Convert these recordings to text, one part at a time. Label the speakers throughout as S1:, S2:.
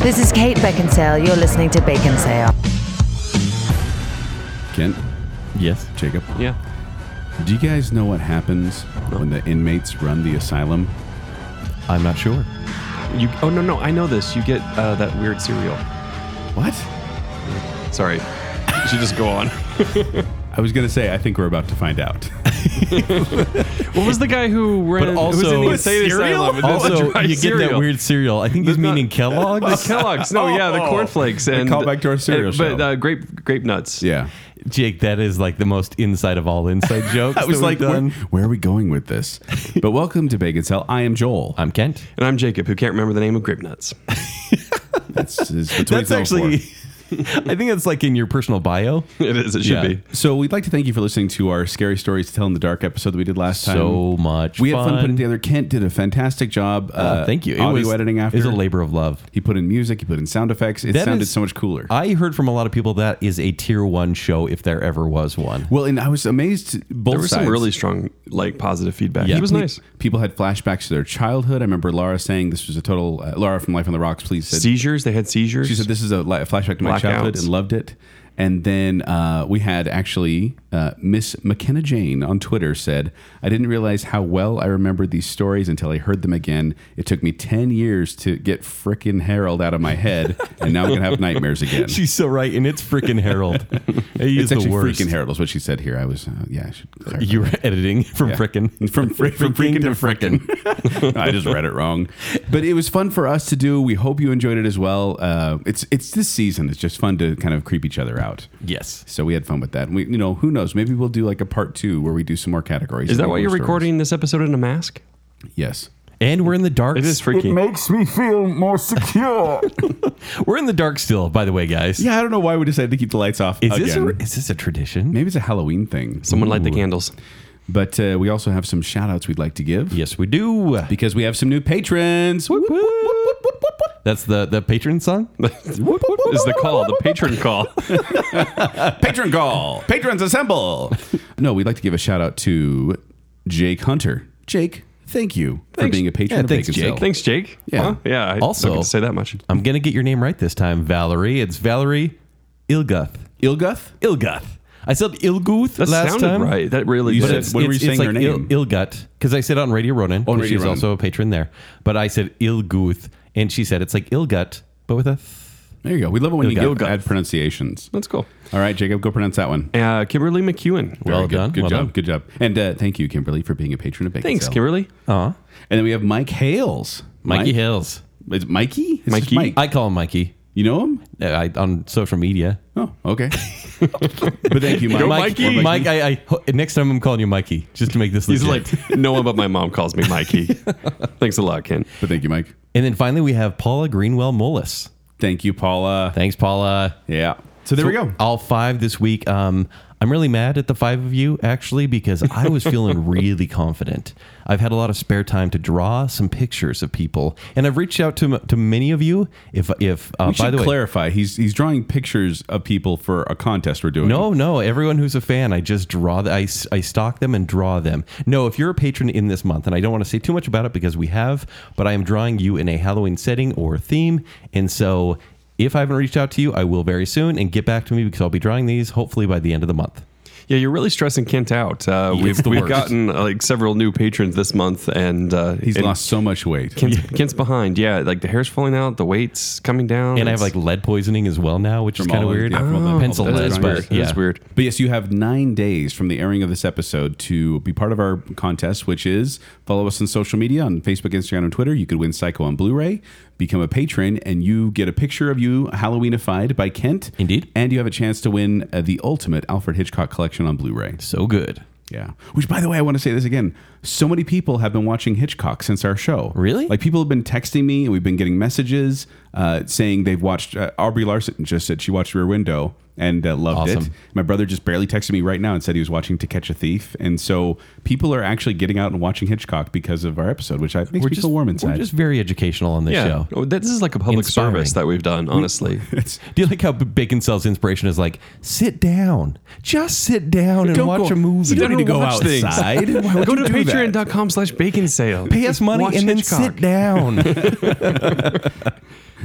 S1: This is Kate Beckinsale. You're listening to Bacon Sale.
S2: Kent,
S3: Yes.
S2: Jacob,
S3: Yeah.
S2: do you guys know what happens when the inmates run the asylum?
S3: I'm not sure.
S4: You. Oh no no, I know this. You get uh, that weird cereal.
S2: What?
S4: Sorry. You should just go on.
S2: I was going to say, I think we're about to find out.
S4: What was the guy who ran? who was
S3: also-
S4: in the insane
S2: Cereal?
S4: asylum and did the
S3: Also,
S4: dry
S3: you get that
S4: cereal?
S3: weird cereal. I think he's
S4: not-
S3: meaning
S4: The
S3: Kellogg's.
S4: Kellogg's, no, yeah, the
S2: Oh.
S4: cornflakes and
S2: callback to our cereal
S4: and- But
S2: show.
S4: uh, grape grape nuts.
S2: yeah.
S3: Jake, that is like the most inside of all inside jokes.
S2: I was
S3: that
S2: like,
S3: we've
S2: where,
S3: done.
S2: where are we going with this? But welcome to Bacon Cell. I am Joel.
S3: I'm Kent.
S4: And I'm Jacob, who can't remember the name of grape nuts.
S2: That's, is the
S3: That's
S2: 2004.
S3: actually, I think that's like in your personal bio.
S4: it is. It should
S3: Yeah.
S4: be.
S2: So we'd like to thank you for listening to our Scary Stories to Tell in the Dark episode that we did last time.
S3: So much
S2: We had fun
S3: fun.
S2: putting it together. Kent did a fantastic job. Uh,
S3: Uh, thank you. It
S2: audio
S3: was
S2: editing after.
S3: It was a labor of love.
S2: he put in music. He put in sound effects. It
S3: That
S2: sounded
S3: is-
S2: so much cooler.
S3: I heard from a lot of people that is a tier one show if there ever was one.
S2: well, and I was amazed. Both
S4: There was some
S2: sides.
S4: really strong, like, positive feedback.
S3: Yeah.
S4: He was
S3: Pe-
S4: nice.
S2: People had flashbacks to their childhood. I remember Laura saying this was a total. Uh, Laura from Life on the Rocks, please. Said,
S4: Seizures. They had seizures.
S2: She said this is a, li- a flashback to my childhood
S4: Blackouts.
S2: and loved it. And then uh, we had actually uh, Miss McKenna Jane on Twitter said, I didn't realize how well I remembered these stories until I heard them again. It took me 10 years to get frickin' Harold out of my head, and now I'm going to have nightmares again.
S3: She's so right, and it's freaking Harold. He
S2: it's
S3: is
S2: actually
S3: the worst.
S2: freaking Harold, is what she said here. I was, uh, yeah, I should clarify.
S3: You were editing from
S2: Yeah.
S3: frickin'.
S2: From, fr- from, freaking to
S3: frickin'.
S2: frickin'. I just read it wrong. But it was fun for us to do. We hope you enjoyed it as well. Uh, it's, it's this season. It's just fun to kind of creep each other out.
S3: Yes.
S2: So we had fun with that. And we, you know, who knows? Maybe we'll do like a part two where we do some more categories.
S4: Is that
S2: and
S4: why
S2: more
S4: you're
S2: stories.
S4: recording this episode in a mask?
S2: Yes.
S3: And we're in the dark.
S4: It is freaky.
S5: makes me feel more secure.
S3: We're in the dark still, by the way, guys.
S2: Yeah, I don't know why we decided to keep the lights off
S3: Is this
S2: again.
S3: a, is this a tradition?
S2: Maybe it's a Halloween thing.
S4: Someone light the candles.
S2: But uh, we also have some shout outs we'd like to give
S3: Yes, we do.
S2: because we have some new patrons. Whoop, whoop.
S3: That's the the patron song.
S4: is the call the patron call?
S2: Patron call. Patrons assemble. no, we'd like to give a shout out to Jake Hunter. Jake, thank you for
S4: Thanks.
S2: being a patron
S3: Yeah,
S2: of
S3: thanks,
S2: Bacon
S3: Jake.
S2: Sale.
S4: Thanks, Jake.
S2: Yeah.
S4: Huh? yeah. I
S3: Also-
S4: don't get to say that much.
S3: I'm gonna get your name right this time, Valerie. It's Valerie Ilguth.
S2: Ilguth?
S3: Ilguth. I said Ilguth
S4: That
S3: last
S4: sounded
S3: time.
S4: right. That really
S2: You
S3: But
S2: said-
S4: did.
S3: it's,
S2: when
S3: it's,
S2: were you
S3: it's
S2: saying
S3: like
S2: her name?
S3: Il, Ilgut because I said on Radio Ronan.
S2: On
S3: because
S2: Radio
S3: she's
S2: Ronin.
S3: also a patron there, but I said Ilguth, and she said it's like Ilgut, but with a. Th-
S2: There you go. We love it when you give
S3: Ilguth.
S2: bad pronunciations.
S4: That's cool.
S2: All right, Jacob, go pronounce that one.
S4: Uh, Kimberly McEwen.
S3: Well
S2: Very good.
S3: done.
S2: Good
S3: Well
S2: job.
S3: done.
S2: Good job. And uh, thank you, Kimberly, for being a patron of Bacon
S4: Thanks,
S2: Cell.
S4: Kimberly.
S3: Aw.
S2: And then we have Mike Hales.
S3: Mikey
S2: Mike,
S3: Hills.
S2: Is it Mikey? It's just
S4: Mikey?
S2: Mike.
S3: I call him Mikey.
S2: You know him?
S3: Uh, I, on social media.
S2: Oh, okay. but thank you, Mike.
S3: Mike,
S4: Mikey.
S3: Mike, I, I ho- next time I'm calling you Mikey just to make this.
S4: He's
S3: legit.
S4: like, no one but my mom calls me Mikey. Thanks a lot, Ken.
S2: But thank you, Mike.
S3: And then finally, we have Paula Greenwell Mullis.
S2: Thank you, Paula.
S3: Thanks, Paula.
S2: yeah. So there we go.
S3: All five this week. Um, I'm really mad at the five of you actually because I was feeling really confident. I've had a lot of spare time to draw some pictures of people, and I've reached out to m- to many of you. If if uh,
S2: we should
S3: by the way,
S2: clarify. He's he's drawing pictures of people for a contest we're doing.
S3: No, no. Everyone who's a fan, I just draw. The, I s- I stock them and draw them. No, if you're a patron in this month, and I don't want to say too much about it because we have, but I am drawing you in a Halloween setting or theme, and so if I haven't reached out to you, I will very soon, and get back to me because I'll be drawing these hopefully by the end of the month.
S4: Yeah, you're really stressing Kent out. Uh, we've
S3: the
S4: we've
S3: worst.
S4: gotten uh, like several new patrons this month, and uh,
S2: He's
S4: and
S2: lost so much weight.
S4: Kent's, Kent's behind. Yeah, like the hair's falling out, the weight's coming down,
S3: And I have like lead poisoning as well now, which is
S2: Oh, From
S3: kind of
S2: all of-
S3: weird.
S2: yeah, from all the-
S3: Pencil
S2: all the
S3: lead,
S4: Oh, that's
S2: drawings.
S3: but
S4: weird.
S3: yeah.
S4: That's weird.
S2: But yes, you have nine days from the airing of this episode to be part of our contest, which is follow us on social media on Facebook, Instagram, and Twitter. You could win Psycho on Blu ray, become a patron, and you get a picture of you Halloweenified by Kent.
S3: Indeed.
S2: And you have a chance to win uh, the ultimate Alfred Hitchcock collection on Blu ray.
S3: So good.
S2: Yeah. Which, by the way, I want to say this again. So many people have been watching Hitchcock since our show.
S3: Really?
S2: Like people have been texting me, and we've been getting messages uh, saying they've watched. Uh, Aubrey Larson just said she watched Rear Window and uh, loved it.
S3: Awesome.
S2: My brother just barely texted me right now and said he was watching To Catch a Thief. And so people are actually getting out and watching Hitchcock because of our episode, which I makes me feel warm
S3: We're
S2: inside.
S3: just very educational on this
S4: Yeah,
S3: show.
S4: Oh, that- this is like a public
S3: Inspiring.
S4: service that we've done. Honestly,
S2: It's-
S3: Do you like how Bacon Cell's inspiration is like, sit down, just sit down and
S2: Don't
S3: watch
S2: go-
S3: a movie.
S2: You don't need to go
S3: Watch things.
S2: outside. Why would
S4: go
S2: you
S4: to
S2: do that?
S4: patreon.com/slash bacon sale.
S3: Pay us money and then sit down.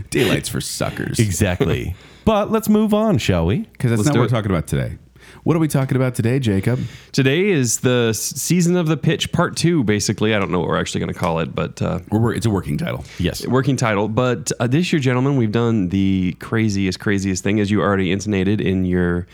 S2: Daylight's for suckers.
S3: Exactly. but let's move on, shall we?
S2: Because that's
S4: Let's
S2: not
S4: do
S2: what we're
S4: it.
S2: talking about today. What are we talking about today, Jacob?
S4: Today is the s- season of the pitch part two, basically. I don't know what we're actually going to call it, but uh,
S2: We're- we're- it's a working title.
S3: Yes.
S4: working title. But uh, this year, gentlemen, we've done the craziest, craziest thing, as you already intonated in your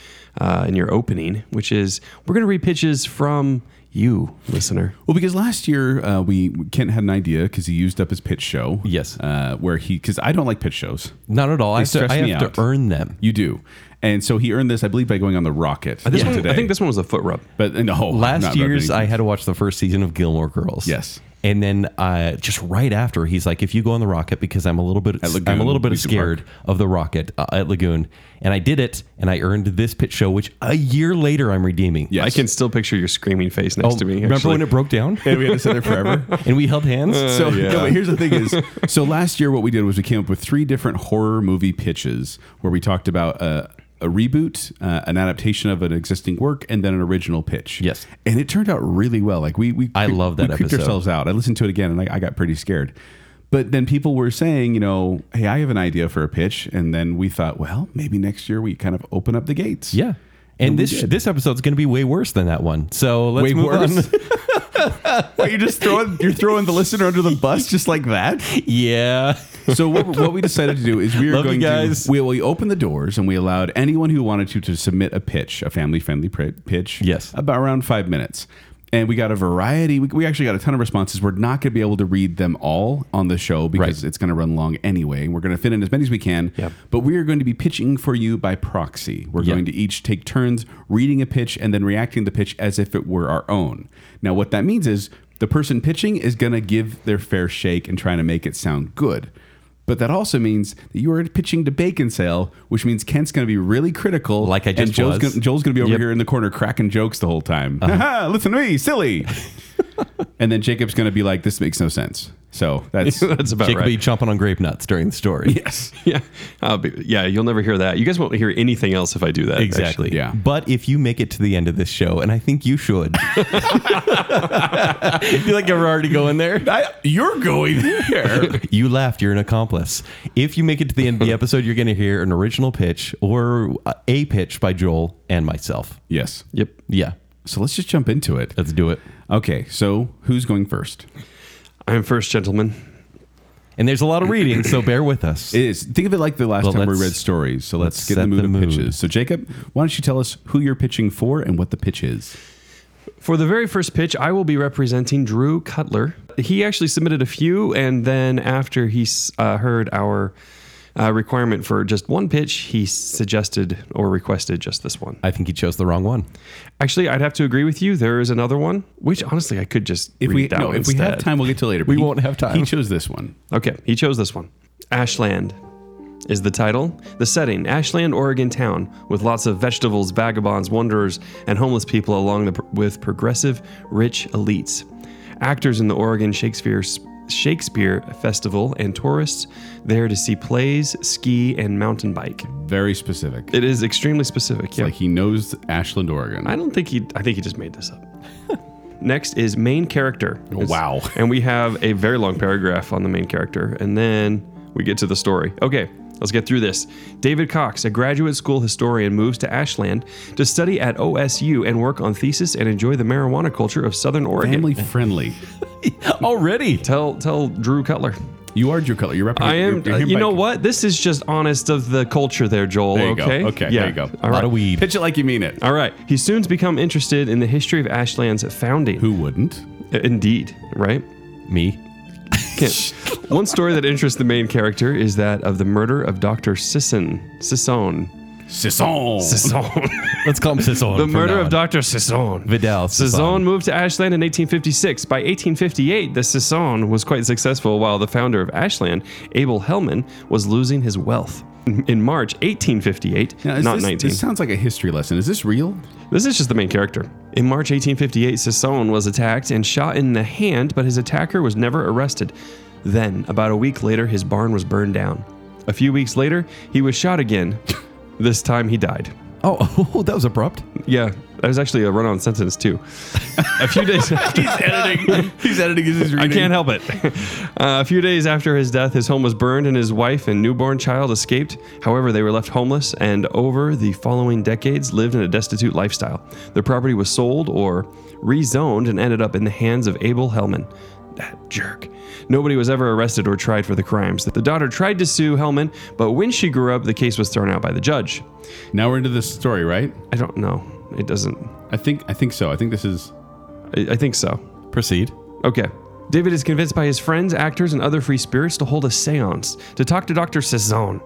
S4: uh, in your opening, which is we're going to read pitches from you, listener.
S2: Well, because last year uh, we Kent had an idea because he used up his pitch show.
S3: Yes.
S2: uh, where he because I don't like pitch shows.
S3: Not at all. I have, to,
S2: stress
S3: I
S2: me
S3: have
S2: out.
S3: to earn them.
S2: You do, and so he earned this, I believe, by going on the rocket.
S4: Uh, This
S2: yeah.
S4: one,
S2: today.
S4: I think this one was a foot rub.
S2: But uh, no, I'm not
S3: Last
S2: rubbing
S3: year's,
S2: anything.
S3: I had to watch the first season of Gilmore Girls.
S2: Yes.
S3: And then uh, just right after, he's like, "If you go on the rocket, because I'm a little bit,
S2: At
S3: I'm a
S2: Lagoon,
S3: little bit
S2: Lucid Park.
S3: scared of the rocket uh, at Lagoon." And I did it, and I earned this pit show, which a year later I'm redeeming.
S2: Yes.
S4: I can still picture your screaming face next
S3: Oh,
S4: to me.
S3: remember
S4: actually.
S3: when it broke down
S2: and we Uh, had to sit there forever.
S3: and we held hands?
S2: So no, but here's the thing is, so last year what we did was we came up with three different horror movie pitches where we talked about a, a reboot, uh, an adaptation of an existing work, and then an original pitch.
S3: Yes.
S2: and it turned out really well. Like we, we
S3: I
S2: cre-
S3: love that
S2: we creeped
S3: episode.
S2: ourselves out. I listened to it again and I, I got pretty scared. But then people were saying, you know, hey, I have an idea for a pitch, and then we thought, well, maybe next year we kind of open up the gates.
S3: yeah.
S2: And
S3: And
S2: we
S3: this
S2: did.
S3: this episode's going to be way worse than that one. So let's
S2: Way
S3: move
S2: worse?
S3: on.
S2: Wait, you're just throwing you're throwing the listener under the bus just like that.
S3: yeah.
S2: So what, what we decided to do is we are
S3: Love you
S2: going
S3: guys.
S2: to we, we opened the doors and we allowed anyone who wanted to to submit a pitch, a family friendly pitch.
S3: Yes.
S2: about around five minutes. And we got a variety. We, we actually got a ton of responses. We're not going to be able to read them all on the show because
S3: Right.
S2: it's going to run long anyway. We're going to fit in as many as we can.
S4: Yep.
S2: But we are going to be pitching for you by proxy. We're
S3: Yeah.
S2: going to each take turns reading a pitch and then reacting to the pitch as if it were our own. Now, what that means is the person pitching is going to give their fair shake and trying to make it sound good. But that also means that you are pitching to Bacon Sale, which means Kent's going to be really critical.
S3: Like I just
S2: and Joel's
S3: was.
S2: Gonna, Joel's going to be over
S3: Yep. Uh-huh.
S2: here in the corner cracking jokes the whole time. "Haha, Listen to me, silly. and then Jacob's going to be like, "This makes no sense." So that's
S4: That's about
S3: Jacob
S4: right.
S3: be chomping on grape nuts during the story.
S2: yes.
S4: Yeah, I'll be, yeah. You'll never hear that. You guys won't hear anything else if I do that.
S3: Exactly.
S2: Yeah.
S3: But if you make it to the end of this show, and I think you should, you like you're already going there.
S2: you're going there.
S3: You laughed. You're an accomplice. If you make it to the end of the episode, you're going to hear an original pitch or a pitch by Joel and myself.
S2: yes.
S4: Yep.
S3: Yeah.
S2: So let's just jump into it.
S3: Let's do it.
S2: Okay. So who's going first?
S4: I'm first, gentlemen.
S3: And there's a lot of reading, so bear with us.
S2: It is think of it like the last
S3: Well,
S2: time we
S3: let's-
S2: read stories. So let's,
S3: let's
S2: get in the
S3: set
S2: mood
S3: the
S2: of
S3: mood.
S2: pitches. So Jacob, why don't you tell us who you're pitching for and what the pitch is?
S4: For the very first pitch, I will be representing Drew Cutler. He actually submitted a few, and then after he s- uh, heard our uh, requirement for just one pitch, he suggested or requested just this one.
S3: I think he chose the wrong one.
S4: Actually, I'd have to agree with you. There is another one, which honestly I could just
S2: If
S4: read
S2: we
S4: that
S2: no,
S4: one
S2: if we have
S4: instead.
S2: time, we'll get to it later. but
S3: We won't have time.
S2: He chose this one.
S4: Okay, he chose this one. Ashland is the title. The setting Ashland, Oregon town, with lots of vegetables, vagabonds, wanderers, and homeless people along the, with progressive, rich elites. Actors in the Oregon Shakespeare, Shakespeare Festival and tourists there to see plays, ski, and mountain bike.
S2: Very specific.
S4: It is extremely specific. Yeah.
S2: Like he knows Ashland, Oregon.
S4: I don't think he. I think he just made this up. Next is main character.
S2: Wow.
S4: And we have a very long paragraph on the main character, and then we get to the story. Okay, let's get through this. David Cox, a graduate school historian, moves to Ashland to study at OSU and work on thesis and enjoy the marijuana culture of Southern Oregon.
S2: Family friendly.
S3: Already.
S4: Tell tell Drew Cutler.
S2: You are Drew Cutler. You're
S4: I
S2: representing.
S4: am.
S2: you're- you're him
S4: you
S2: by-
S4: know what? This is just honest of the culture there, Joel.
S2: There you go.
S4: okay.
S2: Okay, there you go.
S4: All
S3: A lot
S4: right.
S3: of weed.
S2: Pitch it like you mean it.
S4: All right. He soon's become interested in the history of Ashland's founding.
S2: Who wouldn't?
S4: Uh, Indeed, right?
S3: Me.
S4: Kent. One story that interests the main character is that of the murder of Dr. Sisson. Sisson.
S2: Sisson.
S4: Sisson.
S3: Let's call him Sison.
S4: the murder of Dr. Sisson.
S3: Vidal
S4: Sisson moved to Ashland in 1856. By 1858, the Sisson was quite successful, while the founder of Ashland, Abel Hellman, was losing his wealth. In March 1858,
S2: Now, is
S4: not
S2: this,
S4: 19.
S2: This sounds like a history lesson. Is this real?
S4: This is just the main character. In March 1858, Sison was attacked and shot in the hand, but his attacker was never arrested. Then, about a week later, his barn was burned down. A few weeks later, he was shot again. this time he died.
S3: Oh, that was abrupt.
S4: Yeah, that was actually a run-on sentence too. A few days.
S2: He's editing. He's editing as he's
S4: I can't help it. Uh, a few days after his death, his home was burned and his wife and newborn child escaped. However, they were left homeless and over the following decades lived in a destitute lifestyle. Their property was sold or rezoned and ended up in the hands of Abel Hellman. That jerk. Nobody was ever arrested or tried for the crimes. The daughter tried to sue Hellman, but when she grew up, the case was thrown out by the judge.
S2: Now we're into this story, right?
S4: I don't know. It doesn't.
S2: I think I think so. I think this is
S4: I, I think so.
S3: Proceed.
S4: Okay. David is convinced by his friends, actors, and other free spirits to hold a seance to talk to Dr. Cezanne.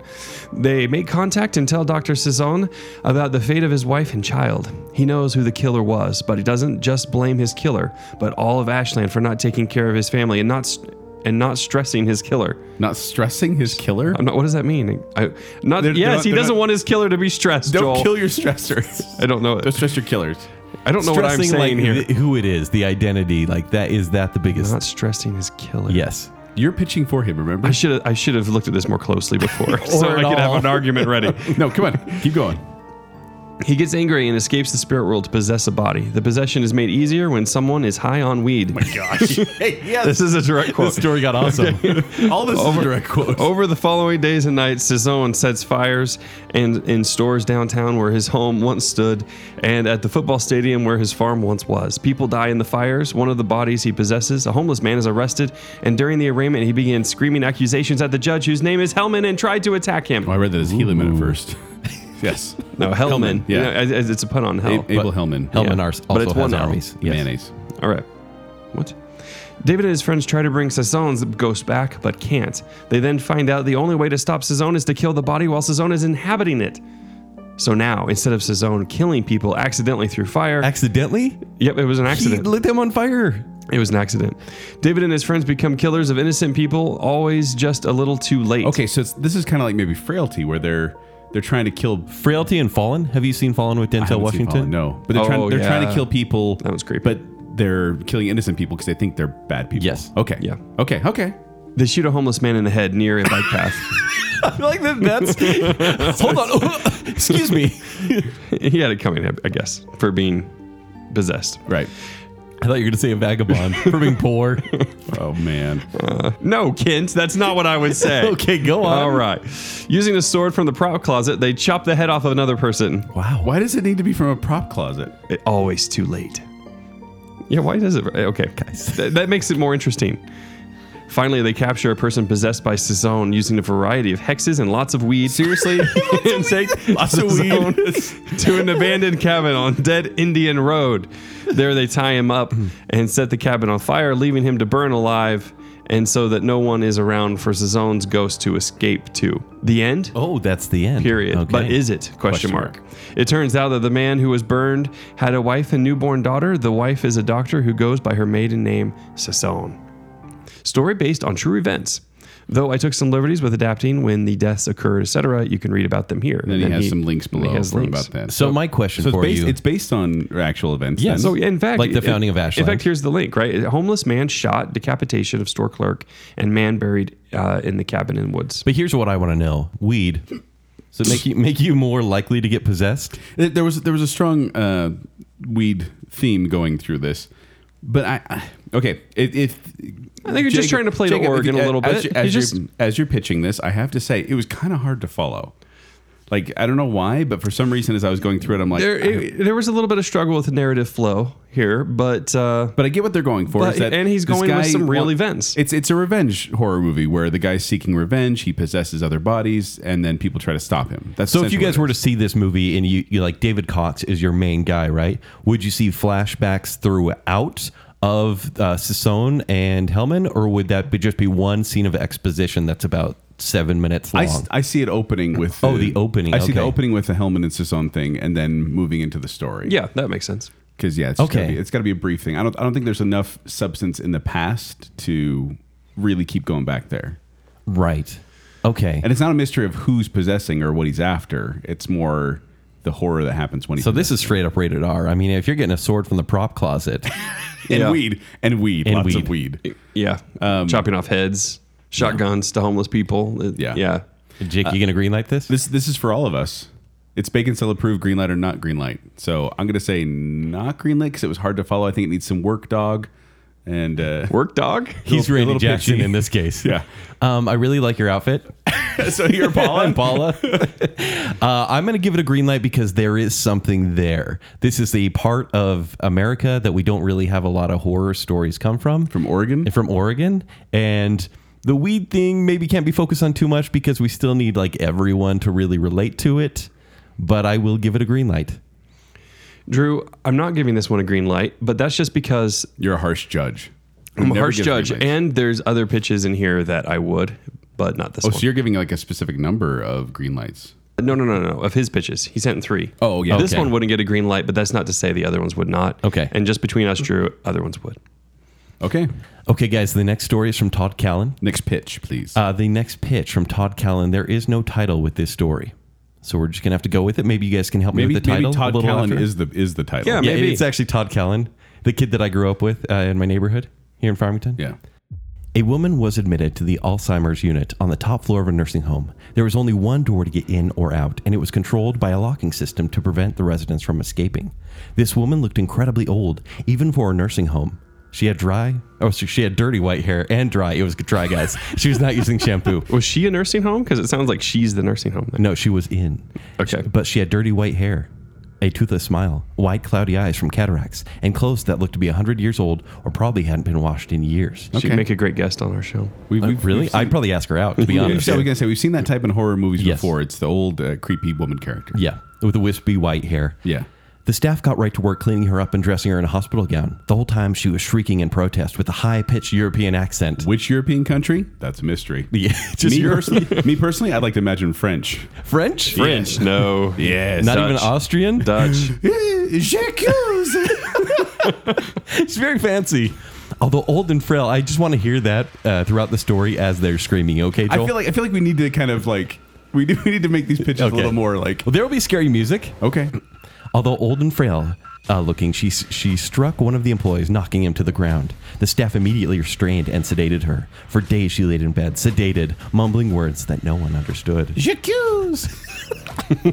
S4: They make contact and tell Dr. Cezanne about the fate of his wife and child. He knows who the killer was, but he doesn't just blame his killer, but all of Ashland for not taking care of his family and not st- and not stressing his killer.
S2: not stressing his killer.
S4: I'm not, what does that mean? I, not
S2: They're- they're
S4: yes,
S2: not-
S4: he
S2: they're
S4: doesn't
S2: not-
S4: want his killer to be stressed.
S2: Don't
S4: Joel.
S2: kill your stressors.
S4: I don't know.
S2: Don't stress your killers.
S4: I don't know what I'm
S3: Stressing,
S4: saying
S3: like,
S4: here. Uh-huh.
S3: the- who it is, the identity, like that is that the biggest.
S4: not stressing his killer.
S3: yes.
S2: You're pitching for him, remember?
S4: I should I should have looked at this more closely before, so
S3: Or
S4: I
S3: at
S4: could
S3: all.
S4: have an argument ready.
S2: no, come on. Keep going.
S4: He gets angry and escapes the spirit world to possess a body. The possession is made easier when someone is high on weed.
S2: Gosh. hey, yes.
S4: This is a direct quote.
S3: This story got awesome. Oh,
S2: all this is direct quotes.
S4: Over the following days and nights, Cezanne sets fires and in stores downtown where his home once stood, and at the football stadium where his farm once was. People die in the fires. One of the bodies he possesses, a homeless man, is arrested, and during the arraignment, he begins screaming accusations at the judge, whose name is Hellman, and tried to attack him.
S2: Oh, I read that as Helaman at first. yes.
S4: No, Hellman.
S2: yeah.
S4: You know, it- it's a pun on hell.
S2: A- Abel Hellman.
S3: Hellman
S4: Yeah.
S3: Ars
S4: But
S3: also
S4: it's one
S3: has
S4: now.
S3: armies. Yes.
S2: Mayonnaise.
S4: All right. What? David and his friends try to bring Sazone's ghost back, but can't. They then find out the only way to stop Sazone is to kill the body while Sazone is inhabiting it. So now, instead of Sazone killing people accidentally through fire,
S3: Accidentally,
S4: yep, it was an accident.
S3: he lit them on fire.
S4: it was an accident. David and his friends become killers of innocent people, always just a little too late.
S2: Okay, so it's, this is kind of like maybe frailty, where they're they're trying to kill.
S3: Frailty and Fallen. Have you seen Fallen with
S2: I haven't
S3: Denzel
S2: seen Fallen,
S3: Washington?
S2: no, but they're trying
S4: Oh,
S2: they're trying to
S4: yeah.
S2: kill people.
S4: That was creepy.
S2: But they're killing innocent people because they think they're bad people.
S3: Yes.
S2: Okay.
S4: Yeah.
S2: Okay. Okay.
S4: They shoot a homeless man in the head near a bike path.
S3: like that. That's. hold on. Excuse me.
S4: he had it coming, I- I guess, for being possessed.
S2: Right.
S3: I thought you were going to say a vagabond for being poor.
S2: Oh man.
S4: No, Kent, that's not what I would say.
S3: okay, go on.
S4: All right. Using a sword from the prop closet, they chop the head off of another person.
S2: Wow. Why does it need to be from a prop closet?
S4: It, always too late. Yeah, why does it? Okay. Th- that makes it more interesting. Finally, they capture a person possessed by Cezanne using a variety of hexes and lots of weed. Seriously? and take Cezanne to an abandoned cabin on Dead Indian Road. There they tie him up and set the cabin on fire, leaving him to burn alive, and so that no one is around for Cezanne's ghost to escape to. The end?
S3: Oh, that's the end.
S4: period.
S3: Okay.
S4: But is it? Question, mark. It turns out that the man who was burned had a wife and newborn daughter. The wife is a doctor who goes by her maiden name, Sassone. Story based on true events. Though I took some liberties with adapting when the deaths occurred, etc., you can read about them here.
S2: And then he has some links
S4: and he
S2: below
S4: has
S2: from
S4: links.
S2: about that.
S3: So my question
S2: so it's
S3: for
S2: based,
S3: you-
S2: it's based on actual events.
S3: Yes.
S2: then?
S4: So Oh, in fact,
S3: Like the founding of
S4: In
S3: Ashland.
S4: fact, here's the link. Right, a homeless man shot, decapitation of store clerk, and man buried uh, in the cabin in woods.
S3: But here's what I want to know: weed. So make you make you more likely to get possessed.
S2: Th- There was there was a strong uh, weed theme going through this, but I, I okay if, if
S4: I think you're just trying to play the organ a little
S2: as
S4: bit.
S2: you- As,
S4: You
S2: you're,
S4: just-
S2: as you're pitching this, I have to say it was kind of hard to follow. Like I don't know why, but for some reason, as I was going through it, I'm like,
S4: There,
S2: I-
S4: it, there was a little bit of struggle with the narrative flow here, but uh,
S2: but I get what they're going for.
S4: But-
S2: is that
S4: and he's
S2: this
S4: going with
S2: guy
S4: some real
S2: wa-
S4: events.
S2: It's it's a revenge horror movie where the guy's seeking revenge. He possesses other bodies, and then people try to stop him. That's
S3: So if you
S2: essentially
S3: guys
S2: what
S3: were
S2: it
S3: to see this movie and you, you like David Cox is your main guy, right? Would you see flashbacks throughout of uh, Sison and Hellman, or would that be just be one scene of exposition that's about seven minutes long?
S2: is. I, s- I see it opening with
S3: Oh, the opening,
S2: I see the
S3: okay.
S2: opening with the Hellman and Sisson thing, and then moving into the story.
S4: yeah, that makes sense.
S2: because yeah, it's okay.
S3: Okay.
S2: Gotta be, it's got to be a brief thing. I don't I don't think there's enough substance in the past to really keep going back there.
S3: right. Okay.
S2: And it's not a mystery of who's possessing or what he's after. It's more the horror that happens when he
S3: So this is straight up rated R. I mean, if you're getting a sword from the prop closet,
S2: and
S4: Yeah.
S2: weed and weed
S3: And
S2: lots
S3: weed.
S2: of weed.
S4: Yeah, Um, chopping off heads, shotguns to homeless people. Uh,
S2: Yeah.
S4: yeah.
S2: Uh,
S3: Jake, you gonna green light this?
S2: This this is for all of us. It's bacon cell approved, green light or not green light. So I'm going to say not green light because it was hard to follow. I think it needs some work dog. And uh,
S4: Work dog?
S3: He's
S2: Little-
S3: Randy
S2: little
S3: Jackson
S2: pitchy.
S3: in this case.
S2: Yeah.
S3: Um, I really like your outfit.
S2: so you're
S3: Paula.
S2: Paula.
S3: Paula. uh, I'm going to give it a green light because there is something there. This is the part of America that we don't really have a lot of horror stories come from.
S2: From Oregon?
S3: From Oregon. And the weed thing maybe can't be focused on too much because we still need like everyone to really relate to it. But I will give it a green light.
S4: Drew, I'm not giving this one a green light, but that's just because
S2: You're a harsh judge.
S4: I'm a
S2: Never
S4: harsh
S2: give green
S4: judge,
S2: lights.
S4: and there's other pitches in here that I would, but not this
S2: oh,
S4: one.
S2: so you're giving like a specific number of green lights.
S4: No, no, no, no. Of his pitches, he sent three.
S2: Oh, yeah.
S4: This
S3: Okay.
S4: one wouldn't get a green light, but that's not to say the other ones would not.
S3: Okay.
S4: And just between us, Drew, other ones would.
S2: Okay.
S3: Okay, guys, the next story is from Todd Callan.
S2: Next pitch, please.
S3: Uh, the next pitch from Todd Callan. There is no title with this story. So we're just going to have to go with it. Maybe you guys can help me
S2: maybe
S3: with the title.
S2: maybe Todd
S3: a little
S2: Callan
S3: after.
S2: is the is the title.
S4: Yeah,
S3: Yeah,
S4: Maybe.
S3: it's actually Todd Callan, the kid that I grew up with uh, in my neighborhood here in Farmington.
S2: Yeah.
S3: A woman was admitted to the Alzheimer's unit on the top floor of a nursing home. There was only one door to get in or out, and it was controlled by a locking system to prevent the residents from escaping. This woman looked incredibly old, even for a nursing home. She had dry, oh, so she had dirty white hair and dry. It was dry, guys. she was not using shampoo.
S4: Was she a nursing home? Because it sounds like she's the nursing home.
S3: No, she was in.
S4: Okay.
S3: But she had dirty white hair, a toothless smile, wide cloudy eyes from cataracts, and clothes that looked to be 100 years old or probably hadn't been washed in years.
S4: She'd
S2: Okay.
S4: make a great guest on our show.
S2: We've,
S3: Uh, really?
S2: I
S3: I'd probably ask her out, to be honest.
S2: so we're gonna say we've seen that type in horror movies
S3: Yes.
S2: before. It's the old uh, creepy woman character.
S3: Yeah, with the wispy white hair.
S2: Yeah.
S3: The staff got right to work cleaning her up and dressing her in a hospital gown. The whole time she was shrieking in protest with a high pitched European accent.
S2: Which European country? That's a mystery.
S3: Yeah, just
S2: me,
S3: Euro-
S2: personally, me personally, I'd like to imagine French.
S3: French?
S4: French, no.
S2: Yes. Uh,
S3: Not
S4: Dutch.
S3: even Austrian?
S4: Dutch.
S3: It's very fancy. Although old and frail, I just want to hear that uh, throughout the story as they're screaming. Okay, Joel.
S2: I feel like I feel like we need to kind of like we do, we need to make these pitches
S3: Okay.
S2: a little more like
S3: well, there will be scary music.
S2: okay.
S3: Although old and frail uh, looking, she, she struck one of the employees, knocking him to the ground. The staff immediately restrained and sedated her. For days, she laid in bed, sedated, mumbling words that no one understood. Can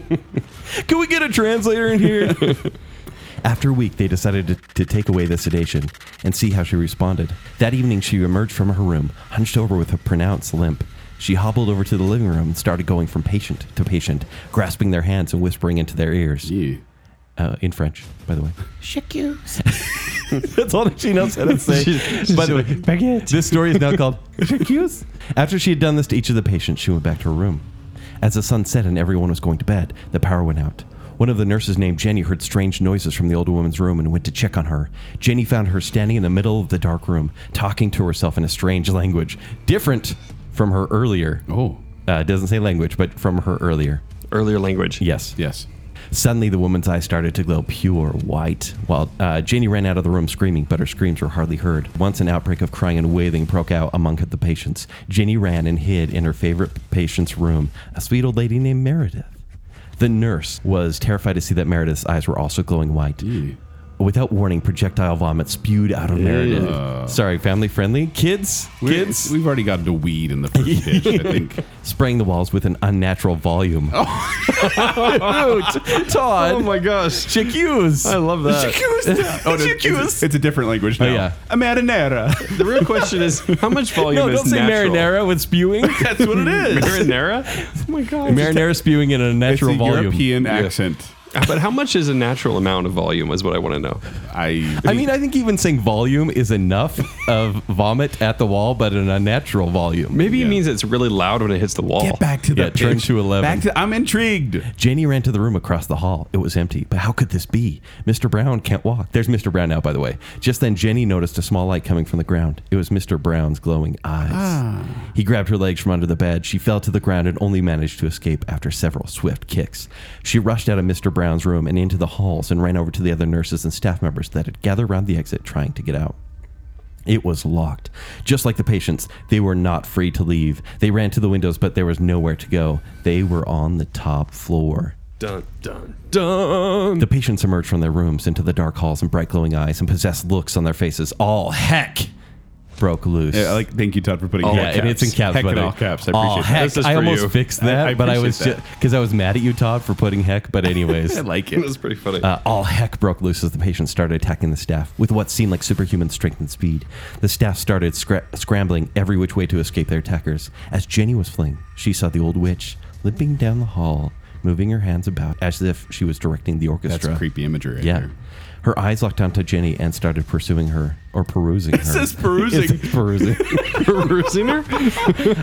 S3: we get a translator in here? After a week, they decided to, to take away the sedation and see how she responded. That evening, she emerged from her room, hunched over with a pronounced limp. She hobbled over to the living room and started going from patient to patient, grasping their hands and whispering into their ears.
S2: Ew.
S3: Uh, in French, by the way. That's all that she knows how to say. by the way, this story is now called J'accuse. After she had done this to each of the patients, she went back to her room. As the sun set and everyone was going to bed, the power went out. One of the nurses named Jenny heard strange noises from the old woman's room and went to check on her. Jenny found her standing in the middle of the dark room, talking to herself in a strange language, different from her earlier.
S2: Oh
S3: Uh, it doesn't say language, but from her earlier.
S4: Earlier language.
S3: Yes.
S2: yes.
S3: Suddenly, the woman's eyes started to glow pure white. While uh, Janie ran out of the room screaming, but her screams were hardly heard. Once an outbreak of crying and wailing broke out among the patients, Jenny ran and hid in her favorite patient's room, a sweet old lady named Meredith. The nurse was terrified to see that Meredith's eyes were also glowing white. Without warning, projectile vomit spewed out of Meredith. Sorry, family friendly? Kids?
S2: We're-
S3: Kids?
S2: we've already gotten to weed in the first pitch. I think.
S3: Spraying the walls with an unnatural volume. Oh, Todd.
S4: Oh gosh.
S3: Chick Hughes.
S4: I love that.
S2: Oh, no, it's, it's, it's a different language now.
S3: Oh, yeah.
S2: A marinara.
S4: The real question is how much volume
S3: No,
S4: is
S3: don't say
S4: natural?
S3: marinara with spewing.
S2: That's what it is.
S4: Marinara? Oh my god.
S3: marinara spewing in a
S2: It's
S3: natural
S2: a
S3: volume.
S2: European accent.
S4: But how much is a natural amount of volume is what I want to know.
S2: I.
S3: I mean, I think even saying volume is enough of vomit at the wall, but an unnatural volume.
S4: Maybe
S2: Yeah.
S4: it means it's really loud when it hits the wall.
S2: Get back to the
S3: Oh. Yeah, turn
S2: pitch.
S3: to 11.
S2: Back to, I'm intrigued.
S3: Janie ran to the room across the hall. It was empty, but how could this be? Mr. Brown can't walk. There's Mr. Brown now, by the way. Just then, Jenny noticed a small light coming from the ground. It was Mr. Brown's glowing eyes. He grabbed her legs from under the bed. She fell to the ground and only managed to escape after several swift kicks. She rushed out of Mr. Brown's room and into the halls and ran over to the other nurses and staff members that had gathered around the exit trying to get out. It was locked. Just like the patients, they were not free to leave. They ran to the windows, but there was nowhere to go. They were on the top floor.
S4: Dun dun dun.
S3: The patients emerged from their rooms into the dark halls and bright glowing eyes and possessed looks on their faces. All heck! broke loose.
S2: Yeah, I like thank you, Todd, for putting.
S3: Oh,
S2: all
S3: yeah,
S2: caps.
S3: and it's in caps.
S2: Heck
S3: by
S2: in
S3: the way.
S2: all caps. I
S3: Oh,
S2: appreciate
S3: heck,
S2: that. This is
S3: I
S2: for
S3: almost
S2: you.
S3: fixed that, but I
S2: appreciate
S3: was
S2: that.
S3: just because I was mad at you, Todd, for putting heck. But anyways,
S2: I like
S4: It
S2: it.
S4: was pretty funny.
S3: Uh, all heck broke loose as the patients started attacking the staff with what seemed like superhuman strength and speed. The staff started scra- scrambling every which way to escape their attackers. As Jenny was fleeing, she saw the old witch limping down the hall, moving her hands about as if she was directing the
S2: That's
S3: orchestra.
S2: creepy imagery. Right
S3: Yeah.
S2: There.
S3: Her eyes locked onto Jenny and started pursuing her or perusing her. It
S2: says perusing.
S3: says perusing.
S4: Perusing her?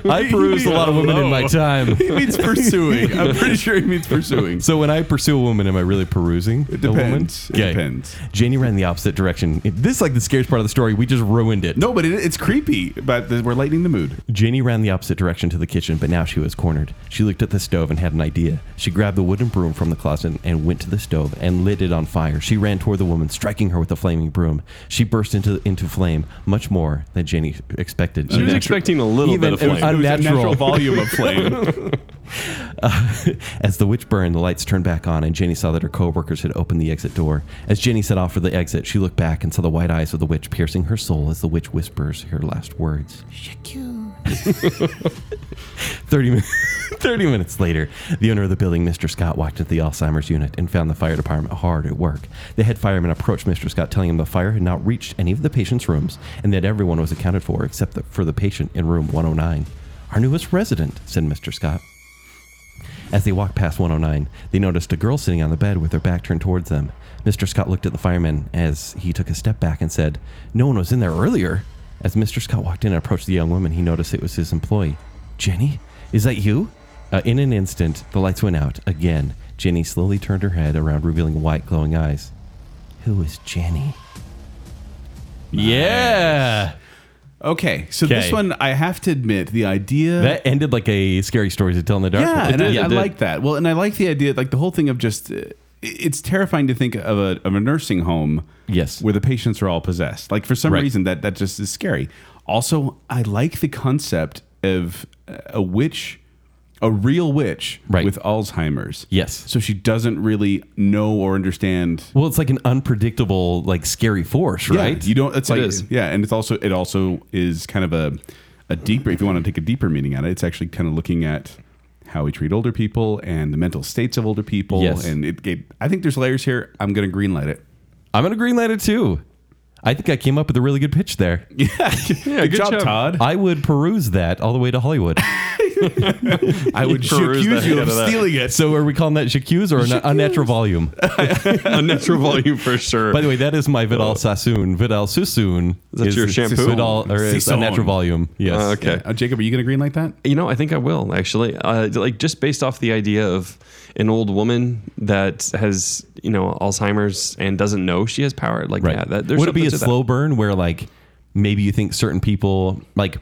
S3: I perused a lot of women in my
S2: Hello.
S3: time.
S2: He means pursuing. I'm pretty sure he means pursuing.
S3: So when I pursue a woman, am I really perusing? It
S2: depends. It depends.
S3: Janie ran the opposite direction. It- This is like the scariest part of the story. We just ruined it.
S2: No, but it, it's creepy. But th- we're lightening the mood.
S3: Janie ran the opposite direction to the kitchen, but now she was cornered. She looked at the stove and had an idea. She grabbed the wooden broom from the closet and went to the stove and lit it on fire. She ran toward the woman, striking her with the flaming broom. She burst into into flame much more than Janie expected.
S4: She was expecting a little bit
S3: Even-
S4: of
S3: it
S4: flame.
S3: was Unnatural.
S2: It was a natural volume of flame.
S3: As the witch burned, the lights turned back on, and Jenny saw that her coworkers had opened the exit door. As Jenny set off for the exit, she looked back and saw the white eyes of the witch piercing her soul as the witch whispers her last words. Thirty min- 30 minutes later, the owner of the building, Mr. Scott, walked into the Alzheimer's unit and found the fire department hard at work. The head fireman approached Mr. Scott, telling him the fire had not reached any of the patient's rooms and that everyone was accounted for except the- for the patient in room 109. Our newest resident, said Mr. Scott. As they walked past 109, they noticed a girl sitting on the bed with her back turned towards them. Mr. Scott looked at the fireman as he took a step back and said, No one was in there earlier. As Mr. Scott walked in and approached the young woman, he noticed it was his employee. Jenny, is that you? Uh, in an instant, the lights went out again. Jenny slowly turned her head around, revealing white, glowing eyes. Who is Jenny? Yeah!
S2: Okay, so
S3: Okay.
S2: this one I have to admit the idea
S3: That ended like a scary stories to tell in the dark.
S2: Yeah,
S3: It
S2: and
S3: did,
S2: I,
S3: it
S2: I
S3: did.
S2: like that. Well, and I like the idea, like the whole thing of just. Uh, it- it's terrifying to think of a of a nursing home,
S3: Yes.
S2: where the patients are all possessed. Like for some
S3: Right.
S2: reason, that that just is scary. Also, I like the concept of uh, a witch, a real witch,
S3: Right.
S2: with Alzheimer's.
S3: Yes.
S2: so she doesn't really know or understand.
S3: Well, it's like an unpredictable, like scary force, right?
S2: Yeah, you don't. It's
S4: It
S2: like
S4: is.
S2: yeah, and it's also it also is kind of a a deeper. If you want to take a deeper meaning at it, it's actually kind of looking at how we treat older people and the mental states of older people.
S3: Yes.
S2: and it, it- I think there's layers here. I'm gonna greenlight it.
S3: I'm gonna greenlight it too. I think I came up with a really good pitch there.
S2: Yeah, good,
S4: good
S2: job,
S4: job.
S2: Todd.
S3: I would peruse that all the way to Hollywood.
S2: I would
S4: peruse the
S2: accuse you of
S4: heck out of that.
S2: stealing it.
S3: so are we calling that Shakuse or an unnatural volume?
S4: Unnatural volume for sure.
S3: By the way, that is my Vidal Sassoon. Vidal Sassoon.
S4: Oh. that your shampoo?
S3: Vidal or is
S2: Sassoon.
S3: unnatural volume. Yes.
S4: Uh, okay.
S2: Uh, Jacob, are you gonna greenlight that?
S4: You know, I think I will actually. Uh, like just based off the idea of an old woman that has you know Alzheimer's and doesn't know she has power. Like
S3: Right.
S4: yeah, that, there's
S3: Would it be a
S4: something to that.
S3: slow burn where like maybe you think certain people like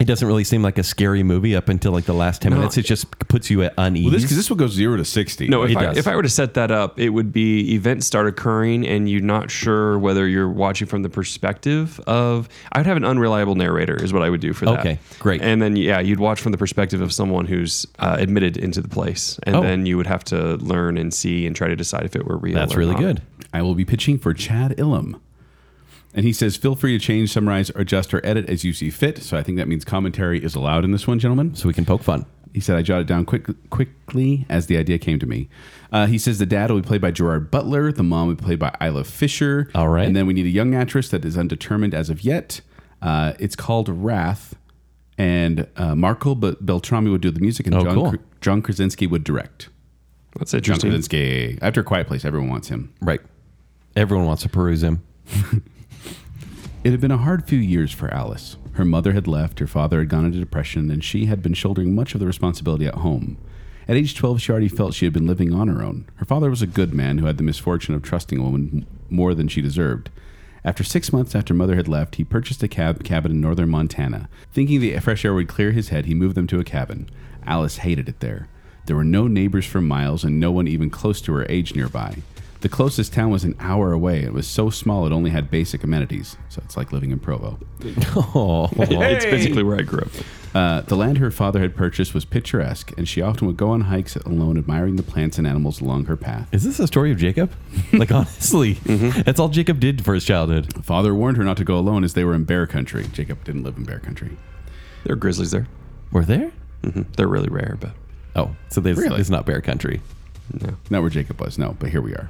S3: it doesn't really seem like a scary movie up until like the last ten
S4: No.
S3: minutes. It just puts you at unease.
S2: Well, this because this one goes zero to sixty.
S4: No, if
S3: It
S4: I,
S3: does.
S4: if I were to set that up, it would be events start occurring and you're not sure whether you're watching from the perspective of. I would have an unreliable narrator, is what I would do for that.
S3: Okay, great.
S4: And then, yeah, you'd watch from the perspective of someone who's uh, admitted into the place. And
S3: Oh.
S4: then you would have to learn and see and try to decide if it were real.
S3: That's
S4: or
S3: really
S4: not.
S3: good.
S2: I will be pitching for Chad Illam. And he says, feel free to change, summarize, or adjust or edit as you see fit. So I think that means commentary is allowed in this one, gentlemen.
S3: So we can poke fun.
S2: He said, I jotted down quick, quickly as the idea came to me. Uh, he says the dad will be played by Gerard Butler. The mom will be played by Isla Fisher.
S3: All right.
S2: And then we need a young actress that is undetermined as of yet. Uh, it's called Wrath. And uh, Marco B- Beltrami would do the music, and
S3: Oh,
S2: John,
S3: cool.
S2: Kr- John Krasinski would direct.
S4: That's
S2: John
S4: interesting.
S2: Krasinski. After Quiet Place, everyone wants him.
S3: Right. Everyone wants to peruse him.
S2: It had been a hard few years for Alice. Her mother had left, her father had gone into depression, and she had been shouldering much of the responsibility at home. At age 12, she already felt she had been living on her own. Her father was a good man who had the misfortune of trusting a woman more than she deserved. After six months after mother had left, he purchased a cab cabin in northern Montana. Thinking the fresh air would clear his head, he moved them to a cabin. Alice hated it there. There were no neighbors for miles and no one even close to her age nearby. The closest town was an hour away. It was so small it only had basic amenities. So it's like living in Provo.
S3: Oh,
S4: It's basically where I grew up.
S2: Uh, the land her father had purchased was picturesque, and she often would go on hikes alone, admiring the plants and animals along her path.
S3: is this a story of Jacob? Like honestly, that's all Jacob did for his childhood.
S2: Father warned her not to go alone as they were in bear country. Jacob didn't live in bear country.
S4: There are grizzlies there.
S3: Were there?
S4: hmm They're really rare, but
S3: Oh, so this
S2: Really?
S3: is not bear country.
S4: no.
S2: Not where Jacob was, no, but here we are.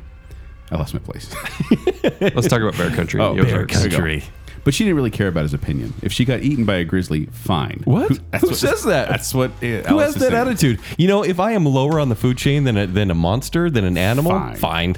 S2: I lost my place.
S4: Let's talk about bear country.
S2: Oh,
S4: Yo,
S2: bear
S4: Turks.
S2: country. but she didn't really care about his opinion. If she got eaten by a grizzly, fine.
S3: What?
S2: that's
S3: Who says that?
S2: That's what. eh, It,
S3: Who has that attitude? You know, if I am lower on the food chain than a, than a monster, than an animal,
S2: Fine.
S3: fine.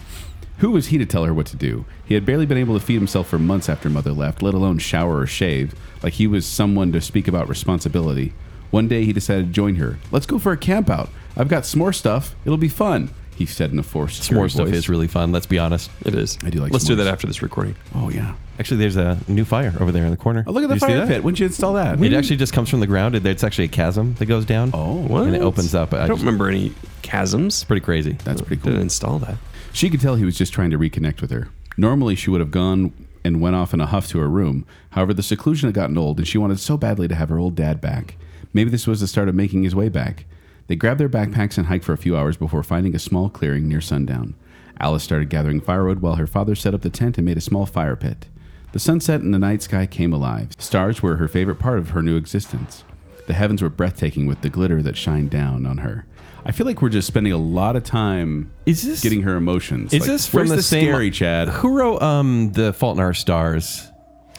S2: Who was he to tell her what to do? He had barely been able to feed himself for months after Mother left, let alone shower or shave, like he was someone to speak about responsibility. One day he decided to join her. Let's go for a camp out. I've got s'more stuff. It'll be fun, he said in a forced cheery
S3: S'more stuff
S2: voice.
S3: is really fun. Let's be honest.
S4: It is.
S2: I do like
S4: Let's do
S2: s'mores.
S4: that after this recording.
S2: Oh, yeah.
S3: Actually, there's a new fire over there in the corner.
S2: Oh, look at
S3: Did
S2: the
S3: you see
S2: fire
S3: that?
S2: pit. Wouldn't you install that?
S3: It actually just comes from the ground. It- It's actually a chasm that goes down.
S2: Oh,
S4: What?
S3: And it opens up.
S4: I
S3: I
S4: don't
S3: just-
S4: remember any chasms.
S3: Pretty crazy.
S2: That's pretty cool.
S4: Didn't install that.
S2: She could tell he was just trying to reconnect with her. Normally, she would have gone and went off in a huff to her room. However, the seclusion had gotten old, and she wanted so badly to have her old dad back. Maybe this was the start of making his way back. They grabbed their backpacks and hiked for a few hours before finding a small clearing near sundown. Alice started gathering firewood while her father set up the tent and made a small fire pit. The sunset and the night sky came alive. Stars were her favorite part of her new existence. The heavens were breathtaking with the glitter that shined down on her. I feel like we're just spending a lot of time
S3: Is this-
S2: getting her emotions.
S3: Is
S2: Like,
S3: this from
S2: where's
S3: the, same?
S2: scary Chad?
S3: Who wrote um, the Fault in Our Stars?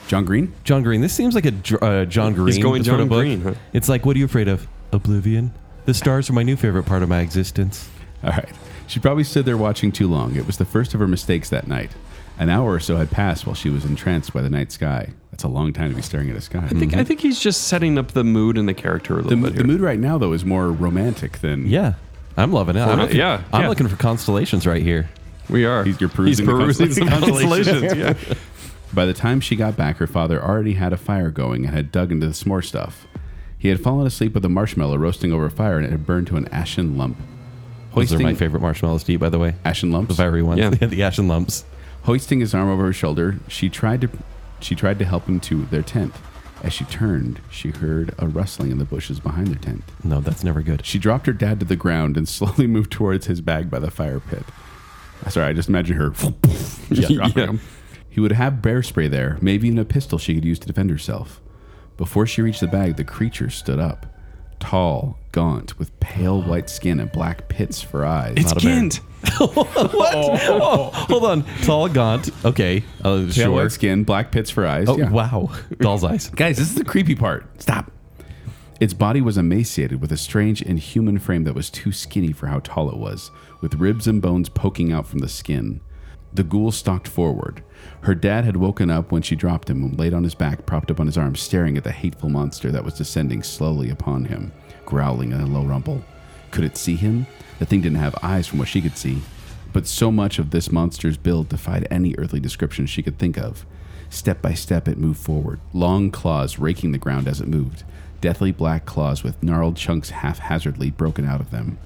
S2: John Green?
S3: John Green. This seems like a Dr- uh, John Green.
S4: going
S3: sort of
S4: John
S3: book.
S4: Green, huh?
S3: It's like, what are you afraid of? Oblivion. The stars are my new favorite part of my existence.
S2: All right. She probably stood there watching too long. It was the first of her mistakes that night. An hour or so had passed while she was entranced by the night sky. That's a long time to be staring at a sky. Mm-hmm.
S4: I think I think he's just setting up the mood and the character a
S2: the,
S4: little
S2: mo-
S4: bit.
S2: the
S4: here.
S2: mood right now, though, is more romantic than
S3: Yeah, I'm loving it. I'm
S4: Well,
S3: looking,
S4: yeah,
S3: I'm
S4: yeah.
S3: looking for constellations right here.
S4: We are.
S2: He's- you're perusing the
S4: some
S2: constellations.
S4: constellations. yeah.
S2: By the time she got back, her father already had a fire going and had dug into the s'more stuff. He had fallen asleep with a marshmallow roasting over a fire and it had burned to an ashen lump.
S3: Those are
S2: Hoisting
S3: my favorite marshmallows to eat, by the way.
S2: ashen lumps.
S3: The fiery ones,
S4: Yeah.
S3: the ashen lumps.
S2: Hoisting his arm over her shoulder, she tried to she tried to help him to their tent. As she turned, she heard a rustling in the bushes behind their tent.
S3: No, that's never good.
S2: She dropped her dad to the ground and slowly moved towards his bag by the fire pit. Sorry, I just imagine her just dropping
S4: Yeah.
S2: him. He would have bear spray there, maybe even a pistol she could use to defend herself. Before she reached the bag, the creature stood up. Tall, gaunt, with pale white skin and black pits for eyes.
S4: It's
S3: Not a bear.
S4: Kent.
S3: What? Oh, hold on. Tall, gaunt. Okay. Uh,
S2: pale
S3: sure.
S2: white skin, black pits for eyes.
S3: Oh,
S2: yeah.
S3: wow. Doll's eyes.
S2: Guys, this is the creepy part. Stop. Its body was emaciated with a strange inhuman frame that was too skinny for how tall it was, with ribs and bones poking out from the skin. The ghoul stalked forward. Her dad had woken up when she dropped him and laid on his back, propped up on his arm, staring at the hateful monster that was descending slowly upon him, growling in a low rumble. Could it see him? The thing didn't have eyes from what she could see, but so much of this monster's build defied any earthly description she could think of. Step by step, it moved forward, long claws raking the ground as it moved, deathly black claws with gnarled chunks haphazardly broken out of them.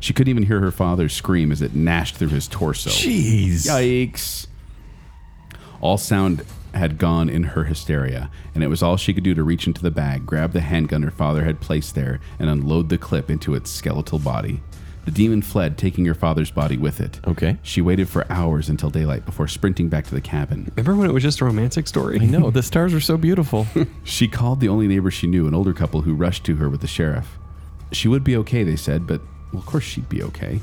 S2: She couldn't even hear her father scream as it gnashed through his torso.
S3: Jeez.
S2: Yikes. All sound had gone in her hysteria, and it was all she could do to reach into the bag, grab the handgun her father had placed there, and unload the clip into its skeletal body. The demon fled, taking her father's body with it.
S3: Okay.
S2: She waited for hours until daylight before sprinting back to the cabin.
S4: Remember when it was just a romantic
S3: I
S4: story?
S3: know. The stars are so beautiful.
S2: She called the only neighbor she knew, an older couple who rushed to her with the sheriff. She would be okay, they said, but well, of course she'd be okay.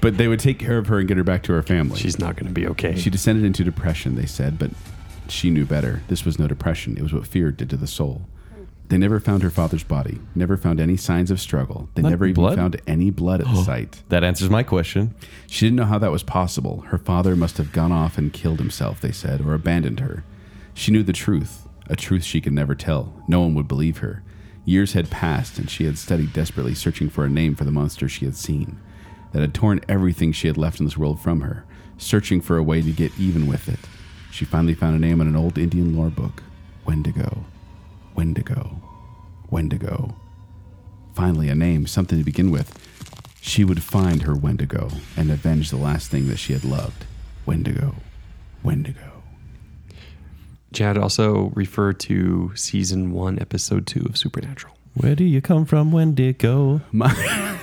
S2: but they would take care of her and get her back to her family.
S4: She's not going to be okay.
S2: She descended into depression, they said, but she knew better. This was no depression. It was what fear did to the soul. They never found her father's body, never found any signs of struggle. They
S3: Not
S2: never even
S3: blood?
S2: found any blood at the site.
S3: that answers my question.
S2: She didn't know how that was possible. Her father must have gone off and killed himself, they said, or abandoned her. She knew the truth, a truth she could never tell. No one would believe her. Years had passed, and she had studied desperately, searching for a name for the monster she had seen, that had torn everything she had left in this world from her, searching for a way to get even with it. She finally found a name in an old Indian lore book Wendigo. Wendigo. Wendigo. Finally, a name, something to begin with. She would find her Wendigo and avenge the last thing that she had loved. Wendigo. Wendigo.
S4: Chad also referred to season one, episode two of Supernatural.
S3: Where do you come from, Wendigo?
S2: My,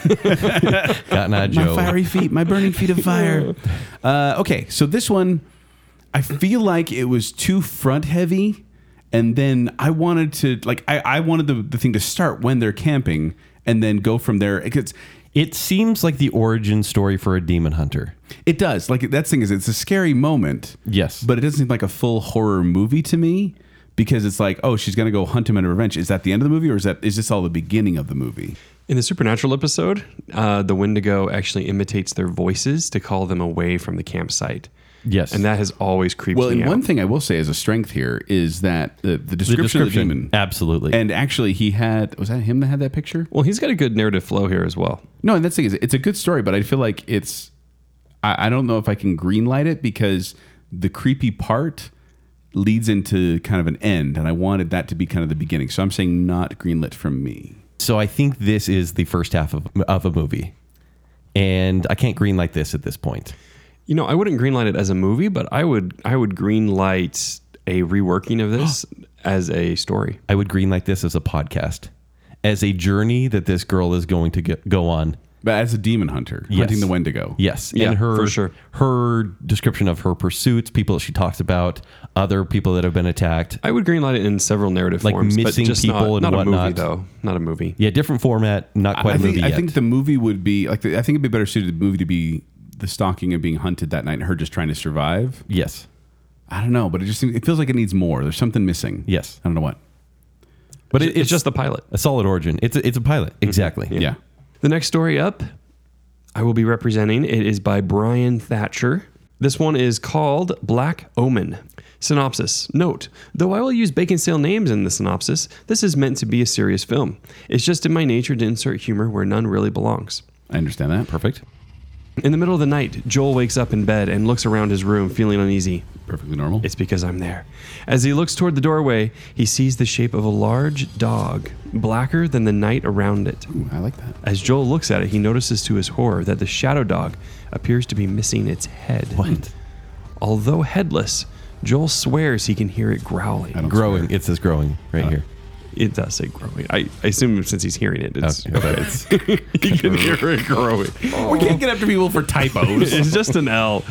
S3: Got an odd
S2: my
S3: joke.
S2: fiery feet, my burning feet of fire. Uh, okay, so this one, I feel like it was too front heavy. And then I wanted to, like, I, I wanted the, the thing to start when they're camping and then go from there. It gets,
S3: It seems like the origin story for a demon hunter.
S2: It does. Like that thing is, it's a scary moment.
S3: Yes.
S2: but it doesn't seem like a full horror movie to me because it's like, oh, she's gonna go hunt him in revenge. Is that the end of the movie, or is that is this all the beginning of the movie?
S4: In the Supernatural episode, uh, the Wendigo actually imitates their voices to call them away from the campsite.
S3: Yes.
S4: And that has always creeped
S2: Well,
S4: me
S2: and
S4: out.
S2: one thing I will say as a strength here is that the, the description, of the demon,
S3: Absolutely.
S2: and actually he had was that him that had that picture?
S4: well, he's got a good narrative flow here as well.
S2: No, and that's the thing is, it's a good story, but I feel like it's, I, I don't know if I can greenlight it because the creepy part leads into kind of an end, and I wanted that to be kind of the beginning. So I'm saying not greenlit from me.
S3: so I think this is the first half of, of a movie. And I can't green like this at this point.
S4: You know, I wouldn't greenlight it as a movie, but I would I would greenlight a reworking of this as a story.
S3: I would green like this as a podcast, as a journey that this girl is going to get, go on.
S2: But as a demon hunter,
S3: Yes.
S2: hunting the Wendigo.
S3: Yes,
S4: Yeah,
S3: and her
S4: for sure.
S3: her description of her pursuits, people that she talks about, other people that have been attacked.
S4: I would greenlight it in several narrative
S3: Like
S4: forms,
S3: missing
S4: but just not-
S3: people and
S4: not, a movie
S3: whatnot.
S4: though. Not a movie.
S3: Yeah, different format, not
S2: I-
S3: quite
S2: I
S3: a
S2: think,
S3: movie
S2: I
S3: yet.
S2: think the movie would be like the, I think it'd be better suited to the movie to be the stalking and being hunted that night, and her just trying to survive.
S3: yes,
S2: I don't know, but it just seems, it feels like it needs more. There's something missing.
S3: Yes.
S2: I don't know what.
S3: but it,
S4: It's just the pilot.
S3: a solid origin. It's a, it's a pilot, exactly.
S2: Yeah,
S4: The next story up, I will be representing. It is by Brian Thatcher. This one is called Black Omen. Synopsis Note, though I will use bacon sale names in the synopsis, this is meant to be a serious film. It's just in my nature to insert humor where none really belongs.
S2: I understand that.
S3: perfect.
S4: In the middle of the night, Joel wakes up in bed and looks around his room feeling uneasy.
S2: Perfectly normal.
S4: It's because I'm there. As he looks toward the doorway, he sees the shape of a large dog, blacker than the night around it.
S2: Ooh, I like that.
S4: As Joel looks at it, he notices to his horror that the shadow dog appears to be missing its head.
S3: What?
S4: Although headless, Joel swears he can hear it growling.
S2: I don't
S3: Growing.
S2: swear.
S3: It says growing right here.
S4: It does say growing. I, I assume since he's hearing it, it's,
S3: Okay, but it's-
S4: he can hear it growing.
S2: We can't get after people for typos.
S4: It's just an L.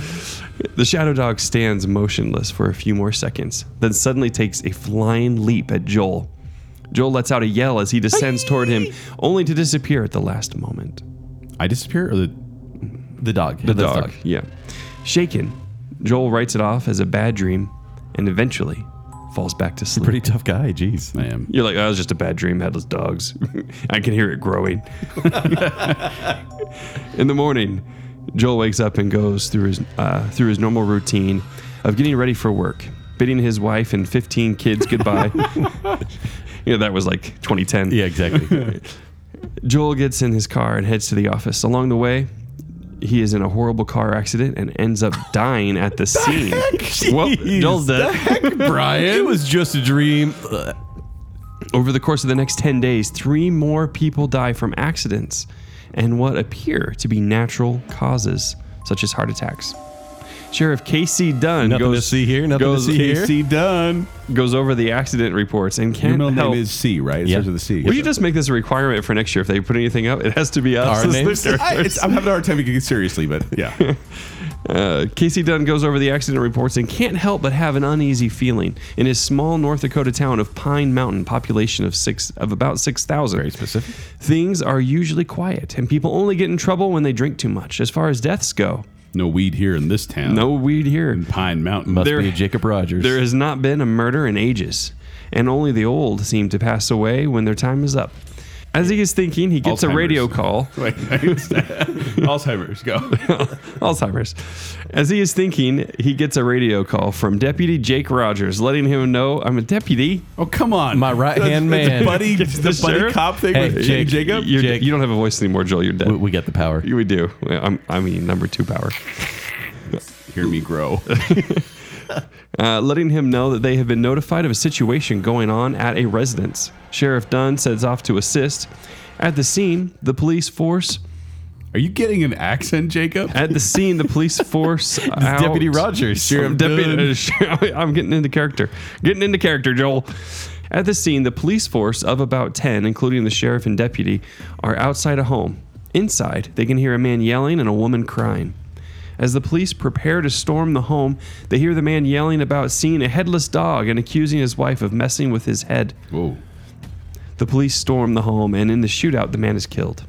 S4: The shadow dog stands motionless for a few more seconds, then suddenly takes a flying leap at Joel. Joel lets out a yell as he descends toward him, only to disappear at the last moment.
S2: I disappear or the
S3: the dog. The
S4: dog. Yeah. Shaken, Joel writes it off as a bad dream and eventually falls back to sleep.
S3: Pretty tough guy. Jeez.
S2: I am.
S4: You're like, oh, it was just a bad dream, headless dogs. I can hear it growing. In the morning, Joel wakes up and goes through his uh, through his normal routine of getting ready for work, bidding his wife and 15 kids goodbye. you know, that was like 2010.
S3: Yeah, exactly.
S4: Joel gets in his car and heads to the office. Along the way, he is in a horrible car accident and ends up dying at the scene. well, Joel's dead.
S2: Brian.
S3: it was just a dream. Ugh.
S4: Over the course of the next 10 days, three more people die from accidents and what appear to be natural causes, such as heart attacks. Sheriff Casey Dunn
S3: Nothing to
S4: goes,
S3: see here. Nothing to
S4: goes-
S3: see here.
S2: C done.
S4: goes over the accident reports and
S2: Your
S4: can't
S2: middle
S4: help.
S2: name is C, right? It
S3: Yeah.
S2: starts with a C.
S4: Will you just make this a requirement for next year? If they put anything up, it has to be us.
S3: Our
S4: as the
S3: names?
S2: I, it's, I'm having a hard time taking it seriously, but yeah.
S4: Uh, Casey Dunn goes over the accident reports and can't help but have an uneasy feeling. In his small North Dakota town of Pine Mountain, population of six of about six thousand, very
S3: specific.
S4: Things are usually quiet, and people only get in trouble when they drink too much. As far as deaths go,
S2: No weed here in this town.
S4: no weed here.
S2: In Pine Mountain.
S3: Must
S4: There-
S3: be Jacob Rogers.
S4: There has not been a murder in ages, and only the old seem to pass away when their time is up. As he is thinking, he gets a
S2: Alzheimer's.
S4: radio call.
S2: Wait, Alzheimer's. Go.
S4: Alzheimer's. As he is thinking, he gets a radio call from Deputy Jake Rogers, letting him know I'm a deputy.
S2: Oh, come on.
S3: My
S2: That's-
S3: right-hand
S2: that's
S3: man.
S2: The buddy, the
S4: the
S2: buddy
S4: sheriff?
S2: cop thing
S3: Hey,
S2: with
S3: Jake,
S2: Jacob.
S4: You're,
S3: Jake.
S4: You don't have a voice anymore, Joel. You're dead.
S3: we, we got the power.
S4: we do. I'm, I mean, number two power.
S2: Hear me grow.
S4: Uh, letting him know that they have been notified of a situation going on at a residence. Sheriff Dunn sets off to assist. At the scene, the police force
S2: Are you getting an accent, Jacob?
S4: At the scene, the police force out
S3: Deputy Rogers.
S4: Sheriff Deputy. I'm getting into character. Getting into character, Joel. At the scene, the police force of about 10, including the sheriff and deputy, are outside a home. Inside, they can hear a man yelling and a woman crying. As the police prepare to storm the home, they hear the man yelling about seeing a headless dog and accusing his wife of messing with his head.
S2: Whoa.
S4: The police storm the home, and in the shootout, the man is killed.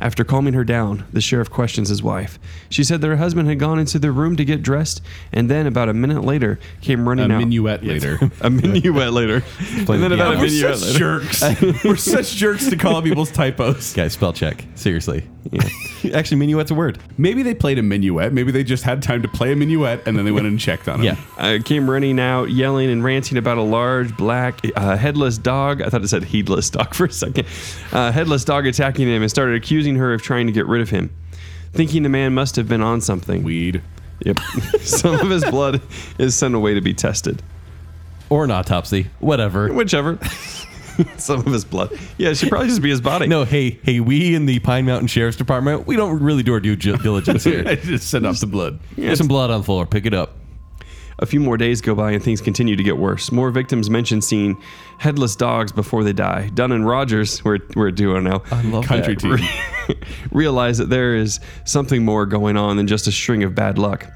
S4: After calming her down, the sheriff questions his wife. She said that her husband had gone into the room to get dressed, and then about a minute later came
S2: A
S4: running out.
S2: minuet later.
S4: A minuet later. and then
S3: the
S4: about a
S3: piano.
S2: We're
S4: minuet
S2: such
S4: later.
S2: jerks. We're such jerks to call out people's typos.
S3: Guys, spell check. Seriously. Actually, minuet's a word.
S2: Maybe they played a minuet. Maybe they just had time to play a minuet and then they went and checked on it.
S3: Yeah.
S4: I came running out, yelling and ranting about a large black uh, headless dog. I thought it said heedless dog for a second. Uh, headless dog attacking him and started accusing her of trying to get rid of him, thinking the man must have been on something.
S2: Weed.
S4: Yep. Some of his blood is sent away to be tested.
S3: Or an autopsy. Whatever.
S4: Whichever. Some of his blood. Yeah, it should probably just be his body.
S3: No, hey, hey, we in the Pine Mountain Sheriff's Department, we don't really do our due gi- diligence
S2: I
S3: here.
S2: just sent off the blood.
S3: There's some blood on the floor. Pick it up.
S4: A few more days go by and things continue to get worse. More victims mention seeing headless dogs before they die. Dunn and Rogers, we're, we're a duo now,
S3: love
S2: Country
S3: that.
S2: team.
S4: realize that there is something more going on than just a string of bad luck.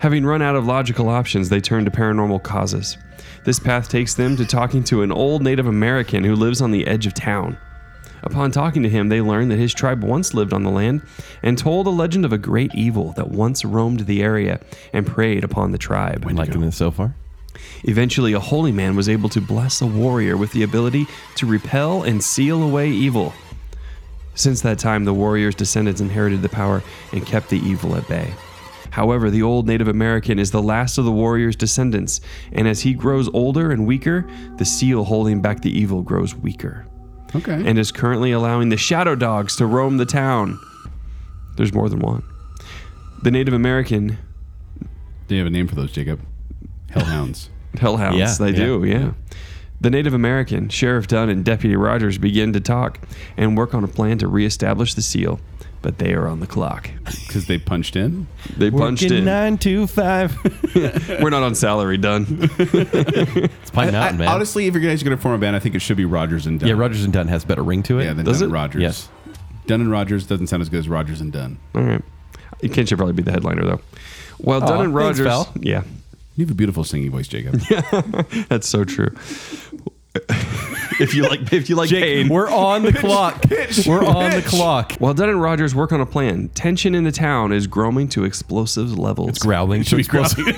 S4: Having run out of logical options, they turn to paranormal causes. This path takes them to talking to an old Native American who lives on the edge of town. Upon talking to him, they learn that his tribe once lived on the land and told a legend of a great evil that once roamed the area and preyed upon the tribe.
S3: Liking this so far?
S4: Eventually, a holy man was able to bless a warrior with the ability to repel and seal away evil. Since that time, the warrior's descendants inherited the power and kept the evil at bay. However, the old Native American is the last of the warrior's descendants, and as he grows older and weaker, the seal holding back the evil grows weaker
S2: Okay.
S4: and is currently allowing the shadow dogs to roam the town. There's more than one. The Native American
S2: Do you have a name for those, Jacob? Hellhounds.
S4: hellhounds.
S3: Yeah,
S4: they
S3: yeah,
S4: do, yeah. The Native American, Sheriff Dunn, and Deputy Rogers begin to talk and work on a plan to reestablish the seal, but they are on the clock.
S2: Because they punched in.
S4: They punched in.
S3: Nine two five.
S4: We're not on salary, Dunn.
S3: It's Pine Mountain,
S2: I-
S3: man.
S2: honestly, if you guys are going to form a band, I think it should be Rogers and Dunn.
S3: yeah, Rogers and Dunn has better ring to it.
S2: Yeah, then
S4: Does
S2: Dunn
S4: it?
S2: and Rogers.
S3: Yes.
S2: Dunn and Rogers doesn't sound as good as Rogers and Dunn.
S4: All right. Kent should probably be the headliner, though. Well, Dunn
S3: Aw,
S4: and
S3: thanks,
S4: Rogers.
S3: pal.
S4: yeah,
S2: You have a beautiful singing voice, Jacob.
S4: that's so true. if you like, if you like pain,
S3: we're on the clock. we're on the clock.
S4: While Dunn and Rogers work on a plan, tension in the town is growing to explosive levels. It's
S3: Growling. Should be growling.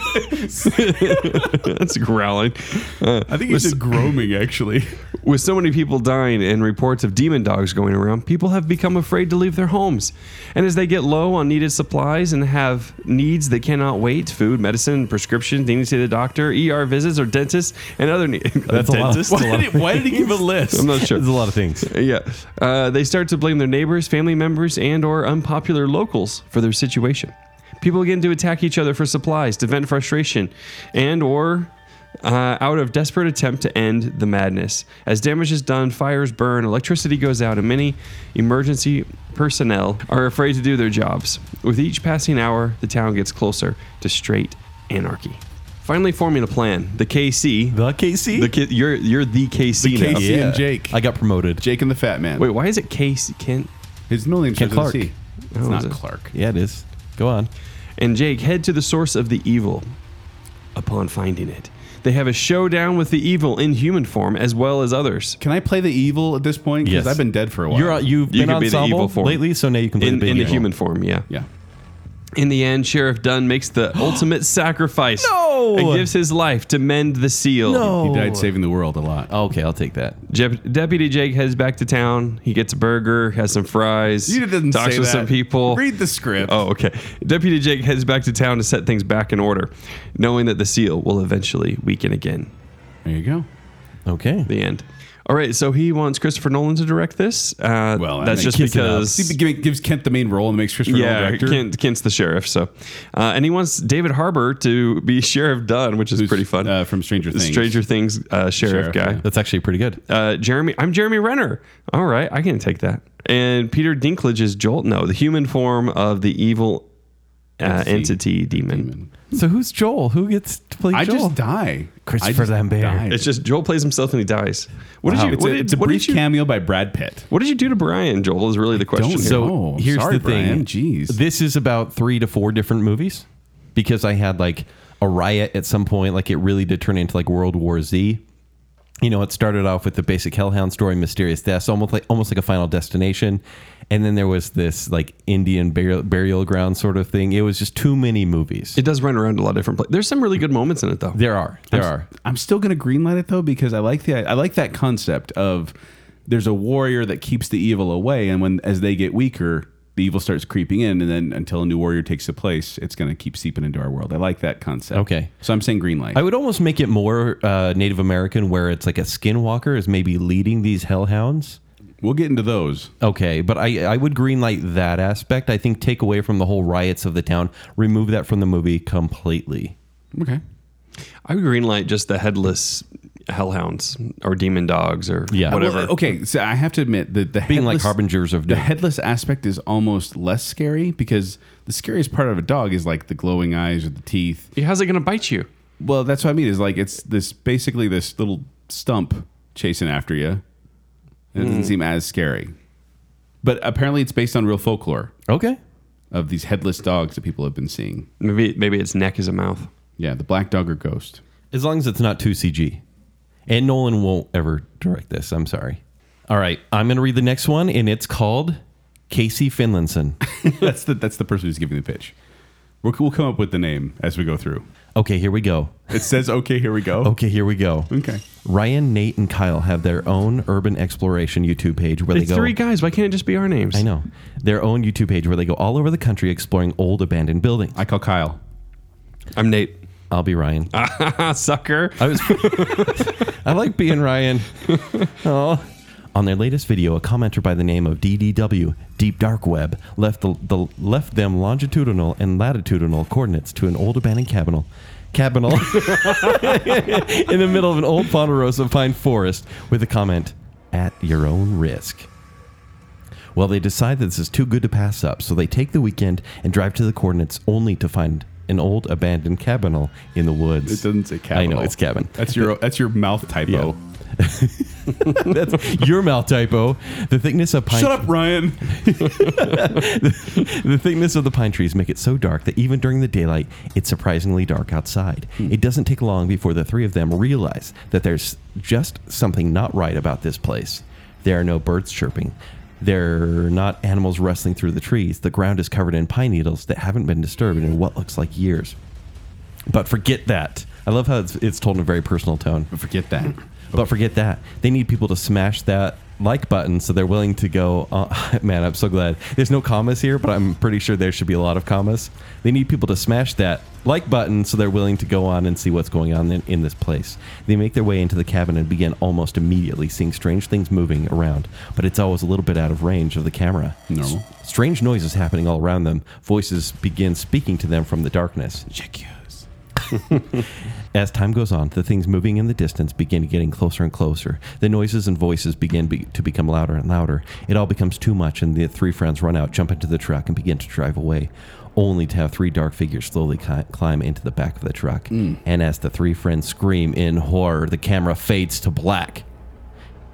S4: That's growling. Uh,
S2: I think you said groaming, actually.
S4: With so many people dying and reports of demon dogs going around, people have become afraid to leave their homes. And as they get low on needed supplies and have needs that cannot wait food, medicine, prescriptions, needing to see the doctor, ER visits, or dentists, and other needs.
S3: That's a lot. Why did-
S4: why did he give a list? I'm not sure.
S3: There's a lot of things.
S4: Yeah. Uh, they start to blame their neighbors, family members, and or unpopular locals for their situation. People begin to attack each other for supplies to vent frustration and or uh, out of desperate attempt to end the madness. As damage is done, fires burn, electricity goes out, and many emergency personnel are afraid to do their jobs. With each passing hour, the town gets closer to straight anarchy. Finally forming a plan, the KC,
S3: The KC.
S4: the ki- you're you're the KC now.
S2: KC. and Jake.
S3: I got promoted.
S2: Jake and the Fat Man.
S4: Wait, why is it KC Kent?
S2: His middle name
S3: Ken
S2: starts with a
S3: Clark.
S2: C. It's
S4: Oh,
S2: not
S4: is it?
S2: Clark.
S3: Yeah, it is. Go on.
S4: and Jake head to the source of the evil. Upon finding it, they have a showdown with the evil in human form as well as others.
S2: Can I play the evil at this point? Because
S3: Yes.
S2: I've been dead for a while.
S3: You're on- you've
S4: You
S3: been
S4: can be the
S3: ensemble
S4: evil form.
S3: lately, so now you can play
S4: In,
S3: the, big
S4: in the
S3: evil.
S4: human form, yeah.
S2: yeah.
S4: In the end, Sheriff Dunn makes the ultimate sacrifice
S3: No!
S4: and gives his life to mend the seal.
S3: No.
S2: He
S4: Oh.
S2: died saving the world a lot.
S3: Okay, I'll take that.
S4: Jep- Deputy Jake heads back to town. He gets a burger, has some fries,
S2: You didn't
S4: talks
S2: say
S4: with
S2: that.
S4: some people.
S2: Read the script.
S4: Oh, okay. Deputy Jake heads back to town to set things back in order, knowing that the seal will eventually weaken again.
S2: There you go.
S3: Okay.
S4: The end. All right, so he wants Christopher Nolan to direct this. Uh,
S2: Well, that makes
S4: that's just
S2: sense.
S4: because
S2: See, give- gives Kent the main role and makes Christopher Nolan
S4: yeah,
S2: director.
S4: Kent, Kent's the sheriff. So, uh, and he wants David Harbour to be Sheriff Dunn, which is pretty fun.
S2: uh, from Stranger
S4: The
S2: Things.
S4: Stranger Things uh, sheriff,
S2: Sheriff,
S4: guy.
S2: yeah.
S3: That's actually pretty good.
S4: Uh, Jeremy, I'm Jeremy Renner. All right, I can take that. And Peter Dinklage is Jolt. No, the human form of the evil uh,
S2: Entity.
S4: entity demon.
S3: So who's Joel? Who gets to play
S2: I
S3: Joel?
S2: just die.
S3: Christopher
S2: I just
S3: Lambert.
S2: die.
S4: It's just Joel plays himself and he dies. What
S2: Wow.
S4: did you?
S2: It's
S4: what
S2: a,
S4: did,
S2: it's a
S4: what
S2: brief
S4: did you?
S2: cameo by Brad Pitt.
S4: what did you do to Brian? Joel is really the question.
S2: don't
S4: here.
S2: know.
S3: So
S2: Oh,
S3: here's
S2: sorry,
S3: the thing.
S2: Brian. Jeez.
S3: This is about three to four different movies because I had like a riot at some point. Like it really did turn into like World War Z. You know, it started off with the basic Hellhound story, mysterious deaths, almost like almost like a Final Destination, and then there was this like Indian burial, burial ground sort of thing. It was just too many movies.
S4: It does run around a lot of different places. There's some really good moments in it though.
S3: there are, there are.
S2: I'm still gonna greenlight it though because I like the I like that concept of there's a warrior that keeps the evil away, and when as they get weaker, the evil starts creeping in, and then until a new warrior takes the place, it's gonna keep seeping into our world. I like that concept.
S3: Okay.
S2: so I'm saying greenlight.
S3: I would almost make it more uh, Native American, where it's like a skinwalker is maybe leading these hellhounds.
S2: we'll get into those.
S3: Okay, but I I would greenlight that aspect. I think take away from the whole riots of the town, remove that from the movie completely.
S2: Okay.
S4: I would greenlight just the headless hellhounds or demon dogs or
S3: Yeah.
S4: whatever.
S2: Well, okay, so I have to admit that the
S3: Being like
S2: headless-
S3: harbingers of
S2: the
S3: death.
S2: headless aspect is almost less scary because the scariest part of a dog is like the glowing eyes or the teeth.
S4: How's it going to bite you?
S2: Well, that's what I mean. Is like it's this basically this little stump chasing after you. And it
S3: Hmm.
S2: doesn't seem as scary, but apparently it's based on real folklore
S3: Okay.
S2: of these headless dogs that people have been seeing.
S4: Maybe maybe its neck is a mouth.
S2: Yeah, the black dog or ghost.
S3: As long as it's not too CG. And Nolan won't ever direct this. I'm sorry. All right, I'm going to read the next one and it's called Casey Finlinson.
S2: that's the that's the person who's giving the pitch. We're, we'll come up with the name as we go through.
S3: Okay, here we go.
S2: It says, "Okay, here we go."
S3: Okay, here we go.
S2: Okay.
S3: Ryan, Nate, and Kyle have their own urban exploration YouTube page where
S4: It's
S3: they go
S4: three guys. Why can't it just be our names?
S3: I know. Their own YouTube page where they go all over the country exploring old abandoned buildings.
S2: I call Kyle.
S4: I'm Nate.
S3: I'll be Ryan.
S4: Ah, sucker.
S3: I was. I like being Ryan. Oh. On their latest video, a commenter by the name of DDW Deep Dark Web left the, the left them longitudinal and latitudinal coordinates to an old abandoned cabinal. Cabinal in the middle of an old Ponderosa pine forest with a comment at your own risk. Well, they decide that this is too good to pass up, so they take the weekend and drive to the coordinates only to find an old abandoned cabinal in the woods.
S2: It doesn't say Kyle.
S3: I know, it's cabin.
S2: That's your that's your mouth typo.
S3: That's your mouth typo. The thickness of pine
S2: Shut up, Ryan.
S3: the thickness of the pine trees make it so dark that even during the daylight, it's surprisingly dark outside.
S2: Hmm.
S3: It doesn't take long before the three of them realize that there's just something not right about this place. There are no birds chirping. There are not animals rustling through the trees. The ground is covered in pine needles that haven't been disturbed in what looks like years. But forget that. I love how it's, it's told in a very personal tone.
S2: Forget that.
S3: But forget that. They need people to smash that like button so they're willing to go. Uh, man, I'm so glad. There's no commas here, but I'm pretty sure there should be a lot of commas. They need people to smash that like button so they're willing to go on and see what's going on in, in this place. They make their way into the cabin and begin almost immediately seeing strange things moving around, but it's always a little bit out of range of the camera.
S2: Normal.
S3: S- strange noises happening all around them. Voices begin speaking to them from the darkness. As time goes on, the things moving in the distance begin getting closer and closer. The noises and voices begin be- to become louder and louder. It all becomes too much, and the three friends run out, jump into the truck, and begin to drive away, only to have three dark figures slowly ki- climb into the back of the truck. And as the three friends scream in horror, the camera fades to black.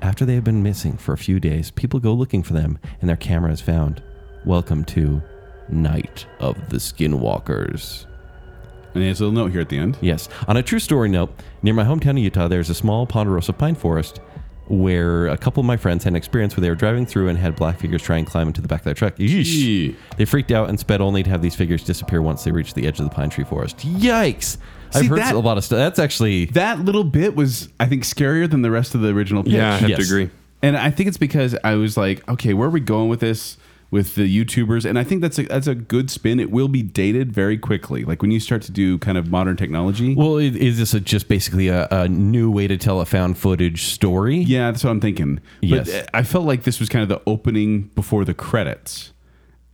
S3: After they have been missing for a few days, people go looking for them, and their camera is found. Welcome to Night of the Skinwalkers.
S2: And there's a little note here at the end.
S3: Yes. On a true story note, near my hometown of Utah, there's a small ponderosa pine forest where a couple of my friends had an experience where they were driving through and had black figures try and climb into the back of their truck. Yeesh.
S2: Eesh.
S3: They freaked out and sped only to have these figures disappear once they reached the edge of the pine tree forest. Yikes! I've
S2: See,
S3: heard
S2: that-
S3: a lot of stuff. That's actually
S2: That little bit was, I think, scarier than the rest of the original pitch.
S4: Yeah, I have
S3: Yes.
S4: to agree.
S2: And I think it's because I was like, okay, where are we going with this? with the YouTubers, and I think that's a that's a good spin. It will be dated very quickly. Like when you start to do kind of modern technology.
S3: Well, i- is this a, just basically a, a new way to tell a found footage story?
S2: yeah, that's what I'm thinking.
S3: Yes.
S2: But uh, I felt like this was kind of the opening before the credits,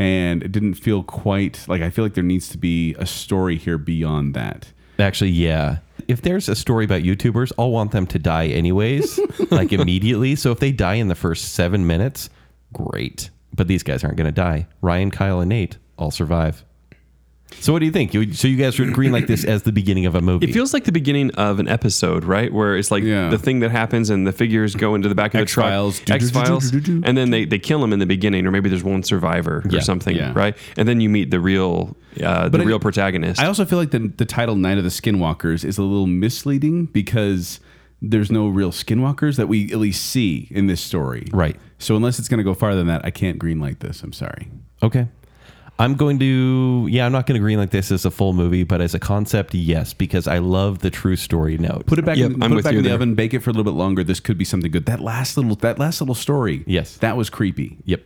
S2: and it didn't feel quite like I feel like there needs to be a story here beyond that.
S3: Actually, yeah. If there's a story about YouTubers, I'll want them to die anyways, like immediately. So if they die in the first seven minutes, great. But these guys aren't going to die. Ryan, Kyle, and Nate all survive. So what do you think? You, so you guys would green like this as the beginning of a movie?
S4: It feels like the beginning of an episode, right? Where it's like
S2: Yeah.
S4: the thing that happens and the figures go into the back of
S2: X-Files.
S4: the truck. X Files. And then they, they kill him in the beginning, or maybe there's one survivor
S3: Yeah.
S4: or something,
S2: Yeah.
S4: right? And then you meet the real uh, the
S2: I-
S4: real protagonist.
S2: I also feel like the the title "Night of the Skinwalkers" is a little misleading because there's no real skinwalkers that we at least see in this story.
S3: Right.
S2: So unless it's going to go farther than that, I can't greenlight this. I'm sorry.
S3: okay. I'm going to, yeah, I'm not going to green like this as a full movie, but as a concept, yes, because I love the true story note.
S2: Put it back.
S4: Yep,
S2: in,
S4: I'm
S2: put it
S4: with
S2: back
S4: you
S2: in the
S4: there.
S2: oven. Bake it for a little bit longer. This could be something good. That last little that last little story.
S3: Yes.
S2: That was creepy
S3: Yep.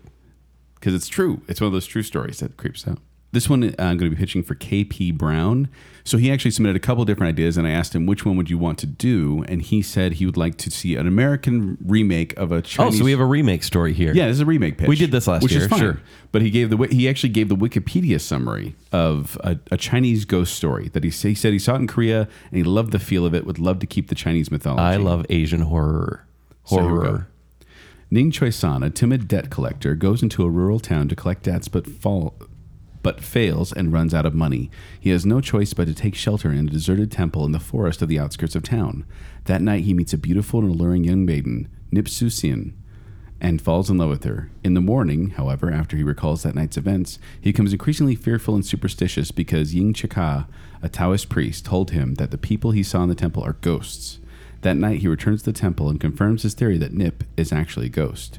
S2: because it's true. It's one of those true stories that creeps out. This one uh, I'm going to be pitching for KP Brown. So he actually submitted a couple different ideas, and I asked him which one would you want to do, and he said he would like to see an American remake of a
S3: Oh,
S2: Chinese.
S3: so we have a remake story here.
S2: Yeah, this is a remake pitch.
S3: We did this last
S2: which
S3: year,
S2: Is fine.
S3: sure.
S2: But he gave the wi- he actually gave the Wikipedia summary of a, a Chinese ghost story that he, sa- he said he saw it in Korea and he loved the feel of it. Would love to keep the Chinese mythology.
S3: I love Asian horror.
S2: So here we
S3: Horror.
S2: go. Ning Choi San, a timid debt collector, goes into a rural town to collect debts, but fall. But fails and runs out of money. He has no choice but to take shelter in a deserted temple in the forest of the outskirts of town. That night, he meets a beautiful and alluring young maiden, Nipsusian, and falls in love with her. In the morning, however, after he recalls that night's events, he becomes increasingly fearful and superstitious because Ying Chika, a Taoist priest, told him that the people he saw in the temple are ghosts. That night, he returns to the temple and confirms his theory that Nip is actually a ghost.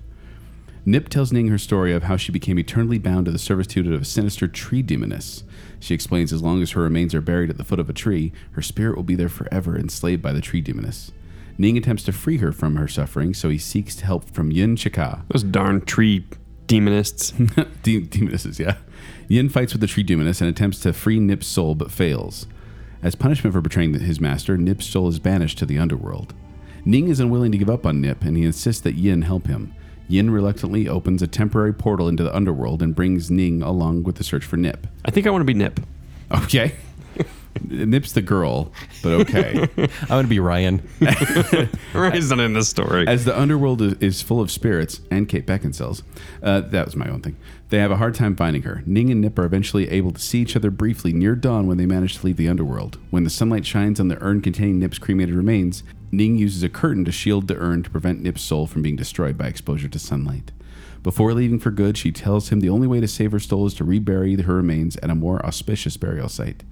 S2: Nip tells Ning her story of how she became eternally bound to the servitude of a sinister tree demoness. She explains as long as her remains are buried at the foot of a tree, her spirit will be there forever, enslaved by the tree demoness. Ning attempts to free her from her suffering, so he seeks help from Yin Chika,
S4: Those darn tree demonists.
S2: De- demonesses, yeah. Yin fights with the tree demoness and attempts to free Nip's soul, but fails. As punishment for betraying his master, Nip's soul is banished to the underworld. Ning is unwilling to give up on Nip, and he insists that Yin help him. Yin reluctantly opens a temporary portal into the underworld and brings Ning along with the search for Nip.
S4: I think I want to be Nip.
S2: Okay. Nip's the girl, but okay.
S3: I'm going to be Ryan.
S4: Ryan's not in this story.
S2: As the underworld is- is full of spirits and Kate Beckinsales, uh, that was my own thing. They have a hard time finding her. Ning and Nip are eventually able to see each other briefly near dawn when they manage to leave the underworld. When the sunlight shines on the urn containing Nip's cremated remains, Ning uses a curtain to shield the urn to prevent Nip's soul from being destroyed by exposure to sunlight. Before leaving for good, she tells him the only way to save her soul is to rebury her remains at a more auspicious burial site.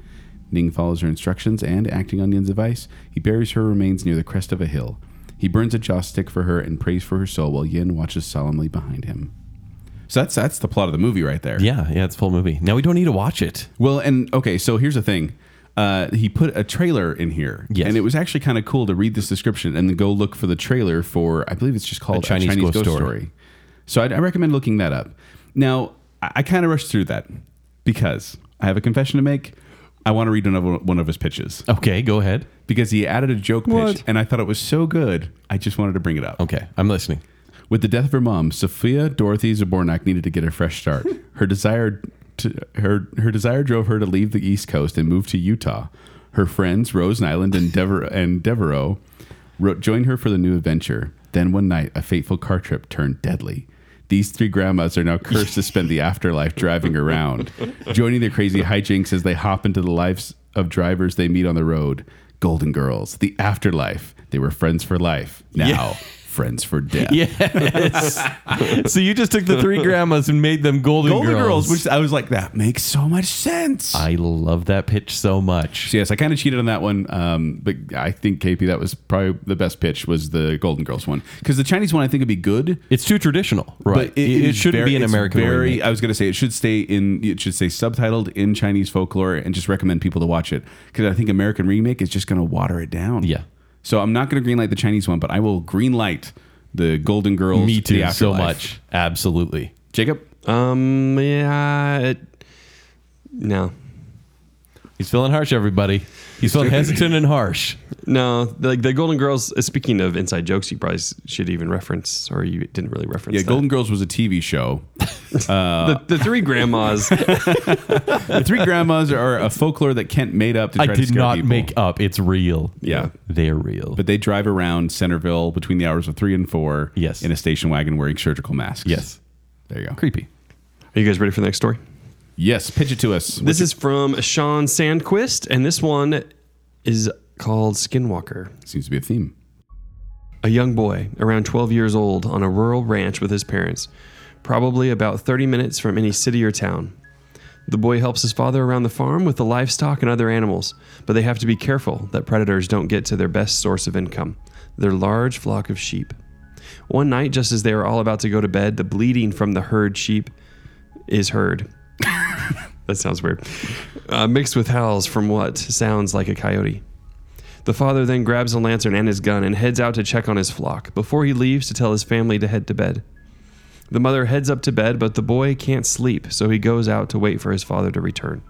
S2: Ning follows her instructions and, acting on Yin's advice, he buries her remains near the crest of a hill. He burns a joss stick for her and prays for her soul while Yin watches solemnly behind him. So that's that's the plot of the movie right there.
S3: Yeah, yeah, it's a full movie. Now we don't need to watch it.
S2: Well, and okay, so here's the thing. Uh, he put a trailer in here,
S3: Yes.
S2: and it was actually kind of cool to read this description and then go look for the trailer for. I believe it's just called
S3: Chinese Ghost Story.
S2: So I'd, I recommend looking that up. Now I, I kind of rushed through that because I have a confession to make. I want to read another one of his pitches
S3: Okay, go ahead.
S2: because he added a joke
S4: What?
S2: pitch, and I thought it was so good. I just wanted to bring it up.
S3: Okay, I'm listening.
S2: With the death of her mom, Sophia Dorothy Zabornak needed to get a fresh start. Her desire to, her her desire drove her to leave the East Coast and move to Utah. Her friends Rose Island and Dever and Devereaux ro- joined her for the new adventure. Then one night, a fateful car trip turned deadly. These three grandmas are now cursed to spend the afterlife driving around, joining their crazy hijinks as they hop into the lives of drivers they meet on the road. Golden Girls, the afterlife. They were friends for life. Now, friends for death.
S3: Yes. so you just took the three grandmas and made them golden,
S2: Golden
S3: girls.
S2: Girls. which I was like, that makes so much sense.
S3: I love that pitch so much.
S2: so yes, I kind of cheated on that one, um, but I think KP that was probably the best pitch was the Golden Girls one because the Chinese one I think would be good,
S3: It's too traditional, right?
S2: but it,
S3: it,
S2: is
S3: shouldn't
S2: very-
S3: be an
S2: it's
S3: American
S2: Very,
S3: remake.
S2: I was gonna say it should stay in. It should stay subtitled in Chinese folklore and just recommend people to watch it because I think American remake is just gonna water it down.
S3: Yeah.
S2: So I'm not gonna greenlight the Chinese one, but I will greenlight the Golden Girls.
S3: Me
S2: The
S3: too. So
S2: Afterlife.
S3: much. Absolutely.
S2: Jacob.
S4: Um, yeah, it, no,
S3: He's feeling harsh, everybody. He's feeling hesitant and harsh.
S4: no. Like the Golden Girls. uh, Speaking of inside jokes, you probably s- should even reference, or you didn't really reference.
S2: Yeah,
S4: that. Uh,
S2: Golden Girls was a TV show.
S4: the, the three grandmas.
S2: The three grandmas are a folklore that Kent made up to try
S3: I
S2: to
S3: did
S2: scare
S3: not
S2: people.
S3: make up. It's real.
S2: Yeah.
S3: They're real.
S2: But they drive around Centerville between the hours of three and four.
S3: Yes.
S2: In a station wagon wearing surgical masks.
S3: yes.
S2: There you go.
S3: Creepy.
S4: Are you guys ready for the next story?
S2: Yes. Pitch it to us.
S4: This is from Sean Sandquist, and this one is called Skinwalker.
S2: seems to be a theme.
S4: A young boy, around 12 years old, on a rural ranch with his parents, probably about 30 minutes from any city or town. The boy helps his father around the farm with the livestock and other animals, but they have to be careful that predators don't get to their best source of income their large flock of sheep. One night, just as they are all about to go to bed, the bleeding from the herd sheep is heard. that sounds weird. Uh, mixed with howls from what sounds like a coyote. The father then grabs a lantern and his gun and heads out to check on his flock before he leaves to tell his family to head to bed. The mother heads up to bed, but the boy can't sleep, so he goes out to wait for his father to return.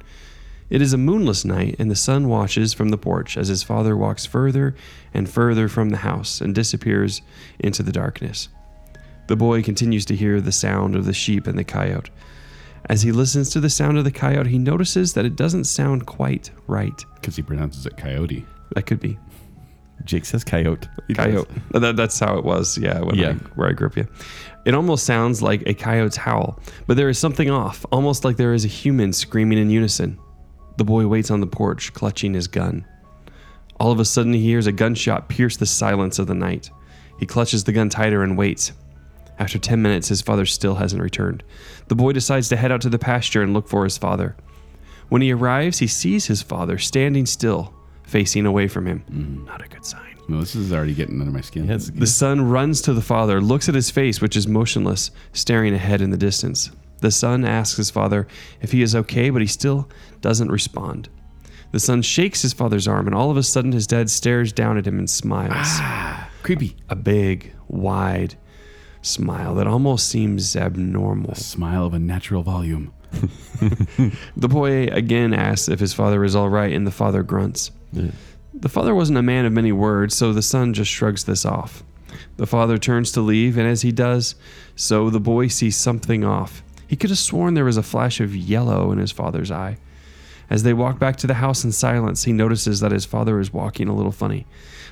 S4: It is a moonless night, and the sun washes from the porch as his father walks further and further from the house and disappears into the darkness. The boy continues to hear the sound of the sheep and the coyote. As he listens to the sound of the coyote, he notices that it doesn't sound quite right.
S2: Because he pronounces it coyote.
S4: That could be
S3: Jake says coyote.
S4: coyote. That, that's how it was. Yeah, when I,
S3: Yeah.
S4: where I grew up. Yeah, it almost sounds like a coyote's howl, but there is something off. Almost like there is a human screaming in unison. The boy waits on the porch, clutching his gun. All of a sudden, he hears a gunshot pierce the silence of the night. He clutches the gun tighter and waits. After 10 minutes, his father still hasn't returned. The boy decides to head out to the pasture and look for his father. When he arrives, he sees his father standing still, facing away from him. Not a good sign.
S2: No, this is already getting under my skin.
S3: Yes.
S4: The son runs to the father, looks at his face, which is motionless, staring ahead in the distance. The son asks his father if he is okay, but he still doesn't respond. The son shakes his father's arm, and all of a sudden, his dad stares down at him and smiles.
S2: Creepy.
S4: A big, wide smile that almost seems abnormal.
S2: Smile of a natural volume.
S4: The boy again asks if his father is all right, and the father grunts. The father wasn't a man of many words, so the son just shrugs this off. The father turns to leave, and as he does so, the boy sees something off. He could have sworn there was a flash of yellow in his father's eye. As they walk back to the house in silence, he notices that his father is walking a little funny,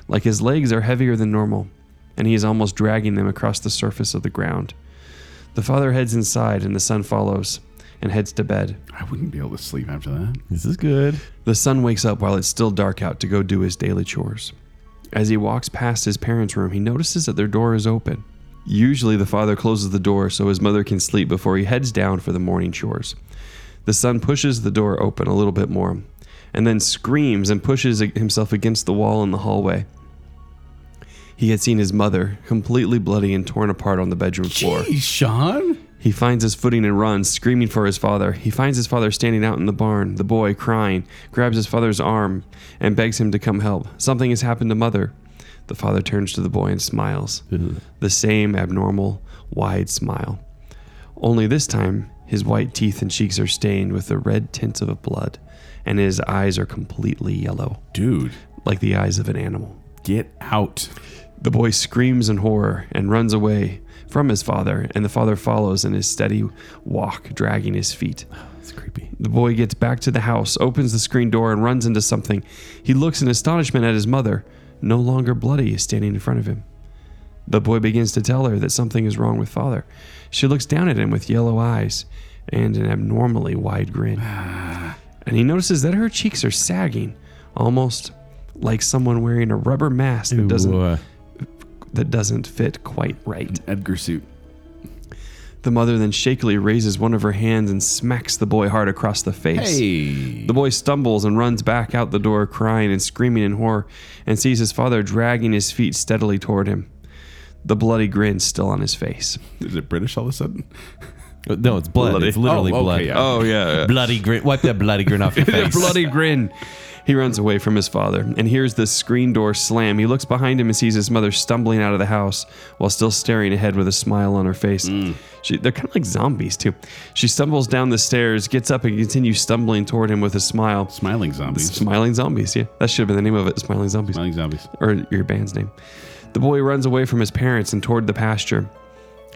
S4: like his legs are heavier than normal, and he is almost dragging them across the surface of the ground. The father heads inside, and the son follows and heads to bed.
S2: I wouldn't be able to sleep after that.
S3: This is good.
S4: The son wakes up while it's still dark out to go do his daily chores. As he walks past his parents' room, he notices that their door is open. Usually, the father closes the door so his mother can sleep before he heads down for the morning chores. The son pushes the door open a little bit more and then screams and pushes himself against the wall in the hallway. He had seen his mother, completely bloody and torn apart on the bedroom floor.
S2: Jeez, Sean.
S4: He finds his footing and runs, screaming for his father. He finds his father standing out in the barn, the boy crying, grabs his father's arm, and begs him to come help. Something has happened to mother. The father turns to the boy and smiles. The same abnormal, wide smile. Only this time, his white teeth and cheeks are stained with the red tints of blood, and his eyes are completely yellow,
S2: Dude,
S4: like the eyes of an animal.
S2: get out.
S4: The boy screams in horror and runs away from his father, and the father follows in his steady walk, dragging his feet.
S3: It's creepy.
S4: The boy gets back to the house, opens the screen door, and runs into something. He looks in astonishment at his mother, no longer bloody, is standing in front of him. The boy begins to tell her that something is wrong with father. She looks down at him with yellow eyes and an abnormally wide grin. And he notices that her cheeks are sagging, almost like someone wearing a rubber mask that doesn't
S3: Ooh, uh,
S4: that doesn't fit quite right.
S2: Edgar suit.
S4: The mother then shakily raises one of her hands and smacks the boy hard across the face.
S2: Hey.
S4: The boy stumbles and runs back out the door, crying and screaming in horror, and sees his father dragging his feet steadily toward him. The bloody grin still on his face.
S2: Is it British all of a sudden?
S3: no, it's blood.
S4: Bloody-
S3: It's literally
S2: Oh, okay,
S3: blood.
S2: yeah. Oh,
S4: yeah.
S3: Bloody grin. Wipe that bloody grin off your
S4: the
S3: face.
S4: bloody grin. He runs away from his father and hears the screen door slam. He looks behind him and sees his mother stumbling out of the house while still staring ahead with a smile on her face. She, they're kind of like zombies, too. She stumbles down the stairs, gets up, and continues stumbling toward him with a smile.
S2: Smiling zombies.
S4: Smiling Zombies, yeah. That should have been the name of it, Smiling Zombies
S2: Smiling zombies.
S4: or your band's name. The boy runs away from his parents and toward the pasture.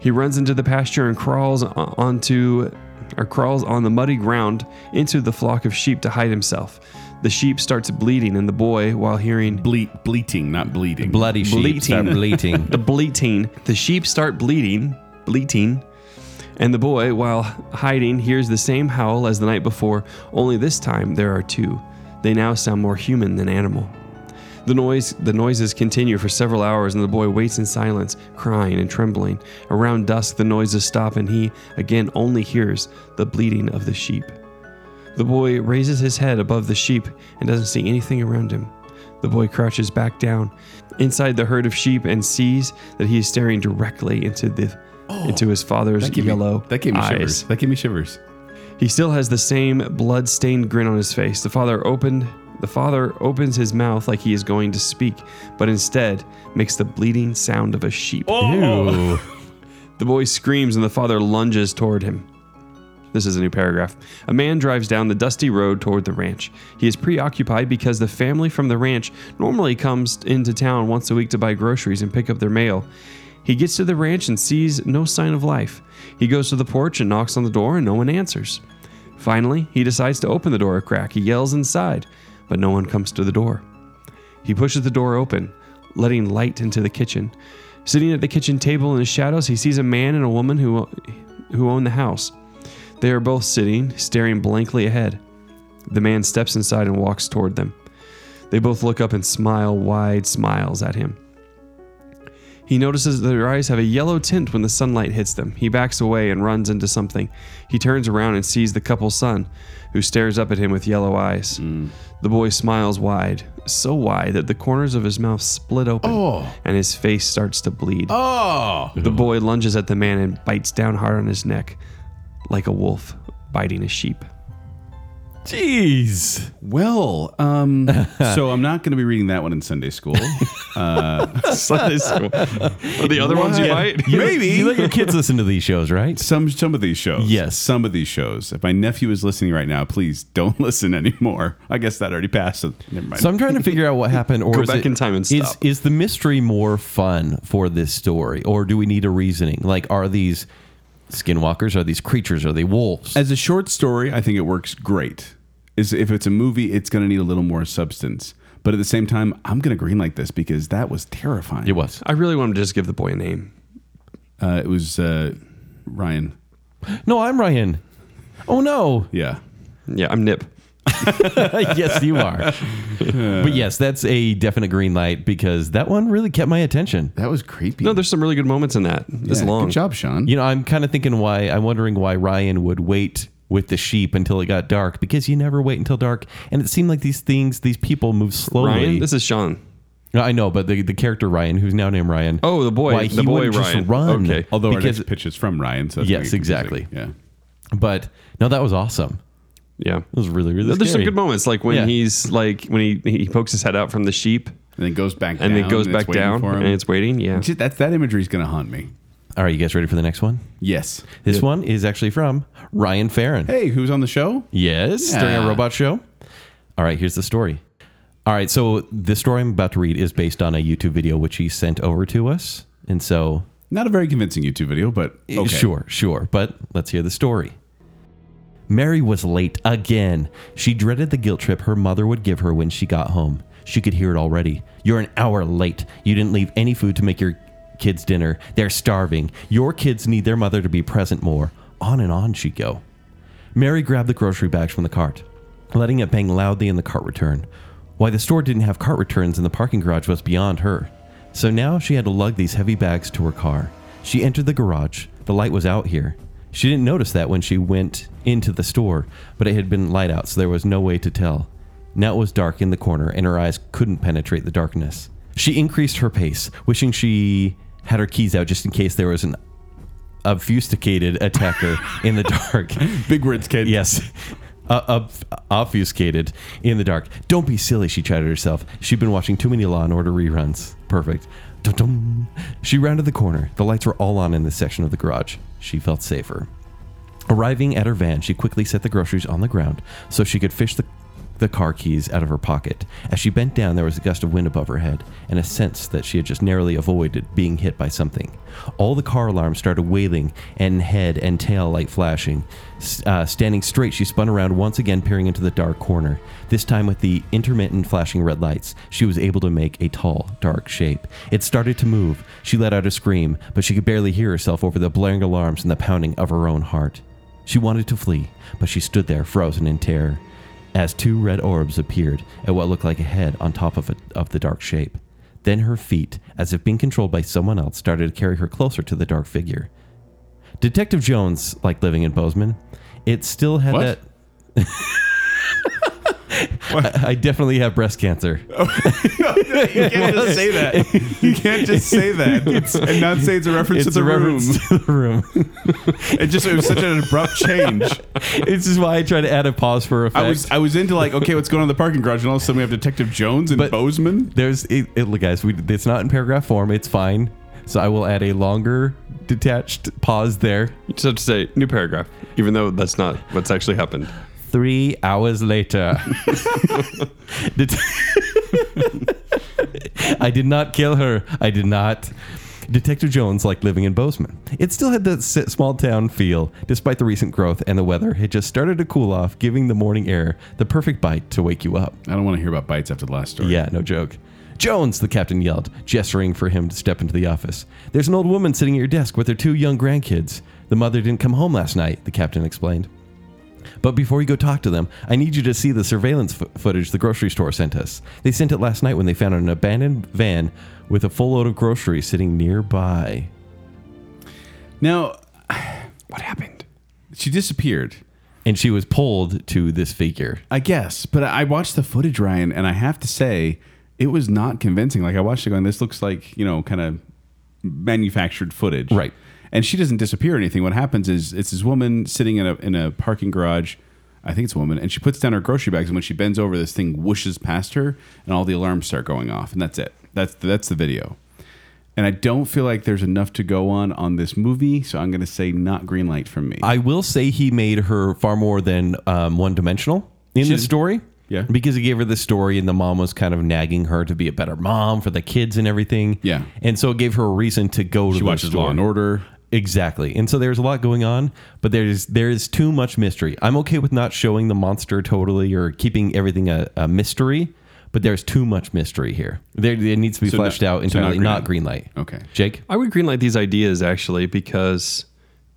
S4: He runs into the pasture and crawls o- onto or crawls on the muddy ground into the flock of sheep to hide himself. The sheep starts bleating and the boy while hearing
S2: Bleat, bleating, not bleeding.
S3: Bloody sheep start bleating.
S4: the bleating, the sheep start bleating, bleating. And the boy while hiding hears the same howl as the night before, only this time there are two. They now sound more human than animal. The noise the noises continue for several hours and the boy waits in silence, crying and trembling. Around dusk the noises stop and he again only hears the bleating of the sheep. The boy raises his head above the sheep and doesn't see anything around him. The boy crouches back down inside the herd of sheep and sees that he is staring directly into the into his father's
S2: Oh, That gave
S4: yellow
S2: me, that gave me
S4: eyes.
S2: shivers. That gave me shivers.
S4: He still has the same blood-stained grin on his face. The father opened the father opens his mouth like he is going to speak, but instead makes the bleeding sound of a
S2: Oh,
S4: sheep. Oh.
S3: Ew.
S4: The boy screams and the father lunges toward him. This is a new paragraph. A man drives down the dusty road toward the ranch. He is preoccupied because the family from the ranch normally comes into town once a week to buy groceries and pick up their mail. He gets to the ranch and sees no sign of life. He goes to the porch and knocks on the door, and no one answers. Finally, he decides to open the door a crack. He yells inside, but no one comes to the door. He pushes the door open, letting light into the kitchen. Sitting at the kitchen table in the shadows, he sees a man and a woman who, who own the house. They are both sitting, staring blankly ahead. The man steps inside and walks toward them. They both look up and smile wide smiles at him. He notices that their eyes have a yellow tint when the sunlight hits them. He backs away and runs into something. He turns around and sees the couple's son, who stares up at him with yellow eyes. The boy smiles wide, so wide that the corners of his mouth split open and his face starts to bleed.
S2: Oh,
S4: The boy lunges at the man and bites down hard on his neck, like a wolf biting a sheep.
S3: Jeez.
S2: well. Um, so I'm not going to be reading that one in Sunday school. Uh,
S4: Sunday school. Are the other ones you might?
S2: Maybe.
S3: You let your kids listen to these shows, right?
S2: some some of these shows.
S3: Yes.
S2: some of these shows. If my nephew is listening right now, please don't listen anymore. I guess that already passed. So never mind.
S3: So I'm trying to figure out what happened. Or
S4: Go
S3: is
S4: back
S3: it-
S4: in time and
S3: is-
S4: stop.
S3: Is, the mystery more fun for this story, or do we need a reasoning? Like, are these skinwalkers? Are these creatures? Are they wolves?
S2: As a short story, I think it works great. Is if it's a movie, it's going to need a little more substance. But at the same time, I'm going to green like this because that was terrifying.
S3: it was.
S4: I really want to just give the boy a name.
S2: Uh, it was uh, Ryan.
S3: No, I'm Ryan. Oh no.
S2: Yeah.
S4: Yeah, I'm Nip.
S3: yes, you are. but yes, that's a definite green light because that one really kept my attention.
S2: That was creepy.
S4: No, there's some really good moments in that. It's
S2: Yeah,
S4: long.
S2: Good job, Sean.
S3: You know, I'm kind of thinking why I'm wondering why Ryan would wait with the sheep until it got dark because you never wait until dark and it seemed like these things these people move slowly
S4: Ryan, this is Sean.
S3: No, I know, but the, the character Ryan, who's now named Ryan.
S4: Oh, the boy-
S3: Why
S4: the
S3: he
S4: boy
S3: wouldn't
S4: Ryan.
S3: just run.
S4: Okay.
S2: Although our
S3: because,
S2: next pitch is from Ryan. So that's
S3: Yes,
S2: gonna get
S3: exactly.
S2: confusing. Yeah.
S3: but no, that was awesome.
S4: Yeah.
S3: It was really, really.
S4: There's some
S3: scary.
S4: good moments, like when
S3: Yeah.
S4: he's like when he, he pokes his head out from the sheep
S2: And then goes back
S4: and
S2: down.
S4: then goes
S2: it's
S4: back
S2: waiting
S4: down
S2: for him.
S4: and it's waiting. Yeah.
S2: Gee, that's, that imagery is going to haunt me.
S3: All right, you guys ready for the next one?
S2: Yes.
S3: This one is actually from Ryan Farron.
S2: Hey, who's on the show?
S3: Yes, during
S2: Yeah.
S3: a robot show. All right, here's the story. All right, so the story I'm about to read is based on a YouTube video which he sent over to us, and so
S2: Not a very convincing YouTube video, but okay.
S3: Sure, sure. But let's hear the story. Mary was late again. She dreaded the guilt trip her mother would give her when she got home. She could hear it already. You're an hour late. You didn't leave any food to make your kids dinner. They're starving. Your kids need their mother to be present more. On and on she'd go. Mary grabbed the grocery bags from the cart, letting it bang loudly in the cart return. Why the store didn't have cart returns in the parking garage was beyond her. So now she had to lug these heavy bags to her car. She entered the garage. The light was out here. She didn't notice that when she went into the store, but it had been light out, so there was no way to tell. Now it was dark in the corner, and her eyes couldn't penetrate the darkness. She increased her pace, wishing she had her keys out just in case there was an obfuscated attacker in the dark.
S2: Big words, kid.
S3: Yes. uh, ob- obfuscated in the dark. Don't be silly, she chided herself. She'd been watching too many Law and Order reruns. Perfect. Dum-dum. She rounded the corner. The lights were all on in this section of the garage. She felt safer. Arriving at her van, she quickly set the groceries on the ground so she could fish the, the car keys out of her pocket. As she bent down, there was a gust of wind above her head and a sense that she had just narrowly avoided being hit by something. All the car alarms started wailing and head and tail light flashing. S- uh, standing straight, she spun around once again, peering into the dark corner. This time, with the intermittent flashing red lights, she was able to make a tall, dark shape. It started to move. She let out a scream, but she could barely hear herself over the blaring alarms and the pounding of her own heart. She wanted to flee, but she stood there frozen in terror as two red orbs appeared at what looked like a head on top of, a, of the dark shape. Then her feet, as if being controlled by someone else, started to carry her closer to the dark figure. Detective Jones liked living in Bozeman. It still had
S2: What?
S3: that. I, I definitely have breast cancer.
S2: You can't just say that. You can't just say that and not say it's a reference
S3: it's a reference to the room.
S2: It just it was such an abrupt change.
S3: this is why I try to add a pause for effect.
S2: I was I was into like okay, what's going on in the parking garage, and all of a sudden we have Detective Jones and
S3: But-
S2: Bozeman.
S3: There's it, it look, guys. We it's not in paragraph form. It's fine. So I will add a longer detached pause there.
S4: You just have to say new paragraph, even though that's not what's actually happened.
S3: Three hours later, Det- I did not kill her. I did not. Detective Jones liked living in Bozeman. It still had that s- small town feel, despite the recent growth and the weather had just started to cool off, giving the morning air the perfect bite to wake you up.
S2: I don't want to hear about bites after the last story.
S3: Yeah, no joke. Jones, the captain yelled, gesturing for him to step into the office. There's an old woman sitting at your desk with her two young grandkids. The mother didn't come home last night, the captain explained. But before you go talk to them, I need you to see the surveillance f- footage the grocery store sent us. They sent it last night when they found an abandoned van with a full load of groceries sitting nearby.
S2: Now
S4: What happened?
S2: she disappeared.
S3: And she was pulled to this figure.
S2: I guess, but I watched the footage, Ryan, and I have to say, it was not convincing. Like I watched it going, this looks like you know, kind of manufactured footage,
S3: Right.
S2: And she doesn't disappear or anything. What happens is it's this woman sitting in a in a parking garage. I think it's a woman, and she puts down her grocery bags, and when she bends over, this thing whooshes past her, and all the alarms start going off, and that's it. That's that's the video. And I don't feel like there's enough to go on on this movie, so I'm going to say not green light from me.
S3: I will say he made her far more than um, one dimensional in this
S2: did-
S3: story.
S2: Yeah.
S3: Because he gave her the story and the mom was kind of nagging her to be a better mom for the kids and everything.
S2: Yeah.
S3: And so it gave her a reason to go to
S2: she
S3: the
S2: watches
S3: store.
S2: Law and Order.
S3: Exactly. And so there's a lot going on, but there's there is too much mystery. I'm okay with not showing the monster totally or keeping everything a, a mystery, but there's too much mystery here. There it needs to be
S2: So
S3: fleshed
S2: not-
S3: out
S2: so not
S3: entirely,
S2: green
S3: not
S2: light.
S3: green light.
S2: Okay.
S3: Jake?
S4: I would greenlight these ideas actually because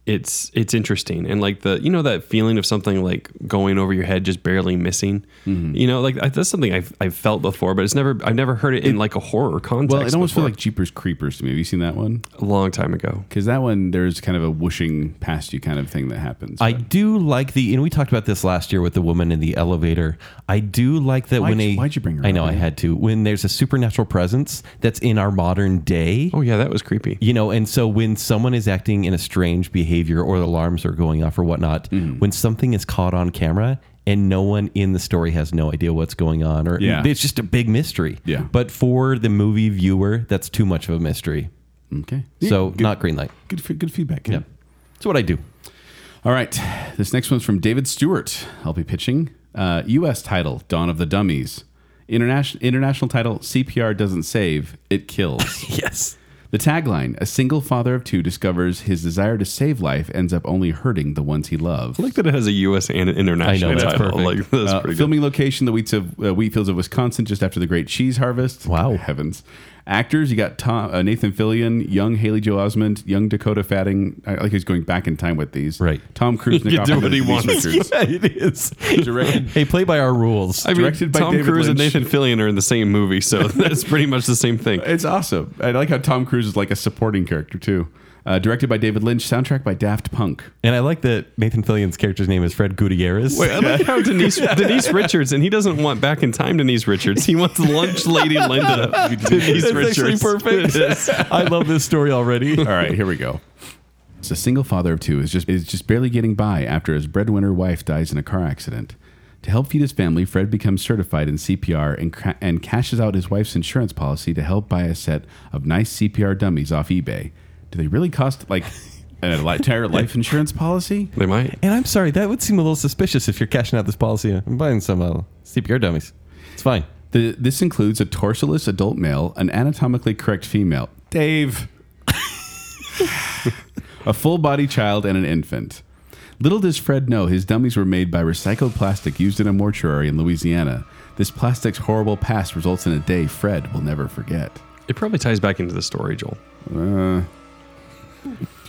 S4: it's it's interesting and like the you know that feeling of something like going over your head just barely missing.
S2: Mm-hmm.
S4: You know, like I, that's something I've I've felt before, but it's never I've never heard it in like a horror context.
S2: Well, it almost
S4: before.
S2: feels like Jeepers Creepers to me. Have you seen that one?
S4: a long time ago.
S2: Because that one, there's kind of a whooshing past you kind of thing that happens.
S3: I
S2: but-
S3: do like the, and we talked about this last year with the woman in the elevator. I do like that
S2: Why'd
S3: when
S2: you-
S3: a
S2: why'd you bring her
S3: I
S2: up,
S3: know I
S2: man?
S3: had to. When there's a supernatural presence that's in our modern day,
S4: Oh yeah, that was creepy.
S3: you know, and so when someone is acting in a strange behavior or alarms are going off or whatnot,
S2: Mm.
S3: when something is caught on camera and no one in the story has no idea what's going on, or
S2: Yeah.
S3: it's just a big mystery.
S2: Yeah.
S3: But for the movie viewer, that's too much of a mystery.
S2: okay.
S3: So
S2: good,
S3: not green light.
S2: good, fe- good feedback. Yeah.
S3: That's what I do.
S2: All right. This next one's from David Stewart. I'll be pitching. Uh, U.S. title: Dawn of the Dummies. International international title: CPR doesn't save, it kills.
S3: Yes.
S2: The tagline: A single father of two discovers his desire to save life ends up only hurting the ones he loves.
S4: I like that it has a U.S. and an international
S3: I know, that's
S4: title.
S3: perfect.
S4: Like that's
S2: Uh,
S4: pretty good.
S2: filming location: the wheats of uh, wheat fields of Wisconsin, just after the great cheese harvest.
S3: Wow.
S2: heavens! Actors: you got Tom, uh, Nathan Fillion, young Haley Joel Osment, young Dakota Fatting. I I like he's going back in time with these.
S3: Right.
S2: Tom Cruise, Nick
S4: You do what he
S2: Offerman, Denise
S4: wants.
S2: Richards.
S3: yeah, it is.
S2: Directed-
S3: Hey, play by our rules.
S4: I mean,
S2: directed by
S4: Tom
S2: David
S4: Cruise and
S2: Lynch.
S4: Nathan Fillion are in the same movie, so that's pretty much the same thing.
S2: It's awesome. I like how Tom Cruise is like a supporting character too. Uh, directed by David Lynch, soundtrack by Daft Punk.
S3: And I like that Nathan Fillion's character's name is Fred Gutierrez.
S4: Wait, I like how Denise Denise Richards, and he doesn't want back in time Denise Richards. He wants lunch lady Linda. Denise
S3: That's actually
S4: Richards.
S3: perfect.
S4: It is.
S3: I love this story already.
S2: All right, here we go. It's a single father of two is just is just barely getting by after his breadwinner wife dies in a car accident. To help feed his family, Fred becomes certified in CPR and ca- and cashes out his wife's insurance policy to help buy a set of nice CPR dummies off eBay. Do they really cost like an entire life insurance policy?
S4: They might.
S3: And I'm sorry, that would seem a little suspicious if you're cashing out this policy and buying some uh, CPR dummies. It's fine.
S2: The, this includes a torsoless adult male, an anatomically correct female, Dave, a full body child, and an infant. Little does Fred know his dummies were made by recycled plastic used in a mortuary in Louisiana. This plastic's horrible past results in a day Fred will never forget.
S4: It probably ties back into the story, Joel.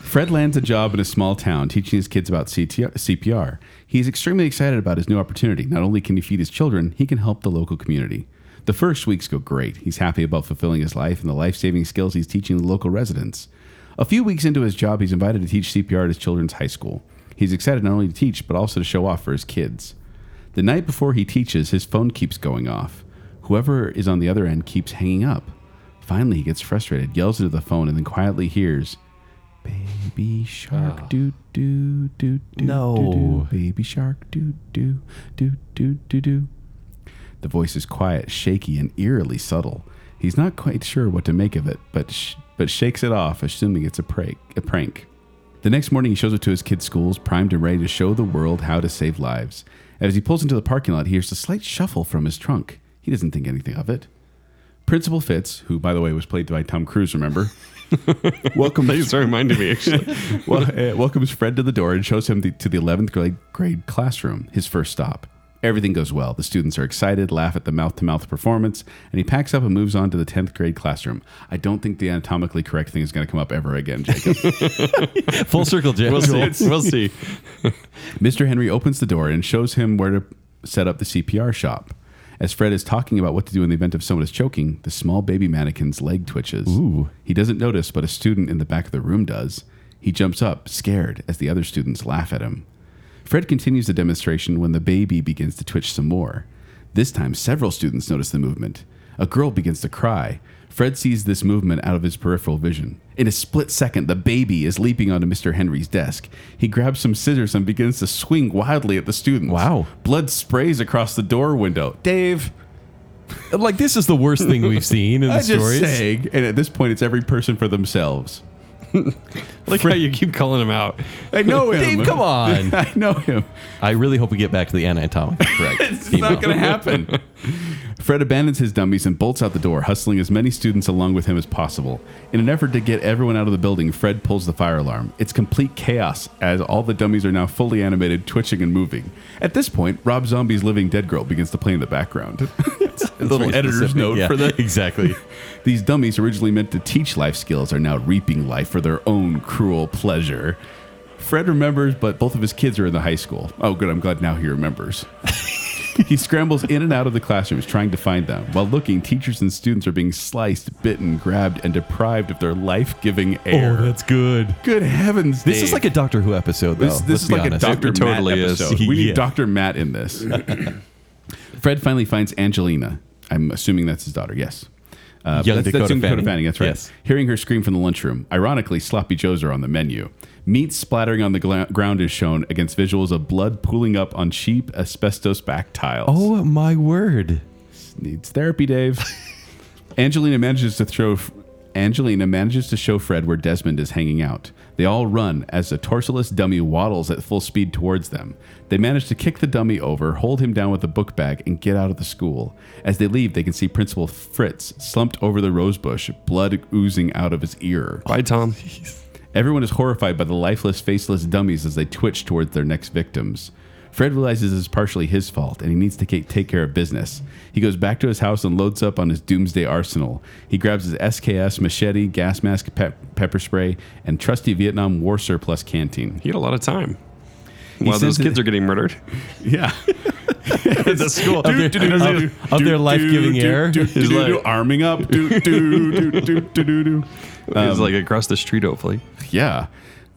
S2: Fred lands a job in a small town teaching his kids about CTR, CPR. He's extremely excited about his new opportunity. Not only can he feed his children, he can help the local community. The first weeks go great. He's happy about fulfilling his life and the life saving skills he's teaching the local residents. A few weeks into his job, he's invited to teach CPR at his children's high school. He's excited not only to teach, but also to show off for his kids. The night before he teaches, his phone keeps going off. Whoever is on the other end keeps hanging up. Finally, he gets frustrated, yells into the phone, and then quietly hears, Baby shark, do do do do
S3: No.
S2: do do. Baby shark, do do do do do do. The voice is quiet, shaky, and eerily subtle. He's not quite sure what to make of it, but sh- but shakes it off, assuming it's a prank. A prank. The next morning, he shows up to his kids' schools, primed and ready to show the world how to save lives. As he pulls into the parking lot, he hears a slight shuffle from his trunk. He doesn't think anything of it. Principal Fitz, who by the way was played by Tom Cruise, remember? welcomes
S4: Thanks for reminding me, actually.
S2: well, uh, welcomes Fred to the door and shows him the, to the 11th grade, grade classroom, his first stop. Everything goes well. The students are excited, laugh at the mouth to mouth performance, and he packs up and moves on to the 10th grade classroom. I don't think the anatomically correct thing is going to come up ever again, Jacob.
S3: Full circle, Jim.
S4: We'll see. We'll see.
S2: Mr. Henry opens the door and shows him where to set up the CPR shop. As Fred is talking about what to do in the event of someone is choking, the small baby mannequin's leg twitches.
S3: Ooh.
S2: He doesn't notice, but a student in the back of the room does. He jumps up, scared, as the other students laugh at him. Fred continues the demonstration when the baby begins to twitch some more. This time, several students notice the movement. A girl begins to cry. Fred sees this movement out of his peripheral vision. In a split second, the baby is leaping onto Mr. Henry's desk. He grabs some scissors and begins to swing wildly at the students.
S3: Wow.
S2: Blood sprays across the door window. Dave,
S3: Like this is the worst thing we've seen in the
S2: I'm just
S3: stories.
S2: saying. And at this point, it's every person for themselves.
S4: Like how you keep calling him out.
S2: I know him.
S3: Dave, come on.
S2: I know him.
S3: I really hope we get back to the anatomic correct.
S2: It's not going to happen. Fred abandons his dummies and bolts out the door, hustling as many students along with him as possible. In an effort to get everyone out of the building, Fred pulls the fire alarm. It's complete chaos as all the dummies are now fully animated, twitching and moving. At this point, Rob Zombie's Living Dead Girl begins to play in the background. a little editor's note for that.
S3: Exactly.
S2: These dummies, originally meant to teach life skills, are now reaping life for their own cruel pleasure. Fred remembers, but both of his kids are in the high school. Oh, good. I'm glad now he remembers. he scrambles in and out of the classrooms trying to find them. While looking, teachers and students are being sliced, bitten, grabbed, and deprived of their life giving air.
S3: good.
S2: good heavens.
S3: Oh, This is like a Doctor Who episode, though.
S2: This, this
S3: Let's
S2: is
S3: be
S2: like
S3: honest.
S2: a Dr.
S4: It totally
S2: Matt
S4: is.
S2: episode. We need
S3: Yeah.
S2: Dr. Matt in this. Fred finally finds Angelina. I'm assuming that's his daughter. Yes. Uh,
S3: Young
S2: that's,
S3: Dakota
S2: that's young Dakota
S3: Fanning.
S2: Fanning. That's right.
S3: Yes.
S2: Hearing her scream from the lunchroom. Ironically, sloppy joes are on the menu. Meat splattering on the gla- ground is shown against visuals of blood pooling up on cheap asbestos back tiles.
S3: Oh my word!
S2: needs therapy, Dave. Angelina manages to throw. Angelina manages to show Fred where Desmond is hanging out. They all run as the torsoless dummy waddles at full speed towards them. They manage to kick the dummy over, hold him down with a book bag, and get out of the school. As they leave, they can see Principal Fritz slumped over the rose bush, blood oozing out of his ear.
S4: Bye, Tom.
S2: Everyone is horrified by the lifeless, faceless dummies as they twitch towards their next victims. Fred realizes it's partially his fault and he needs to ca- take care of business. He goes back to his house and loads up on his doomsday arsenal. He grabs his SKS, machete, gas mask, pep- pepper spray, and trusty Vietnam War surplus canteen.
S4: He had a lot of time. While those
S2: sends it-
S4: kids are getting murdered
S2: Yeah.
S4: at the school.
S3: their- of- of their life-giving air.
S4: He's like-
S2: Arming up. Do, do, do, do, do, do, do.
S4: It's like across the street, hopefully.
S2: Yeah.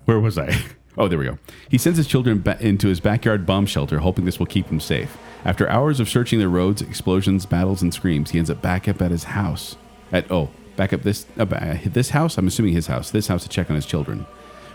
S2: Where was I? Oh, there we go. He sends his children ba- into his backyard bomb shelter, hoping this will keep them safe. After hours of searching the roads, explosions, battles, and screams, he ends up back up at his house. At oh, back up this uh, ba- this house. I'm assuming his house. This house to check on his children.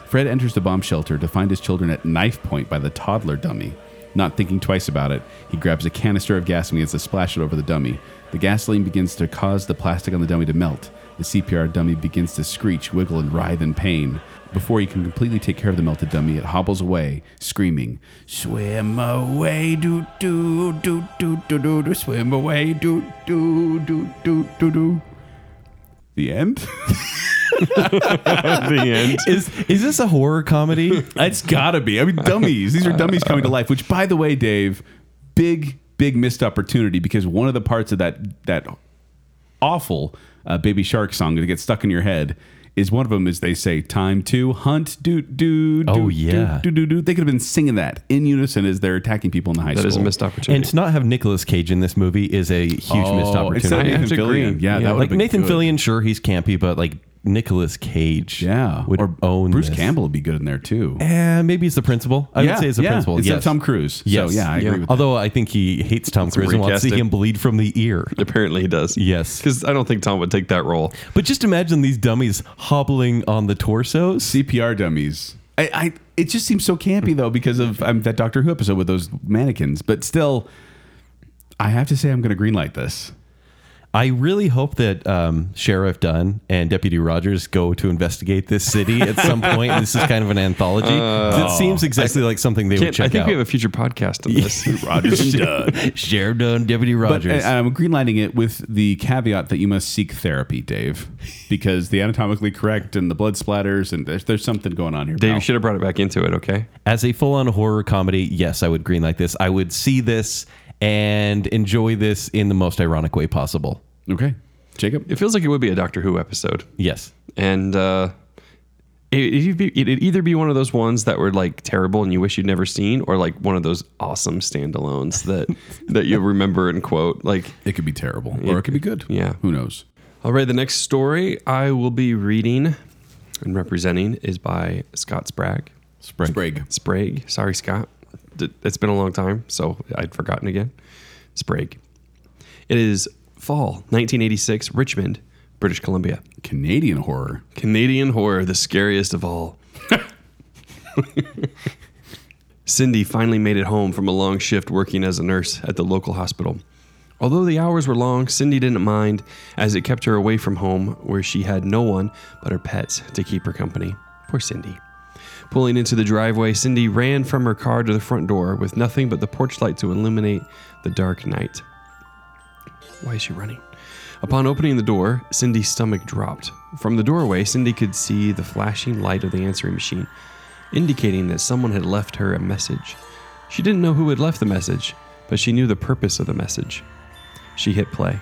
S2: Fred enters the bomb shelter to find his children at knife point by the toddler dummy. Not thinking twice about it, he grabs a canister of gas and begins to splash it over the dummy. The gasoline begins to cause the plastic on the dummy to melt. The CPR dummy begins to screech, wiggle, and writhe in pain. Before he can completely take care of the melted dummy, it hobbles away, screaming, Swim away, doo doo doo doo doo doo, doo swim away, doo doo doo doo doo doo. The end?
S4: the end.
S3: Is is this a horror comedy?
S2: It's gotta be. I mean, dummies. These are dummies coming to life. Which, by the way, Dave, big, big missed opportunity because one of the parts of that that awful uh, Baby Shark song that gets stuck in your head is one of them is they say time to hunt doot doot
S3: Oh,
S2: doot,
S3: yeah.
S2: doot, doot, doot. they could have been singing that in unison as they're attacking people in the high
S4: That
S2: school
S4: is a missed
S3: and
S4: opportunity.
S3: to not have Nicolas Cage in this movie is a huge missed
S2: Oh, it's not
S3: opportunity.
S4: I have
S2: Nathan
S4: to agree.
S2: Fillion yeah,
S3: Yeah,
S2: that would
S3: like
S2: have been
S3: Nathan
S2: good.
S3: Fillion, sure he's campy, but like Nicolas Cage,
S2: yeah
S3: would
S2: or
S3: own
S2: Bruce
S3: this.
S2: Campbell would be good in there too
S3: Eh, maybe it's the principal. I would say it's the principal.
S2: instead
S3: yes.
S2: of Tom Cruise
S3: Yes.
S2: so yeah I agree
S4: Yeah.
S2: with that.
S3: Although I think he hates Tom Cruise and wants to
S4: recast
S3: see
S4: it.
S3: him bleed from the ear.
S4: Apparently he does.
S3: Yes.
S4: Because I don't think Tom would take that role.
S3: But just imagine these dummies hobbling on the torsos.
S2: CPR dummies. I, I it just seems so campy though because of um, that Doctor Who episode with those mannequins. But still, I have to say I'm going to greenlight this.
S3: I really hope that um, Sheriff Dunn and Deputy Rogers go to investigate this city at some point. This is kind of an anthology. it seems exactly like something they would
S4: Can't,
S3: check
S4: Uh, I think
S3: out.
S4: we have a future podcast on this.
S2: Rogers Dunn.
S3: Sheriff Dunn, Deputy
S2: But
S3: Rogers.
S4: uh,
S2: I, I'm greenlighting it with the caveat that you must seek therapy, Dave, because the anatomically correct and the blood splatters and there's, there's something going on here.
S4: Dave,
S2: pal.
S4: you should have brought it back into it, okay?
S3: As a full-on horror comedy, yes, I would green like this. I would see this and enjoy this in the most ironic way possible.
S2: okay, Jacob.
S4: It feels like it would be a Doctor Who episode.
S3: Yes.
S4: And uh, it, it'd, be, it'd either be one of those ones that were like terrible and you wish you'd never seen, or like one of those awesome standalones that, that you'll remember and quote. Like,
S2: It could be terrible, or it could be good.
S4: yeah.
S2: who knows?
S4: All right, the next story I will be reading and representing is by Scott Sprague.
S3: Sprague.
S2: Sprague.
S4: Sprague. Sorry, Scott. D- It's been a long time, so I'd forgotten again. Sprague. It is fall 1986, Richmond, British Columbia.
S2: Canadian horror.
S4: Canadian horror, the scariest of all. Cindy finally made it home from a long shift working as a nurse at the local hospital. Although the hours were long, Cindy didn't mind, as it kept her away from home where she had no one but her pets to keep her company. Poor Cindy. Pulling into the driveway, Cindy ran from her car to the front door with nothing but the porch light to illuminate the dark night. Why is she running? Upon opening the door, Cindy's stomach dropped. From the doorway, Cindy could see the flashing light of the answering machine, indicating that someone had left her a message. She didn't know who had left the message, but she knew the purpose of the message. She hit play.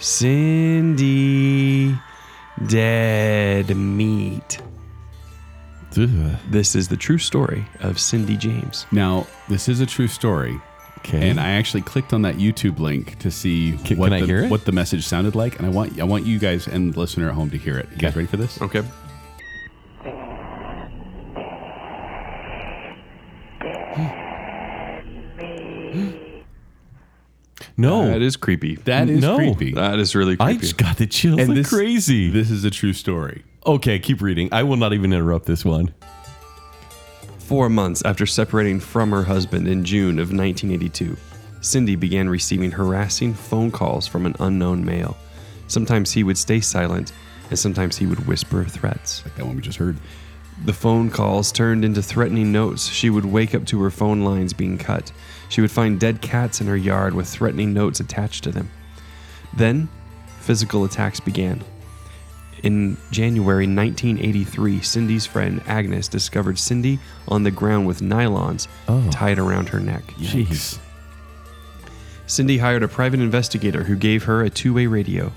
S4: Cindy, dead meat. This is the true story of Cindy James.
S2: Now this is a true story.
S3: Okay.
S4: Hmm?
S2: And I actually clicked on that YouTube link to see
S3: Can-
S2: what,
S3: can I
S2: the,
S3: hear it?
S2: what the message sounded like, and I want I want you guys and the listener at home to hear it. You guys ready for this?
S4: Okay.
S3: no.
S4: Uh, That is creepy.
S2: That is
S3: No.
S2: creepy.
S4: Oh. that is really creepy.
S3: I just got the chills.
S2: And
S3: like
S2: this-
S3: crazy.
S2: This is a true story.
S3: okay, keep reading. I will not even interrupt this one.
S4: Four months after separating from her husband in June of 1982, Cindy began receiving harassing phone calls from an unknown male. Sometimes he would stay silent, and sometimes he would whisper threats.
S2: Like that one we just heard.
S4: The phone calls turned into threatening notes. She would wake up to her phone lines being cut. She would find dead cats in her yard with threatening notes attached to them. Then, physical attacks began. In January 1983, Cindy's friend Agnes discovered Cindy on the ground with nylons tied around her neck.
S3: Jeez.
S4: Cindy hired a private investigator who gave her a two way radio.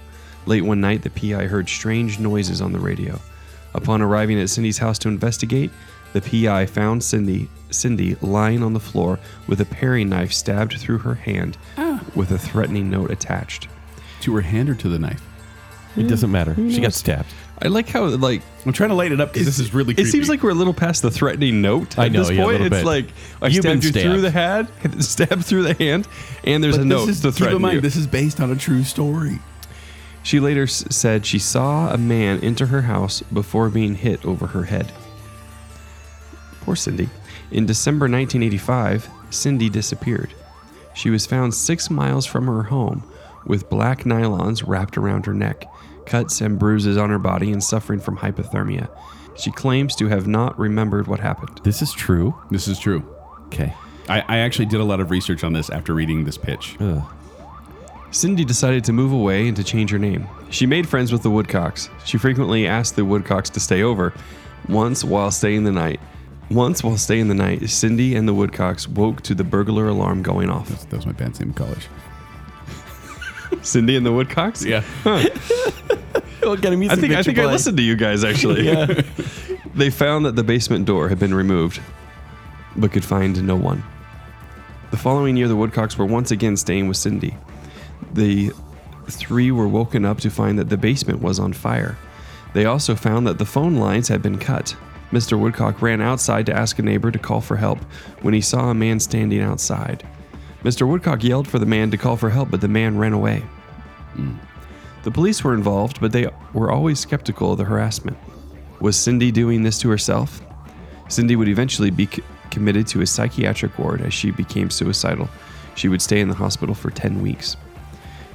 S4: Late one night, the PI heard strange noises on the radio. Upon arriving at Cindy's house to investigate, the PI found Cindy Cindy lying on the floor with a paring knife stabbed through her hand with a threatening note attached.
S2: To her hand or to the knife?
S3: It doesn't matter. She got stabbed.
S4: I like how like
S2: I'm trying to light it up because this is really creepy.
S4: It seems like we're a little past the threatening note.
S3: I
S4: at
S3: know,
S4: this
S3: yeah, a
S4: point,
S3: little
S4: it's
S3: bit.
S4: like I
S3: You've been
S4: stabbed you through
S3: stabbed.
S4: the hand, stabbed through the hand, and there's
S2: But
S4: a
S2: this
S4: note
S2: is-
S4: to
S2: Keep
S4: threaten
S2: in mind,
S4: you.
S2: this is based on a true story.
S4: She later s- said she saw a man enter her house before being hit over her head. Poor Cindy. In December 1985, Cindy disappeared. She was found six miles from her home with black nylons wrapped around her neck, cuts and bruises on her body, and suffering from hypothermia. She claims to have not remembered what happened.
S3: This is true.
S2: This is true.
S3: Okay.
S2: I, I actually did a lot of research on this after reading this pitch.
S4: Cindy decided to move away and to change her name. She made friends with the Woodcocks. She frequently asked the Woodcocks to stay over, once while staying the night. Once while staying the night, Cindy and the Woodcocks woke to the burglar alarm going off.
S2: That was my band's name in college.
S4: Cindy and the Woodcocks?
S2: Yeah.
S4: I think I think I listened to you guys actually. they found that the basement door had been removed, but could find no one. The following year, the Woodcocks were once again staying with Cindy. The three were woken up to find that the basement was on fire. They also found that the phone lines had been cut. Mr. Woodcock ran outside to ask a neighbor to call for help when he saw a man standing outside. Mr. Woodcock yelled for the man to call for help, but the man ran away. The police were involved, but they were always skeptical of the harassment. Was Cindy doing this to herself? Cindy would eventually be c- committed to a psychiatric ward as she became suicidal. She would stay in the hospital for 10 weeks.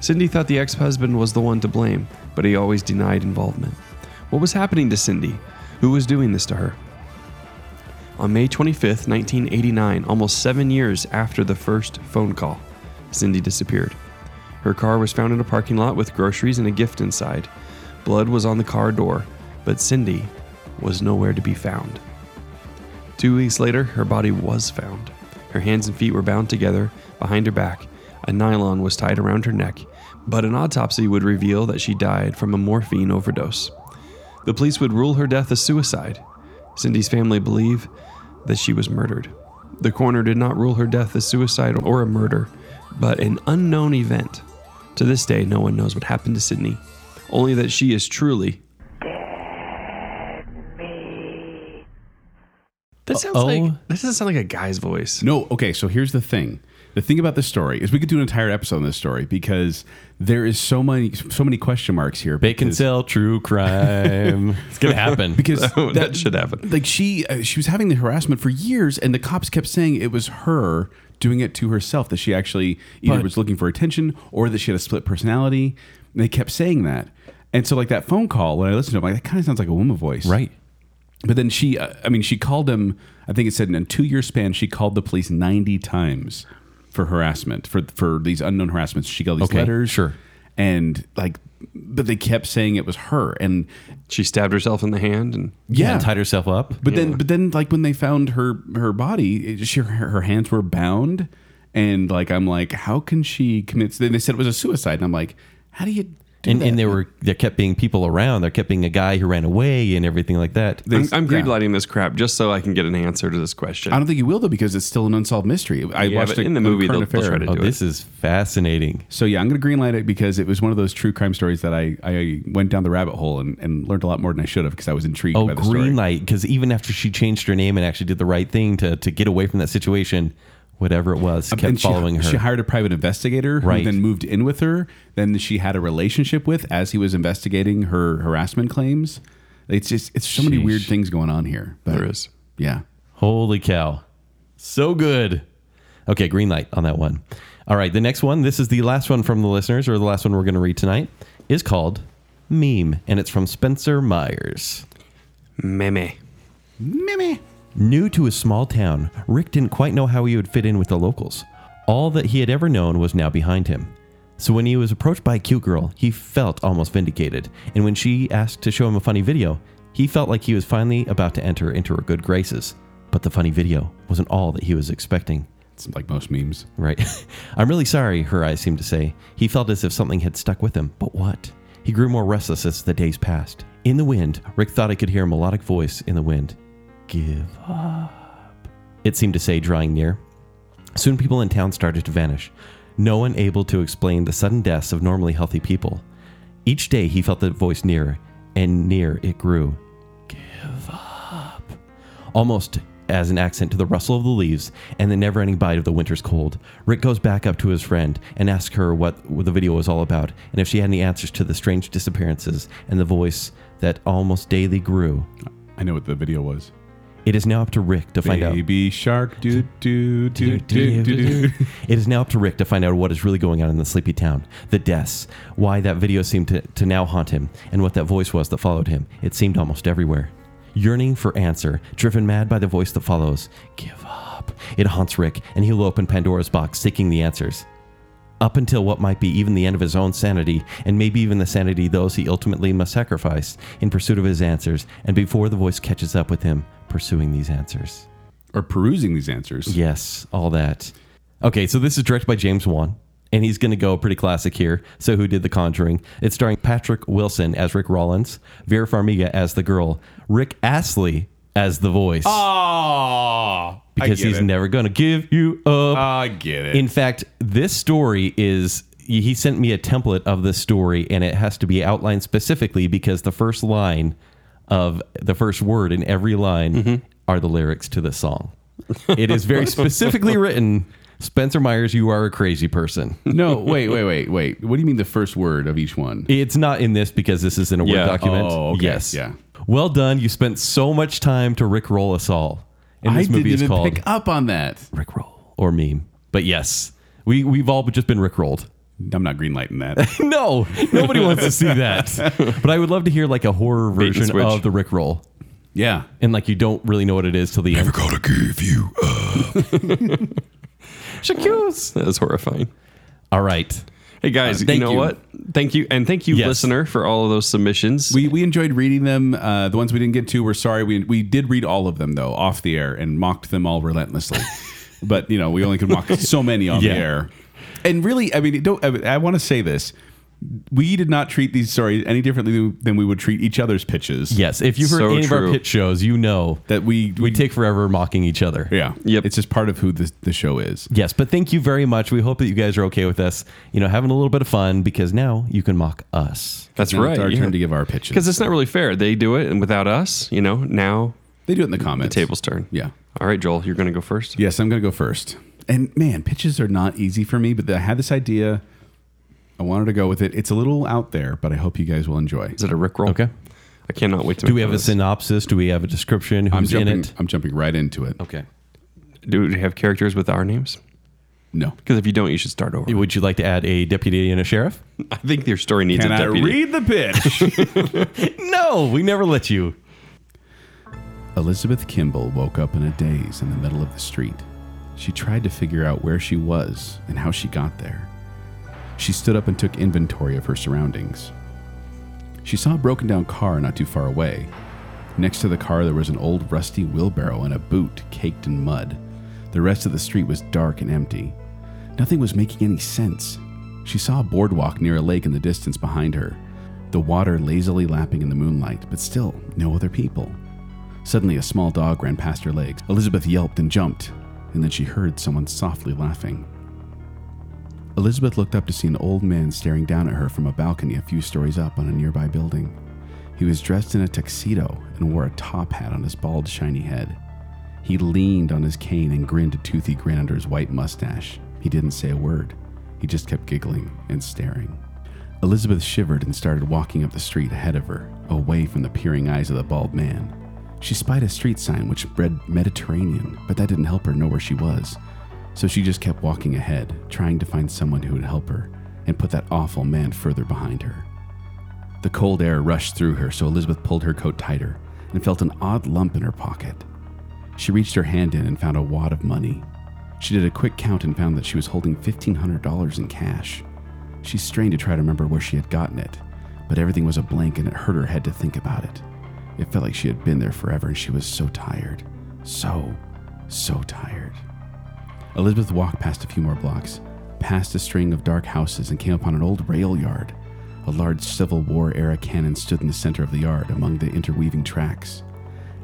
S4: Cindy thought the ex husband was the one to blame, but he always denied involvement. What was happening to Cindy? Who was doing this to her? On May 25th, 1989, almost seven years after the first phone call, Cindy disappeared. Her car was found in a parking lot with groceries and a gift inside. Blood was on the car door, but Cindy was nowhere to be found. Two weeks later, her body was found. Her hands and feet were bound together behind her back. A nylon was tied around her neck, but an autopsy would reveal that she died from a morphine overdose. The police would rule her death a suicide. Cindy's family believe that she was murdered. The coroner did not rule her death a suicide or a murder, but an unknown event. To this day, no one knows what happened to Sydney, only that she is truly. That sounds
S3: Uh-oh.
S4: like that doesn't sound like a guy's voice.
S2: No, okay, so here's the thing. The thing about this story is we could do an entire episode on this story because there is so many so many question marks here.
S3: Bacon
S2: because-
S3: sell true crime. it's gonna happen.
S2: because
S4: that, should happen.
S2: like she uh, she was having the harassment for years and the cops kept saying it was her doing it to herself that she actually either
S3: But-
S2: was looking for attention or that she had a split personality and they kept saying that and so like that phone call when i listened to it I'm like that kind of sounds like a woman voice
S3: right.
S2: but then she uh, i mean she called him i think it said in a two year span she called the police 90 times for harassment for for these unknown harassments she got these
S3: Okay,
S2: letters
S3: sure.
S2: and like but they kept saying it was her and
S4: She stabbed herself in the hand and
S2: yeah,
S3: And tied herself up.
S2: but then, but then, like when they found her her body, it- she her, her hands were bound, and like I'm like, how can she commit? Then they said it was a suicide, and I'm like, how do you? Do
S3: and,
S2: that?
S3: and there were there kept being people around. There kept being a guy who ran away and everything like that.
S4: I'm, I'm green
S2: yeah.
S4: lighting this crap just so I can get an answer to this question.
S2: I don't think you will though because it's still an unsolved mystery. I
S4: Yeah,
S2: watched a-
S4: but in the
S2: a
S4: movie,
S2: current
S4: they'll- they'll
S2: affair.
S4: try to
S3: oh,
S4: do
S3: this is fascinating.
S2: So yeah, I'm gonna greenlight it because it was one of those true crime stories that I I went down the rabbit hole and, and learned a lot more than I should have because I was intrigued
S3: Oh,
S2: by the
S3: green
S2: story.
S3: light. Because even after she changed her name and actually did the right thing to to get away from that situation, whatever it was, kept
S2: Um, And she-
S3: following her.
S2: She hired a private investigator who
S3: Right.
S2: then moved in with her. Then she had a relationship with as he was investigating her harassment claims. It's just it's so many weird things going on here. But
S4: There is.
S2: Yeah.
S3: Holy cow. So good. Okay, green light on that one. All right, the next one, this is the last one from the listeners, or the last one we're going to read tonight, is called Meme, and it's from Spencer Myers.
S4: Meme.
S2: Mimi.
S3: New to his small town, Rick didn't quite know how he would fit in with the locals. All that he had ever known was now behind him. So when he was approached by a cute girl, he felt almost vindicated. And when she asked to show him a funny video, he felt like he was finally about to enter into her good graces. But the funny video wasn't all that he was expecting.
S2: It's like most memes.
S3: Right. I'm really sorry, her eyes seemed to say. He felt as if something had stuck with him, but what? He grew more restless as the days passed. In the wind, Rick thought he could hear a melodic voice in the wind. Give up. It seemed to say, drawing near. Soon people in town started to vanish, no one able to explain the sudden deaths of normally healthy people. Each day he felt the voice nearer, and near it grew. Almost as an accent to the rustle of the leaves and the never ending bite of the winter's cold, Rick goes back up to his friend and asks her what the video was all about and if she had any answers to the strange disappearances and the voice that almost daily grew.
S2: I know what the video was.
S3: It is now up to Rick to find out.
S2: Baby shark, do do do do do do.
S3: It is now up to Rick to find out what is really going on in the sleepy town, the deaths, why that video seemed to, to now haunt him, and what that voice was that followed him. It seemed almost everywhere. Yearning for answer, driven mad by the voice that follows, give up. It haunts Rick, and he'll open Pandora's box seeking the answers. Up until what might be even the end of his own sanity, and maybe even the sanity those he ultimately must sacrifice in pursuit of his answers, and before the voice catches up with him, pursuing these answers.
S2: Or perusing these answers.
S3: Yes, all that. Okay, so this is directed by James Wan, and he's going to go pretty classic here. So, who did The Conjuring? It's starring Patrick Wilson as Rick Rollins, Vera Farmiga as the girl, Rick Astley as the voice,
S2: Ah,
S3: because he's never going to give you up.
S2: I get it.
S3: In fact, this story is he sent me a template of this story and it has to be outlined specifically because the first line of the first word in every line
S2: Mm-hmm.
S3: are the lyrics to the song. It is very specifically written, Spencer Myers, you are a crazy person.
S2: no, wait, wait, wait, wait. What do you mean the first word of each one?
S3: It's not in this because this is in a Word
S4: Yeah.
S3: document.
S2: Oh, okay.
S3: Yes.
S2: Yeah.
S3: Well done. You spent so much time to Rickroll us all. And
S2: I
S3: this
S2: didn't
S3: movie is
S2: even
S3: called
S2: pick up on that.
S3: Rickroll or Meme. But yes, we, we've all just been Rickrolled.
S2: I'm not greenlighting that.
S3: No, nobody wants to see that. But I would love to hear like a horror
S4: and
S3: version
S4: switch.
S3: of the Rickroll,
S2: yeah.
S3: and like you don't really know what it is till the end.
S2: gotta give you up.
S3: Shaku's.
S4: That was horrifying.
S3: All right,
S4: Hey guys, you
S2: Uh, thank
S4: know
S2: you.
S4: what? Thank you, and thank you,
S3: Yes.
S4: listener, for all of those submissions.
S2: We, we enjoyed reading them. Uh, the ones we didn't get to, we're sorry. We, we did read all of them, though, off the air and mocked them all relentlessly. but, you know, we only could mock so many on
S3: Yeah.
S2: the air. And really, I mean, don't, I, mean, I want to say this. We did not treat these stories any differently than we would treat each other's pitches.
S3: yes. If you've heard
S4: So
S3: any of
S4: true.
S3: our pitch shows, you know
S2: That we,
S3: we take forever mocking each other.
S2: Yeah.
S4: Yep.
S2: It's just part of who the, the show is.
S3: Yes, but thank you very much. We hope that you guys are okay with us. You know, having a little bit of fun because now you can mock us.
S4: That's
S2: Now
S4: right.
S2: It's our
S4: yeah.
S2: turn to give our pitches.
S4: Because it's not really fair. They do it, and without us, you know, now
S2: They do it in the comments.
S4: table's turn.
S2: Yeah.
S4: All right, Joel, you're going to go first.
S2: Yes, I'm going to go first. And man, pitches are not easy for me, but I had this idea. I wanted to go with it. It's a little out there, but I hope you guys will enjoy.
S4: Is it a Rickroll?
S3: Okay.
S4: I cannot wait to.
S3: Do
S4: make
S3: we have a
S4: this.
S3: synopsis? Do we have a description?
S2: I'm
S3: Who's in
S2: jumping.
S3: it? Oh.
S2: I'm jumping right into it.
S3: Okay.
S4: Do we have characters with our names?
S2: No.
S4: Because if you don't, you should start over.
S3: Would you like to add a deputy and a sheriff?
S4: I think your story needs
S2: Can
S4: a
S2: I
S4: deputy.
S2: read the pitch?
S3: No, we never let you.
S2: Elizabeth Kimball woke up in a daze in the middle of the street. She tried to figure out where she was and how she got there. She stood up and took inventory of her surroundings. She saw a broken down car not too far away. Next to the car, there was an old rusty wheelbarrow and a boot caked in mud. The rest of the street was dark and empty. Nothing was making any sense. She saw a boardwalk near a lake in the distance behind her, the water lazily lapping in the moonlight, but still no other people. Suddenly, a small dog ran past her legs. Elizabeth yelped and jumped, and then she heard someone softly laughing. Elizabeth looked up to see an old man staring down at her from a balcony a few stories up on a nearby building. He was dressed in a tuxedo and wore a top hat on his bald, shiny head. He leaned on his cane and grinned a toothy grin under his white mustache. He didn't say a word. He just kept giggling and staring. Elizabeth shivered and started walking up the street ahead of her, away from the peering eyes of the bald man. She spied a street sign which read Mediterranean, but that didn't help her know where she was. So she just kept walking ahead, trying to find someone who would help her and put that awful man further behind her. The cold air rushed through her, so Elizabeth pulled her coat tighter and felt an odd lump in her pocket. She reached her hand in and found a wad of money. She did a quick count and found that she was holding $1,500 in cash. She strained to try to remember where she had gotten it, but everything was a blank and it hurt her head to think about it. It felt like she had been there forever and she was so tired. So, so tired. Elizabeth walked past a few more blocks, past a string of dark houses, and came upon an old rail yard. A large Civil War era cannon stood in the center of the yard among the interweaving tracks.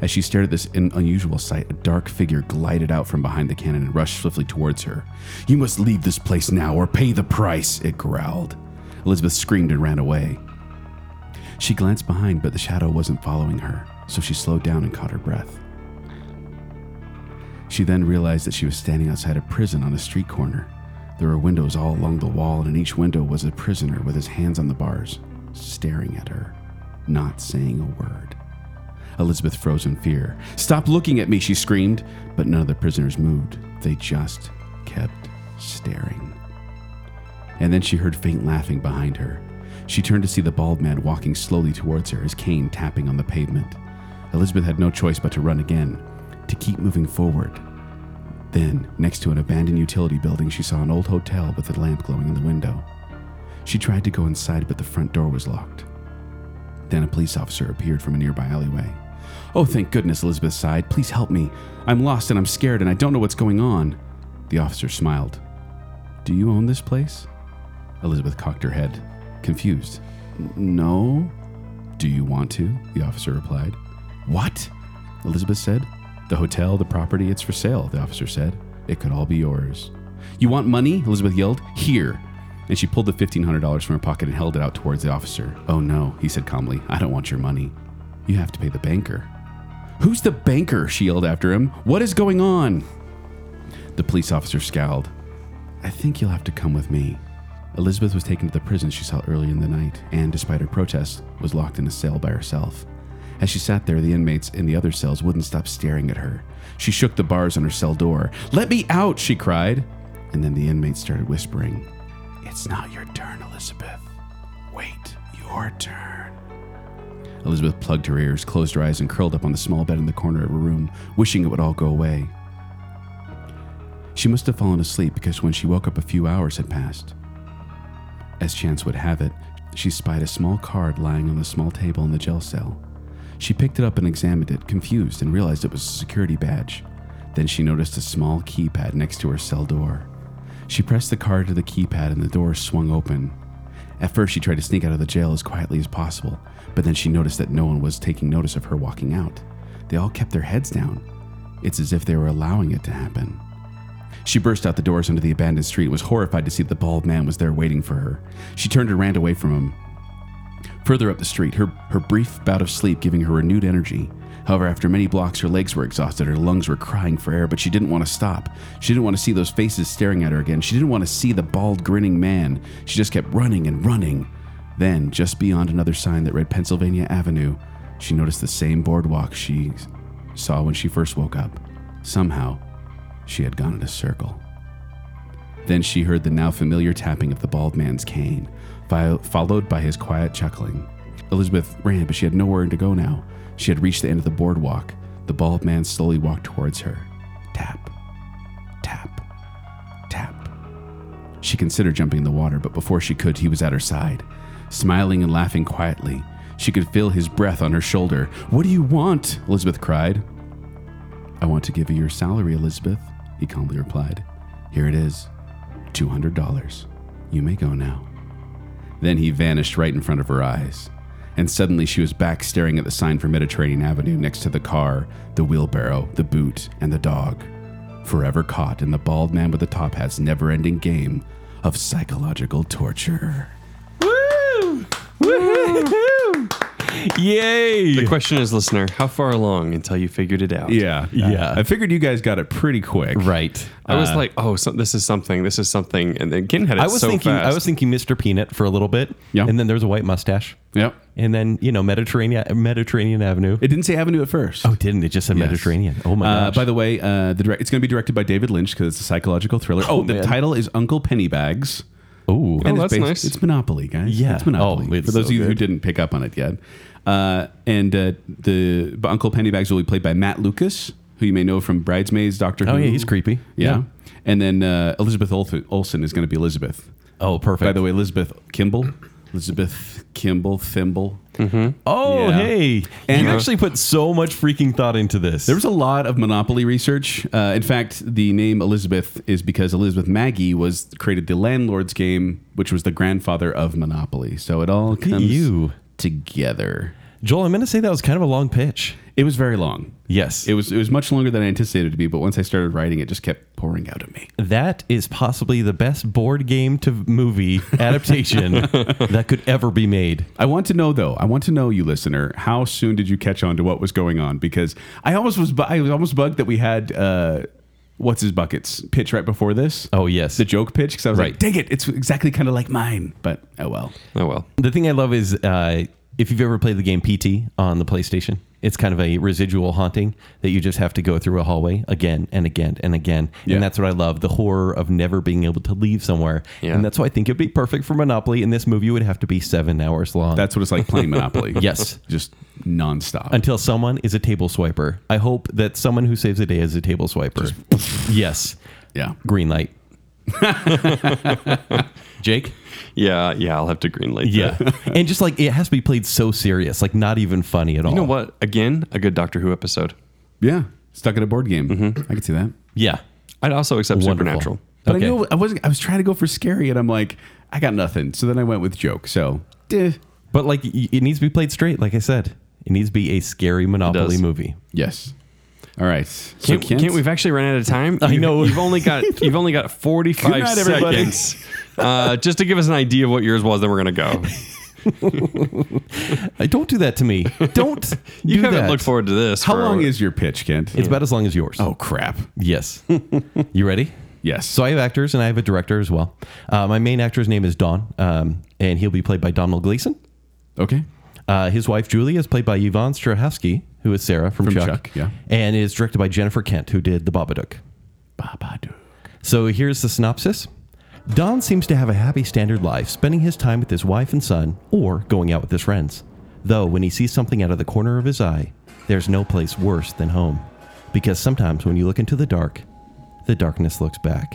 S2: As she stared at this in- unusual sight, a dark figure glided out from behind the cannon and rushed swiftly towards her. You must leave this place now or pay the price, it growled. Elizabeth screamed and ran away. She glanced behind, but the shadow wasn't following her, so she slowed down and caught her breath. She then realized that she was standing outside a prison on a street corner. There were windows all along the wall, and in each window was a prisoner with his hands on the bars, staring at her, not saying a word. Elizabeth froze in fear. Stop looking at me, she screamed. But none of the prisoners moved. They just kept staring. And then she heard faint laughing behind her. She turned to see the bald man walking slowly towards her, his cane tapping on the pavement. Elizabeth had no choice but to run again, to keep moving forward. Then, next to an abandoned utility building, she saw an old hotel with a lamp glowing in the window. She tried to go inside, but the front door was locked. Then a police officer appeared from a nearby alleyway. Oh, thank goodness, Elizabeth sighed. Please help me. I'm lost and I'm scared and I don't know what's going on. The officer smiled. Do you own this place? Elizabeth cocked her head, confused. "N- No. Do you want to? The officer replied. What? Elizabeth said. The hotel, the property, it's for sale, the officer said. It could all be yours. You want money? Elizabeth yelled. Here. And she pulled the $1,500 from her pocket and held it out towards the officer. Oh no, he said calmly. I don't want your money. You have to pay the banker. Who's the banker? She yelled after him. What is going on? The police officer scowled. I think you'll have to come with me. Elizabeth was taken to the prison she saw earlier in the night, and despite her protests, was locked in a cell by herself. As she sat there, the inmates in the other cells wouldn't stop staring at her. She shook the bars on her cell door. Let me out, she cried. And then the inmates started whispering, It's not your turn, Elizabeth. Wait, your turn. Elizabeth plugged her ears, closed her eyes, and curled up on the small bed in the corner of her room, wishing it would all go away. She must have fallen asleep because when she woke up, a few hours had passed. As chance would have it, she spied a small card lying on the small table in the jail cell. She picked it up and examined it, confused, and realized it was a security badge. Then she noticed a small keypad next to her cell door. She pressed the card to the keypad and the door swung open. At first, she tried to sneak out of the jail as quietly as possible, but then she noticed that no one was taking notice of her walking out. They all kept their heads down. It's as if they were allowing it to happen. She burst out the doors onto the abandoned street and was horrified to see that the bald man was there waiting for her. She turned and ran away from him. Further up the street, her, her brief bout of sleep giving her renewed energy. However, after many blocks, her legs were exhausted, her lungs were crying for air, but she didn't want to stop. She didn't want to see those faces staring at her again. She didn't want to see the bald, grinning man. She just kept running and running. Then, just beyond another sign that read Pennsylvania Avenue, she noticed the same boardwalk she saw when she first woke up. Somehow, she had gone in a circle. Then she heard the now familiar tapping of the bald man's cane, fo- followed by his quiet chuckling. Elizabeth ran, but she had nowhere to go now. She had reached the end of the boardwalk. The bald man slowly walked towards her. Tap, tap, tap. She considered jumping in the water, but before she could, he was at her side, smiling and laughing quietly. She could feel his breath on her shoulder. What do you want? Elizabeth cried. I want to give you your salary, Elizabeth, he calmly replied. Here it is $200. You may go now. Then he vanished right in front of her eyes. And suddenly she was back staring at the sign for Mediterranean Avenue next to the car, the wheelbarrow, the boot, and the dog. Forever caught in the bald man with the top hat's never ending game of psychological torture.
S3: Woo! Woo! Yay!
S4: The question is, listener, how far along until you figured it out?
S2: Yeah.
S3: Yeah.
S2: I figured you guys got it pretty quick.
S3: right.
S4: I
S2: uh,
S4: was like, oh, so, this is something. This is something. And then Ken had it
S3: I was
S4: so
S3: thinking
S4: fast.
S3: I was thinking Mr. Peanut for a little bit.
S2: Yeah.
S3: And then there was a white mustache.
S2: Yep.
S3: And then, you know, Mediterranean Mediterranean Avenue.
S2: It didn't say Avenue at first.
S3: oh, didn't it just said Mediterranean. Oh my
S2: Uh,
S3: gosh.
S2: by the way, uh, the direct, it's going to be directed by David Lynch because it's a psychological thriller. Oh, the
S3: man.
S2: title is Uncle Pennybags.
S3: oh,
S4: Oh,
S2: it's
S4: that's nice.
S2: It's Monopoly, guys.
S3: Yeah.
S2: it's Monopoly.
S3: Oh, it's
S2: For those
S3: so
S2: of you who
S3: good.
S2: didn't pick up on it yet, uh, and uh, the but Uncle Pennybags will be played by Matt Lucas, who you may know from Bridesmaids, Doctor
S3: Oh
S2: Who.
S3: yeah, he's creepy.
S2: Yeah, and then uh, Elizabeth Olf- Olsen is going to be Elizabeth.
S3: Oh, perfect.
S2: By the way, Elizabeth Kimball, Elizabeth Kimball Thimble.
S3: oh,
S2: Yeah.
S3: hey.
S2: And-
S3: you actually put so much freaking thought into this.
S2: There was a lot of Monopoly research. Uh, in fact, the name Elizabeth is because Elizabeth Maggie was created the landlord's game, which was the grandfather of Monopoly. So it all
S3: at
S2: comes
S3: you.
S2: together.
S3: Joel, I'm going to say that was kind of a long pitch.
S2: It was very long.
S3: Yes.
S2: It was it was much longer than I anticipated it to be, but once I started writing, it just kept pouring out of me.
S3: that is possibly the best board game to movie adaptation that could ever be made.
S2: I want to know though. I want to know you, listener. How soon did you catch on to what was going on? Because I almost was. Bu- I was almost bugged that we had uh, what's his buckets pitch right before this.
S3: Oh, yes.
S2: the joke pitch. Because I was like,
S3: Right.
S2: dang it, it's exactly kind of like mine. But oh well.
S4: oh well.
S3: The thing I love is uh, if you've ever played the game PT on the PlayStation, It's kind of a residual haunting that you just have to go through a hallway again and again and again.
S2: Yeah.
S3: And that's what I love the horror of never being able to leave somewhere.
S4: Yeah.
S3: And that's why I think it'd be perfect for Monopoly. And this movie would have to be seven hours long.
S2: That's what it's like playing Monopoly.
S3: Yes.
S2: Just nonstop.
S3: until someone is a table swiper. I hope that someone who saves the day is a table swiper. yes.
S2: yeah.
S3: Green light. Jake?
S4: Yeah, yeah, I'll have to greenlight.
S3: Yeah.
S4: that.
S3: and just like it has to be played so serious, like not even funny at all.
S4: You know what? Again, a good Doctor Who episode.
S2: Yeah. Stuck at a board game. I could see that.
S3: Yeah.
S4: I'd also accept
S3: Wonderful.
S4: Supernatural.
S2: But
S3: Okay.
S2: I knew I wasn't. I was trying to go for scary, and I'm like, I got nothing. So then I went with joke. So, eh.
S3: But like y- it needs to be played straight, like I said. It needs to be a scary Monopoly
S4: does.
S3: movie.
S2: yes. All right. So
S4: Can't,
S2: Kent,
S4: can't we've actually run out of time? I
S3: know.
S4: you've only got you've only got forty
S2: Good
S4: five
S2: night, everybody.
S4: seconds. Uh, just to give us an idea of what yours was, then we're gonna go.
S3: Uh, Don't do that to me. Don't
S4: You
S3: do
S4: haven't
S3: that.
S4: looked forward to this.
S2: how
S4: for-
S2: long is your pitch, Kent?
S3: It's about as long as yours.
S2: oh crap.
S3: Yes. you ready?
S2: Yes.
S3: So I have actors and I have a director as well. Uh, my main actor's name is Don, um, and he'll be played by Donald Gleason.
S2: okay.
S3: Uh, his wife Julie is played by Yvonne Strahovski, who is Sarah from,
S2: From
S3: Chuck,
S2: Chuck, yeah.
S3: and is directed by Jennifer Kent, who did The Babadook.
S2: Babadook.
S3: So here's the synopsis. Don seems to have a happy standard life, spending his time with his wife and son, or going out with his friends. Though when he sees something out of the corner of his eye, there's no place worse than home. Because sometimes when you look into the dark, the darkness looks back.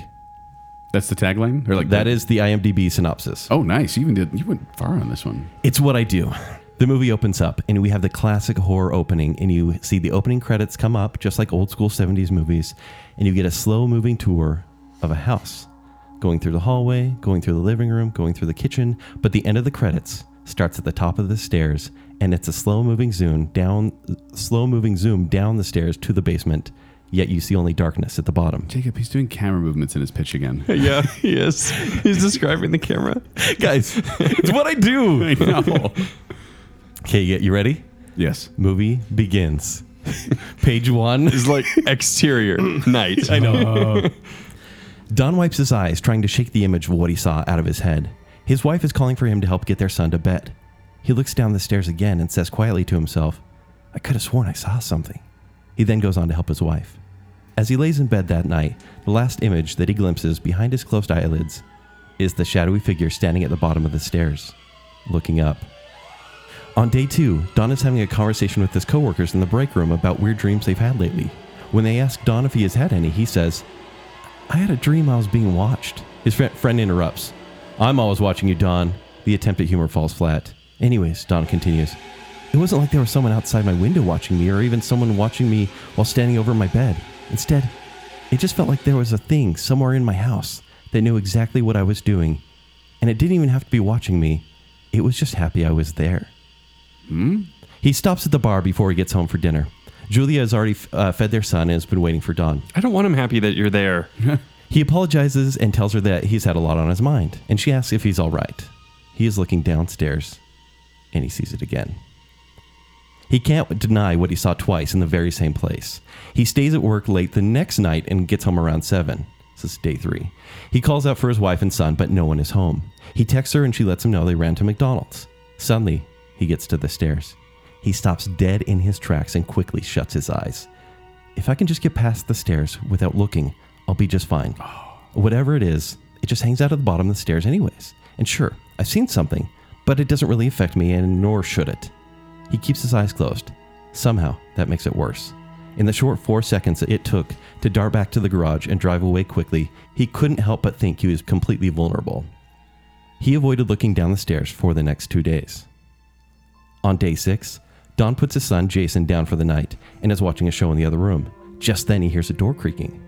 S2: That's the tagline, or like
S3: That is the IMDb synopsis.
S2: Oh, nice. You even did. You went far on this one.
S3: It's what I do. The movie opens up, and we have the classic horror opening, and you see the opening credits come up, just like old school 70s movies, and you get a slow moving tour of a house, going through the hallway, going through the living room, going through the kitchen. But the end of the credits starts at the top of the stairs, and it's a slow moving zoom down, slow moving zoom down the stairs to the basement. Yet you see only darkness at the bottom.
S2: Jacob, he's doing camera movements in his pitch again.
S4: Yeah, he is. He's describing the camera.
S3: Guys, it's what I do.
S2: I know.
S3: Okay, you you ready?
S2: yes.
S3: Movie begins. Page one.
S4: It's like exterior night. I know.
S3: Don wipes his eyes, trying to shake the image of what he saw out of his head. His wife is calling for him to help get their son to bed. He looks down the stairs again and says quietly to himself, I could have sworn I saw something. He then goes on to help his wife. As he lays in bed that night, the last image that he glimpses behind his closed eyelids is the shadowy figure standing at the bottom of the stairs, looking up. On day two, Don is having a conversation with his coworkers in the break room about weird dreams they've had lately. When they ask Don if he has had any, he says, I had a dream I was being watched. His fri- friend interrupts. I'm always watching you, Don. The attempt at humor falls flat. Anyways, Don continues. It wasn't like there was someone outside my window watching me or even someone watching me while standing over my bed. Instead, it just felt like there was a thing somewhere in my house that knew exactly what I was doing. And it didn't even have to be watching me, it was just happy I was there. He stops at the bar before he gets home for dinner. Julia has already f- uh, fed their son and has been waiting for Don.
S4: I don't want him happy that you're there.
S3: He apologizes and tells her that he's had a lot on his mind, and she asks if he's all right. He is looking downstairs, and he sees it again. He can't deny what he saw twice in the very same place. He stays at work late the next night and gets home around 7. This is day 3. He calls out for his wife and son, but no one is home. He texts her and she lets him know they ran to McDonald's. Suddenly, he gets to the stairs. He stops dead in his tracks and quickly shuts his eyes. If I can just get past the stairs without looking, I'll be just fine. Whatever it is, it just hangs out at the bottom of the stairs, anyways. And sure, I've seen something, but it doesn't really affect me, and nor should it. He keeps his eyes closed. Somehow, that makes it worse. In the short four seconds it took to dart back to the garage and drive away quickly, he couldn't help but think he was completely vulnerable. He avoided looking down the stairs for the next two days. On day six, Don puts his son Jason down for the night and is watching a show in the other room. Just then, he hears a door creaking.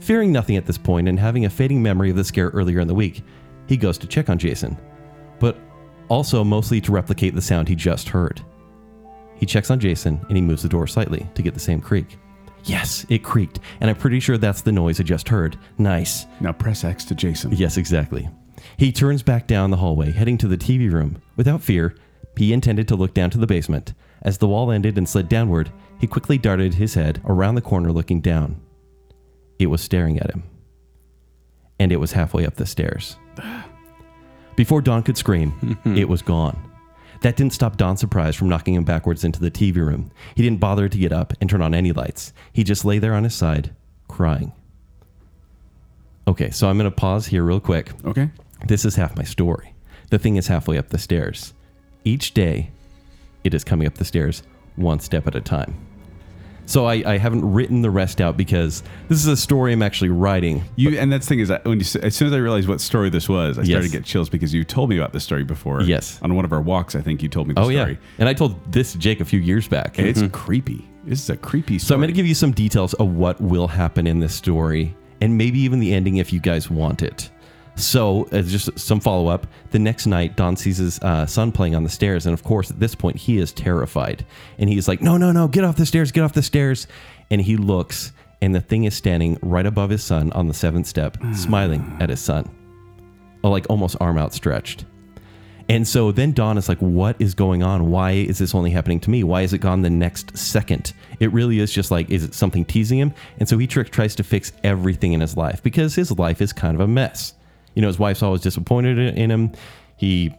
S3: Fearing nothing at this point and having a fading memory of the scare earlier in the week, he goes to check on Jason, but also mostly to replicate the sound he just heard. He checks on Jason and he moves the door slightly to get the same creak. Yes, it creaked, and I'm pretty sure that's the noise I just heard. Nice.
S2: Now press X to Jason.
S3: Yes, exactly. He turns back down the hallway, heading to the TV room. Without fear, he intended to look down to the basement. As the wall ended and slid downward, he quickly darted his head around the corner looking down. It was staring at him. And it was halfway up the stairs. Before Don could scream, it was gone. That didn't stop Don Surprise from knocking him backwards into the TV room. He didn't bother to get up and turn on any lights. He just lay there on his side, crying. Okay, so I'm going to pause here real quick.
S2: Okay.
S3: This is half my story. The thing is halfway up the stairs. Each day, it is coming up the stairs one step at a time. So I, I haven't written the rest out because this is a story I'm actually writing.
S2: You and that's the thing is I- when you, s- as soon as I realized what story this was, I
S3: Yes.
S2: started to get chills because you told me about this story before.
S3: Yes.
S2: on one of our walks, I think you told me. The
S3: Oh
S2: story.
S3: yeah, and I told this to Jake a few years back.
S2: And it's creepy. This is a creepy. Story.
S3: So I'm going to give you some details of what will happen in this story and maybe even the ending if you guys want it. So, as just some follow up, the next night, Don sees his uh, son playing on the stairs. And of course, at this point, he is terrified. And he's like, No, no, no, get off the stairs, get off the stairs. And he looks, and the thing is standing right above his son on the seventh step, smiling at his son, Oh, like almost arm outstretched. And so then Dawn is like, what is going on? Why is this only happening to me? Why is it gone the next second? It really is just like, is it something teasing him? And so he trick tries to fix everything in his life because his life is kind of a mess. You know, his wife's always disappointed in- in him. He,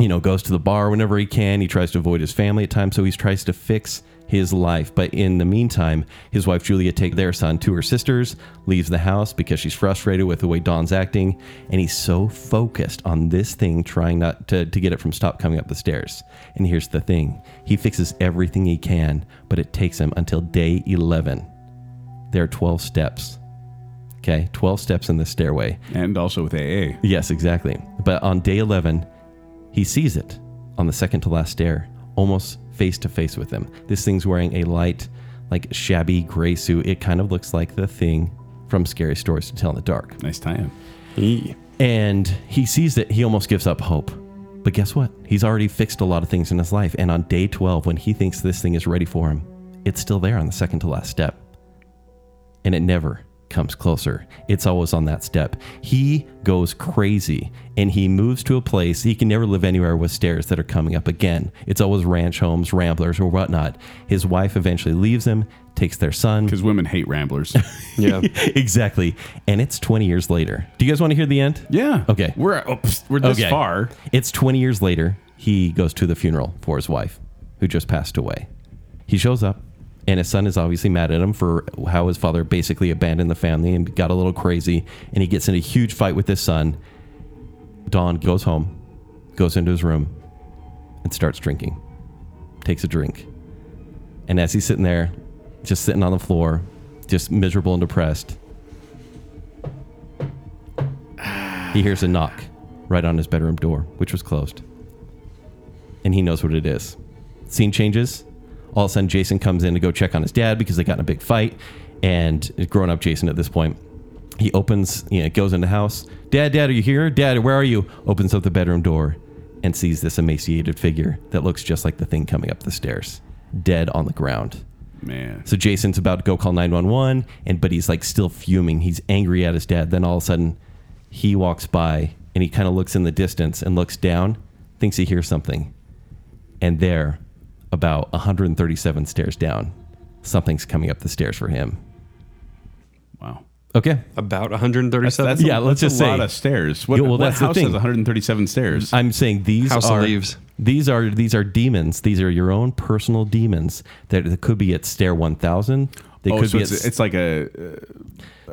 S3: you know, goes to the bar whenever he can. He tries to avoid his family at times. So he tries to fix his life. But in the meantime, his wife Julia takes their son to her sisters, leaves the house because she's frustrated with the way Don's acting, and he's so focused on this thing trying not to, to get it from stop coming up the stairs. And here's the thing he fixes everything he can, but it takes him until day 11. There are 12 steps. Okay, 12 steps in the stairway.
S2: and also with AA.
S3: Yes, exactly. But on day 11, he sees it on the second to last stair, almost face to face with him. This thing's wearing a light, like shabby gray suit. It kind of looks like the thing from Scary Stories to Tell in the Dark.
S2: Nice tie-in.
S3: And he sees that he almost gives up hope. But guess what? He's already fixed a lot of things in his life. And on day 12, when he thinks this thing is ready for him, it's still there on the second to last step. And it never comes closer. It's always on that step. He goes crazy and he moves to a place he can never live anywhere with stairs that are coming up again. It's always ranch homes, ramblers, or whatnot. His wife eventually leaves him, takes their son.
S2: Because women hate ramblers.
S4: Yeah.
S3: exactly. And it's 20 years later. Do you guys want to hear the end?
S2: yeah.
S3: Okay.
S2: We're oh, psst, we're this
S3: Okay.
S2: far.
S3: It's 20 years later. He goes to the funeral for his wife, who just passed away. He shows up, and his son is obviously mad at him for how his father basically abandoned the family and got a little crazy. And he gets in a huge fight with his son. Don goes home, goes into his room, and starts drinking. Takes a drink. And as he's sitting there, just sitting on the floor, just miserable and depressed, he hears a knock right on his bedroom door, which was closed. And he knows what it is. Scene changes. All of a sudden, Jason comes in to go check on his dad because they got in a big fight. And grown up Jason at this point, he opens, you know, goes in the house. Dad, dad, are you here? Dad, where are you? Opens up the bedroom door and sees this emaciated figure that looks just like the thing coming up the stairs, dead on the ground.
S2: Man.
S3: So Jason's about to go call 911, and but he's like still fuming. He's angry at his dad. Then all of a sudden, he walks by and he kind of looks in the distance and looks down, thinks he hears something. And there, about 137 stairs down, something's coming up the stairs for him.
S2: Wow.
S3: Okay.
S4: About 137.
S2: a-
S3: Yeah, let's
S2: that's
S3: just
S2: a
S3: say-
S2: lot of stairs. What,
S3: Yeah, well,
S2: what
S3: that's the
S2: house
S3: thing.
S2: has 137 stairs?
S3: I'm saying these
S4: House of
S3: are
S4: Leaves.
S3: These are these are demons. These are your own personal demons that it could be at stair 1000. They
S2: oh,
S3: could
S2: so
S3: be
S2: it's,
S3: at,
S2: it's like a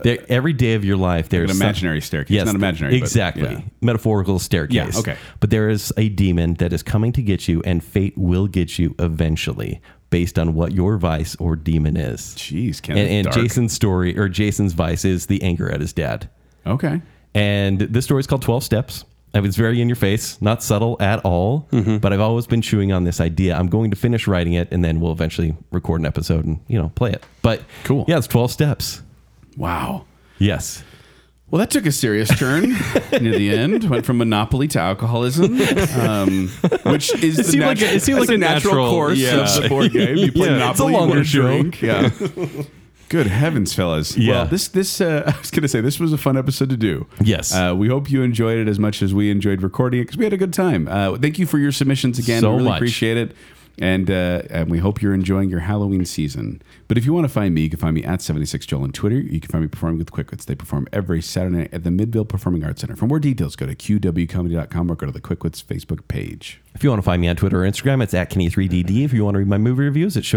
S3: There, every day of your life, there's
S2: an
S3: some-
S2: imaginary staircase. Not imaginary, but-
S3: Exactly.
S2: yeah.
S3: Metaphorical staircase.
S2: Yeah, okay.
S3: But there is a demon that is coming to get you, and fate will get you eventually based on what your vice or demon is.
S2: jeez. Kind
S3: And, and
S2: dark.
S3: Jason's story or Jason's vice is the anger at his dad.
S2: Okay.
S3: And this story is called 12 Steps. I mean, It's very in your face, not subtle at all,
S2: Mm-hmm.
S3: but I've always been chewing on this idea. I'm going to finish writing it and then we'll eventually record an episode and, you know, play it. But
S2: Cool.
S3: Yeah, it's 12 steps.
S2: Wow.
S3: Yes.
S2: Well, that took a serious turn near the end. Went from monopoly to alcoholism, um, which is the
S4: seemed like
S2: natu-
S4: a- it seemed
S2: that's
S4: like a
S2: the natural,
S4: natural-
S2: course
S4: yeah.
S2: of the board game. You play
S3: Yeah, it's a
S2: monopoly, you
S3: longer
S2: want a drink. Yeah. Good heavens, fellas!
S3: Yeah.
S2: Well, this this uh, I was going to say this was a fun episode to do.
S3: Yes.
S2: Uh, we hope you enjoyed it as much as we enjoyed recording it because we had a good time. Uh, thank you for your submissions again.
S3: So
S2: we really
S3: much.
S2: appreciate it. And, uh, and we hope you're enjoying your Halloween season. But if you want to find me, you can find me at 76Joel on Twitter. You can find me performing with Quickwits. They perform every Saturday night at the Midville Performing Arts Center. For more details, go to qwcomedy.com or go to the Quickwits Facebook page.
S3: If you want to find me on Twitter or Instagram, it's at Kenny3DD. If you want to read my movie reviews, it's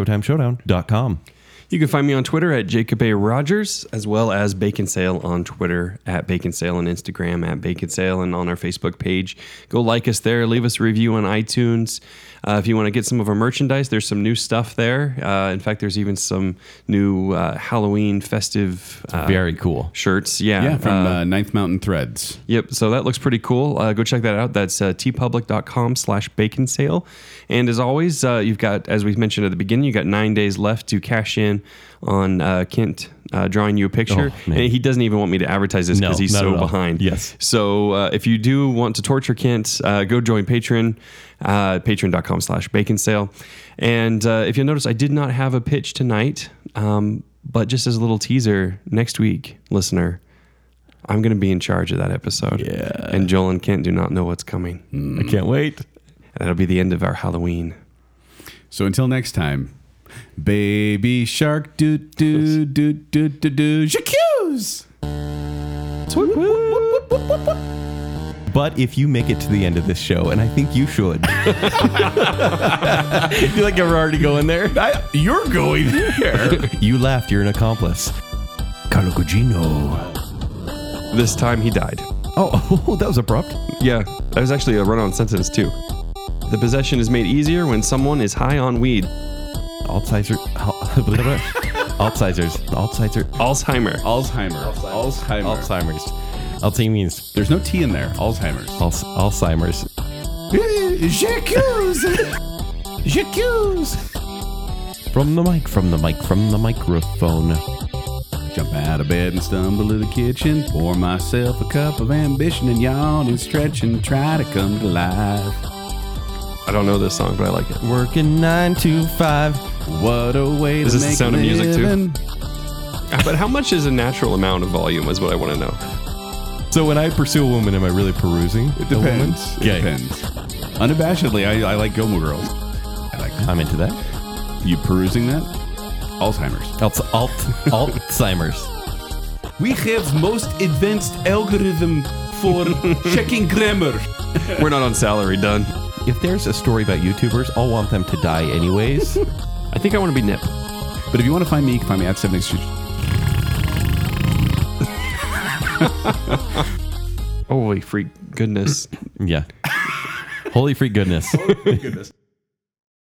S3: ShowtimeShowdown.com.
S4: You can find me on Twitter at Jacob A. Rogers, as well as Bacon Sale on Twitter at Bacon Sale and Instagram at Bacon Sale and on our Facebook page. Go like us there, leave us a review on iTunes. Uh, if you want to get some of our merchandise, there's some new stuff there. Uh, in fact, there's even some new uh, Halloween festive uh,
S3: Very cool.
S4: shirts. Yeah.
S2: Yeah, from
S4: uh,
S2: uh, Ninth Mountain Threads.
S4: Yep. So that looks pretty cool. Uh, go check that out. That's uh, tpublic.com slash bacon sale. And as always, uh, you've got, as we mentioned at the beginning, you've got nine days left to cash in on uh, Kent uh, drawing you a picture.
S3: Oh, man.
S4: and he doesn't even want me to advertise this
S3: No,
S4: because he's
S3: not
S4: so
S3: at all.
S4: behind.
S3: Yes.
S4: So uh, if you do want to torture Kent, uh, go join Patreon, uh, patreon.com slash bacon sale. And uh, if you'll notice, I did not have a pitch tonight. Um, but just as a little teaser, next week, listener, I'm going to be in charge of that episode.
S3: Yeah. Mm.
S4: And Joel and Kent do not know what's coming.
S3: I can't wait.
S4: That'll be the end of our Halloween.
S2: So until next time, baby shark, do do do do do do, shakus.
S3: But if you make it to the end of this show, and I think you should, I feel like you're already going there.
S2: You're going there.
S3: You laughed. You're an accomplice. Carlo Gugino.
S4: This time he died.
S3: Oh, oh, that was abrupt.
S4: Yeah, that was actually a run on sentence, too. The possession is made easier when someone is high on weed.
S3: Alzheimer's. Alzheimer's. Alzheimer's.
S4: Alzheimer.
S2: Alzheimer. Alzheimer.
S3: Alzheimer's. Alzheimer's.
S2: There's no T in there. Alzheimer's.
S3: Alz- Alzheimer's.
S2: J'accuse. J'accuse.
S3: From the mic, from the mic, from the microphone.
S2: Jump out of bed and stumble to the kitchen. Pour myself a cup of ambition and yawn and stretch and try to come to life.
S4: I don't know this song, but I like it.
S3: Working nine to five.
S2: What a way
S4: Is
S2: to
S4: this the
S2: make
S4: sound
S2: a
S4: of music, too?
S2: living.
S4: but how much is a natural amount of volume, is what I want to know.
S3: So when I pursue a woman, am I really perusing?
S2: It depends. It
S3: Okay.
S2: depends. Unabashedly, I, I like Gilmore Girls. I like that.
S3: I'm into that.
S2: You perusing that? Alzheimer's.
S3: Alt, alt, Alzheimer's.
S2: We have most advanced algorithm for checking grammar.
S4: We're not on salary, done.
S3: If there's a story about YouTubers, I'll want them to die anyways.
S4: I think I want to be Nip.
S2: But if you want to find me, you can find me at 76.
S4: Holy freak goodness.
S3: yeah. Holy freak goodness.